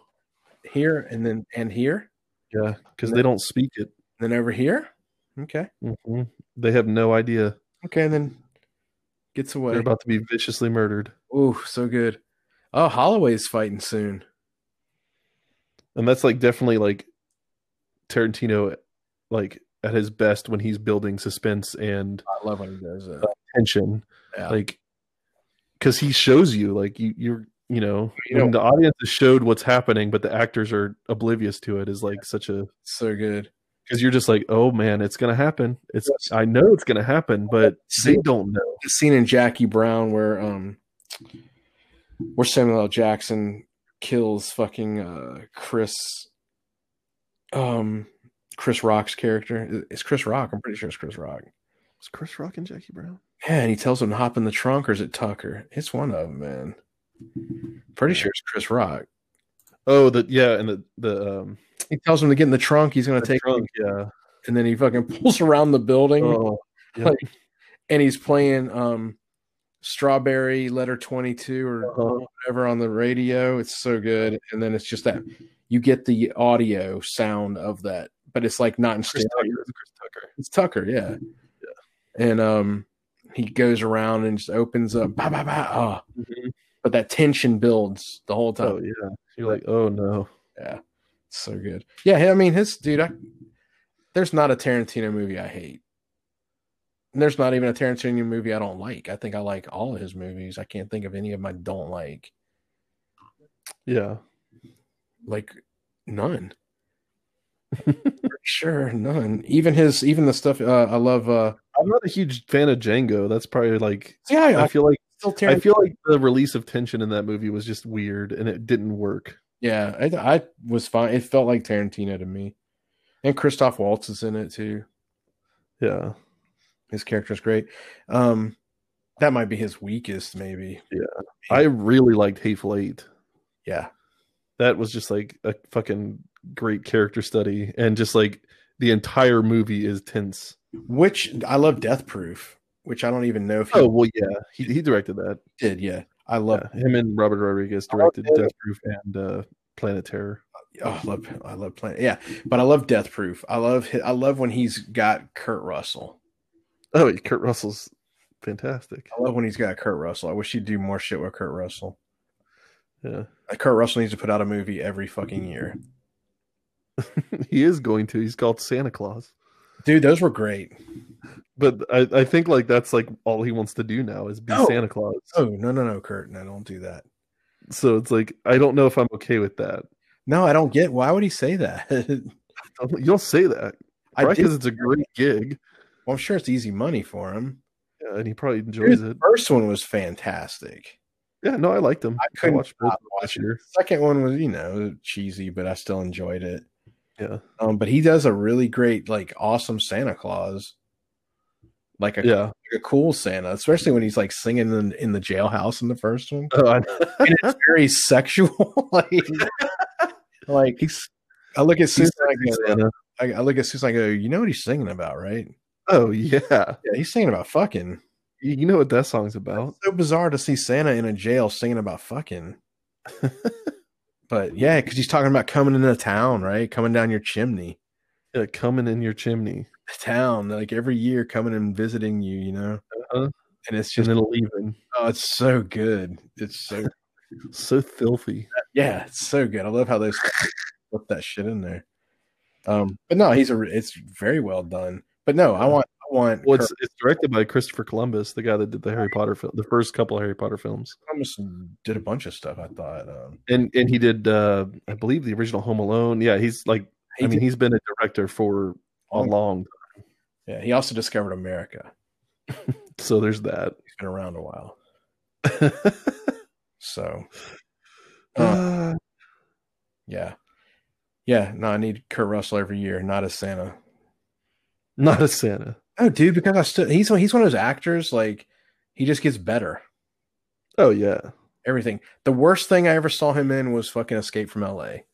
S2: here and then and here
S1: yeah, because they don't speak it.
S2: and then over here. Okay.
S1: Mhm. They have no idea.
S2: Okay, and then gets away.
S1: They're about to be viciously murdered,
S2: Ooh, so good. Oh, Holloway's fighting soon.
S1: and that's like definitely like Tarantino, like at his best when he's building suspense and
S2: I love when he does that.
S1: tension
S2: Yeah.
S1: like because he shows you like you you're you know
S2: You
S1: when the audience is showed what's happening but the actors are oblivious to it is like such a
S2: So good.
S1: because you're just like oh man it's gonna happen it's
S2: Yes.
S1: i know it's gonna happen but they
S2: See-
S1: don't know
S2: the scene in Jackie Brown where um where Samuel L. Jackson kills fucking uh Chris um Chris Rock's character. It's Chris Rock. I'm pretty sure it's Chris Rock.
S1: was chris rock and jackie brown
S2: Yeah, and he tells him to hop in the trunk or is it Tucker? It's one of them, man. Pretty sure it's Chris Rock.
S1: oh the yeah and the the um
S2: He tells him to get in the trunk. He's gonna
S1: the
S2: take
S1: trunk, yeah
S2: and then he fucking <laughs> pulls around the building
S1: oh yep.
S2: Like, and he's playing um Strawberry Letter Twenty Two or
S1: uh-huh.
S2: whatever on the radio. It's so good. And then it's just that you get the audio sound of that, but it's like not in
S1: Chris
S2: stereo.
S1: Tucker, Chris Tucker.
S2: It's Tucker, yeah. And um he goes around and just opens up bah, bah, bah, ah. but that tension builds the whole time.
S1: Mm-hmm. oh yeah you're like oh no
S2: So good. Yeah, I mean his dude, I there's not a Tarantino movie I hate. And there's not even a Tarantino movie I don't like. I think I like all of his movies. I can't think of any of them I don't like.
S1: yeah
S2: like <laughs> none For sure none even his even the stuff uh, i love uh
S1: i'm not a huge fan of django that's probably like
S2: yeah i,
S1: i feel like
S2: still
S1: I
S2: tearing
S1: feel like the release of tension in that movie was just weird and it didn't work.
S2: yeah I, I was fine it felt like tarantino to me and christoph waltz is in it too
S1: Yeah.
S2: his character's great um that might be his weakest maybe
S1: I really liked Hateful Eight.
S2: yeah
S1: That was just like a fucking great character study and just like the entire movie is tense.
S2: which i love death proof which i don't even know if he
S1: Oh, well yeah. He he directed that.
S2: did yeah i love
S1: Yeah. Him and Robert Rodriguez directed
S2: Okay.
S1: Death Proof and uh Planet Terror.
S2: oh, I love I love Planet. Yeah, but I love Death Proof. I love hi- I love when he's got Kurt Russell.
S1: Oh, Kurt Russell's fantastic. <laughs>
S2: I love when he's got Kurt Russell. I wish he'd do more shit with Kurt Russell.
S1: Yeah.
S2: Like, Kurt Russell needs to put out a movie every fucking year.
S1: he is going to. He's called Santa Claus.
S2: Dude, those were great.
S1: But I, I think like that's like all he wants to do now is be
S2: No.
S1: Santa Claus.
S2: Oh, no, no, no, Kurt. No, don't do that.
S1: So it's like I don't know if I'm okay with that. <laughs>
S2: No, I don't get why would he say that? <laughs>
S1: I'm like, You don't say that,
S2: I
S1: right?
S2: did,
S1: Because it's a great gig,
S2: well, I'm sure it's easy money for him.
S1: yeah, and he probably enjoys
S2: The
S1: it.
S2: first one was fantastic.
S1: Yeah, no, I liked him.
S2: I couldn't
S1: watched both
S2: stop
S1: this
S2: watching.
S1: year.
S2: Second one was, you know, cheesy, but I still enjoyed it.
S1: Yeah,
S2: Um, but he does a really great, like, awesome Santa Claus, like a,
S1: yeah. <laughs>
S2: like a cool Santa, especially when he's like singing in, in the jailhouse in the first one.
S1: Oh, I,
S2: <laughs> and it's very sexual. <laughs> like, like
S1: he's,
S2: I look at
S1: he's
S2: Susan, I,
S1: sexy
S2: go,
S1: Santa.
S2: I, I look at Susan, I go, you know what he's singing about, right?
S1: Oh yeah,
S2: Yeah, he's singing about fucking.
S1: you you know what that song's about?
S2: So bizarre to see Santa in a jail singing about fucking. <laughs> but yeah, because he's talking about coming into town, right? Coming down your chimney,
S1: Yeah, coming Uh, in your chimney.
S2: town, like every year coming and visiting you, you know.
S1: Uh-huh.
S2: and it's
S1: and
S2: just
S1: then leaving.
S2: oh, it's so good. It's so <laughs>
S1: So filthy.
S2: yeah, it's so good. I love how they put that shit in there. Um, but no, he's a re- it's very well done. But no, I want I want
S1: Well, it's, it's directed by Christopher Columbus, the guy that did the Harry Potter film, the first couple Harry Potter films,
S2: Kirk Thomas did a bunch of stuff. I thought um,
S1: and and he did, uh, I believe, the original Home Alone. Yeah, he's like,
S2: he
S1: I mean,
S2: did-
S1: he's been a director for a long.
S2: yeah, he also discovered America.
S1: So there's that.
S2: He's been around a <laughs> while, so
S1: Uh,
S2: yeah, yeah. No, I need Kurt Russell every year, not as Santa.
S1: <sighs> not a Santa.
S2: Oh, dude, because I still he's one- he's one of those actors like he just gets better.
S1: Oh yeah,
S2: Everything. The worst thing I ever saw him in was fucking Escape from L.A.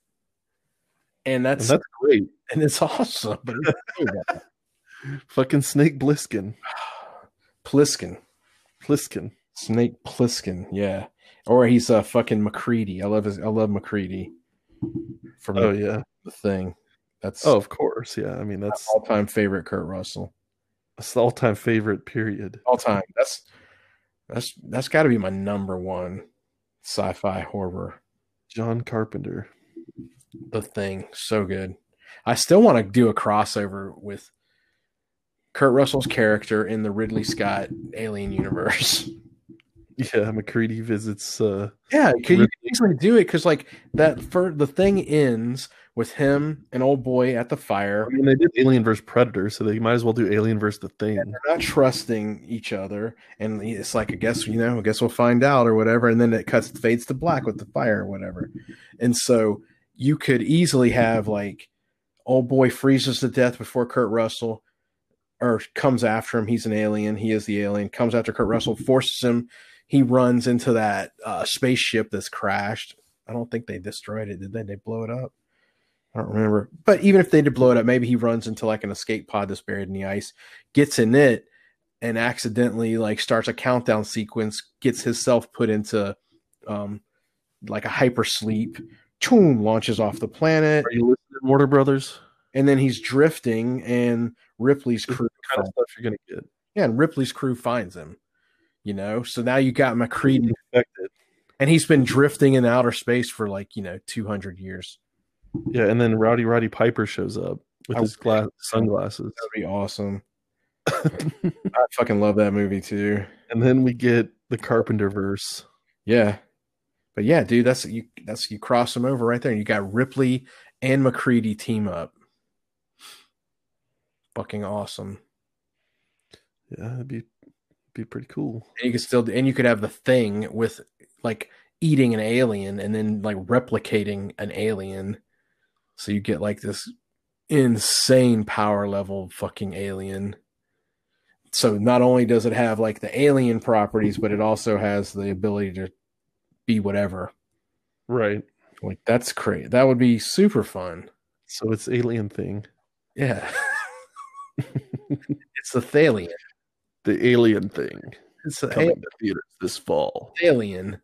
S1: and
S2: And that's
S1: that's great.
S2: and it's <laughs> awesome. But it's so bad.
S1: Fucking Snake Bliskin,
S2: Pliskin,
S1: Pliskin.
S2: Snake Pliskin, yeah. Or he's uh fucking McCready. I love his. I love McCready from
S1: Oh
S2: the,
S1: yeah.
S2: the thing. That's
S1: Oh, of course. Yeah. I mean, that's
S2: all time favorite Kurt Russell.
S1: that's the all time favorite. Period.
S2: All time. That's that's that's got to be my number one sci-fi horror.
S1: John Carpenter. <laughs>
S2: The thing, so good. I still want to do a crossover with Kurt Russell's character in the Ridley Scott Alien universe.
S1: Yeah, McCready visits. uh
S2: <laughs> Yeah, could you
S1: Really-
S2: could easily do it because like that for the thing ends with him and old boy at the fire.
S1: I mean, they did Alien vs Predator, so they might as well do Alien vs the Thing.
S2: They're not trusting each other, and it's like I guess you know, I guess we'll find out or whatever. And then it cuts fades to black with the fire or whatever. And so you could easily have like old boy freezes to death before Kurt Russell. Or comes after him. He's an alien. He is the alien. Comes after Kurt Russell, forces him. He runs into that uh, spaceship that's crashed. I don't think they destroyed it, did they? They blow it up. I don't remember. But even if they did blow it up, maybe he runs into like an escape pod that's buried in the ice, gets in it, and accidentally like starts a countdown sequence, gets himself put into um like a hypersleep, Choom launches off the planet,
S1: Are you listening, Warner Brothers?
S2: and then he's drifting and Ripley's
S1: This is
S2: crew
S1: the kind of stuff you're gonna get
S2: yeah, and Ripley's crew finds him. You know, so now you got McCready
S1: infected.
S2: and he's been drifting in outer space for like, you know, 200 years.
S1: Yeah, and then Rowdy Roddy Piper shows up with
S2: I-
S1: his glass sunglasses,
S2: That'd be awesome. I fucking love that movie too.
S1: and then we get the Carpenter verse.
S2: Yeah. But yeah, dude, that's you that's you cross them over right there. You got Ripley and McCready team up. Fucking awesome.
S1: Yeah, it'd be be pretty cool.
S2: And you could still and you could have the thing with like eating an alien and then like replicating an alien. So you get like this insane power level fucking alien. So not only does it have like the alien properties, but it also has the ability to be whatever.
S1: Right.
S2: Like that's crazy. That would be super fun.
S1: So it's Alien Thing,
S2: Yeah. <laughs> it's the Thalian.
S1: the Alien Thing
S2: It's the
S1: coming to theaters this fall.
S2: Thalian.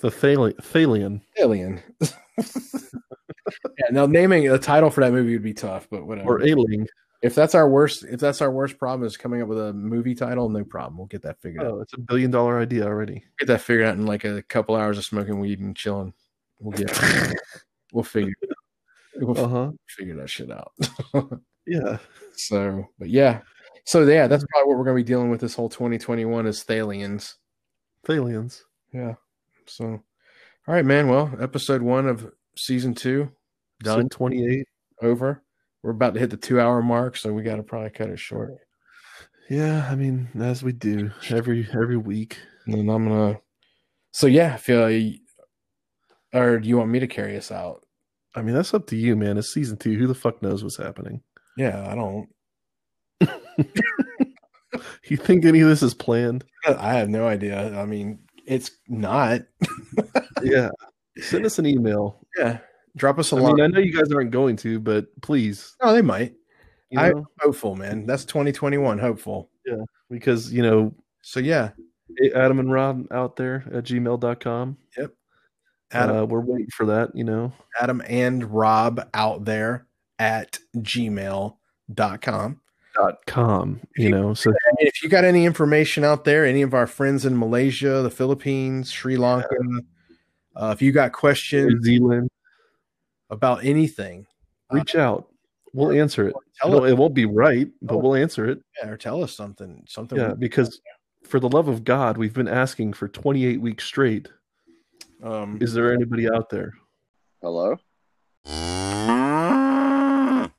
S1: The Thali- Thalian.
S2: Alien. yeah, now naming a title for that movie would be tough, but whatever.
S1: or ailing.
S2: if that's our worst, if that's our worst problem is coming up with a movie title, no problem. We'll get that figured out.
S1: Oh, it's a billion dollar idea
S2: <laughs>
S1: already.
S2: Get that figured out in like a couple hours of smoking weed and chilling. We'll get. we'll figure. it out. We'll
S1: Uh huh.
S2: figure that shit out. <laughs>
S1: Yeah.
S2: So, but yeah. So yeah, that's probably what we're going to be dealing with this whole 2021 is Thalians.
S1: Thalians.
S2: Yeah. So, all right, man. Well, episode one of season two
S1: Done. Twenty eight.
S2: over. We're about to hit the two hour mark, so we got to probably cut it short.
S1: Yeah, I mean, as we do every every week.
S2: And then I'm gonna. So yeah, if you or do you want me to carry us out?
S1: I mean, that's up to you, man. It's season two. Who the fuck knows what's happening? <laughs>
S2: Yeah, I don't.
S1: You think any of this is planned?
S2: I have no idea. I mean, it's not.
S1: Yeah. Send us an email.
S2: Yeah. Drop us a
S1: I
S2: line.
S1: mean, I know you guys aren't going to, but please,
S2: no, they might.
S1: you
S2: I-
S1: know,
S2: Hopeful, man. That's 2021. Hopeful.
S1: because you know
S2: So yeah,
S1: Adam and Rod out there at gmail.com.
S2: Adam.
S1: Uh, we're waiting for that. You know,
S2: Adam and Rob out there at gmail.com.
S1: com, you know. So
S2: I mean, if you got any information out there, any of our friends in Malaysia, the Philippines, Sri Lanka, uh, if you got
S1: New
S2: questions
S1: Zealand,
S2: about anything,
S1: reach out. We'll answer it.
S2: tell
S1: It'll-
S2: us
S1: it won't be right, but
S2: Oh.
S1: we'll answer it.
S2: yeah, or tell us something. Something.
S1: Yeah, because for the love of God, we've been asking for 28 weeks straight.
S2: um,
S1: Is there anybody out there?
S3: Hello?
S4: Hello?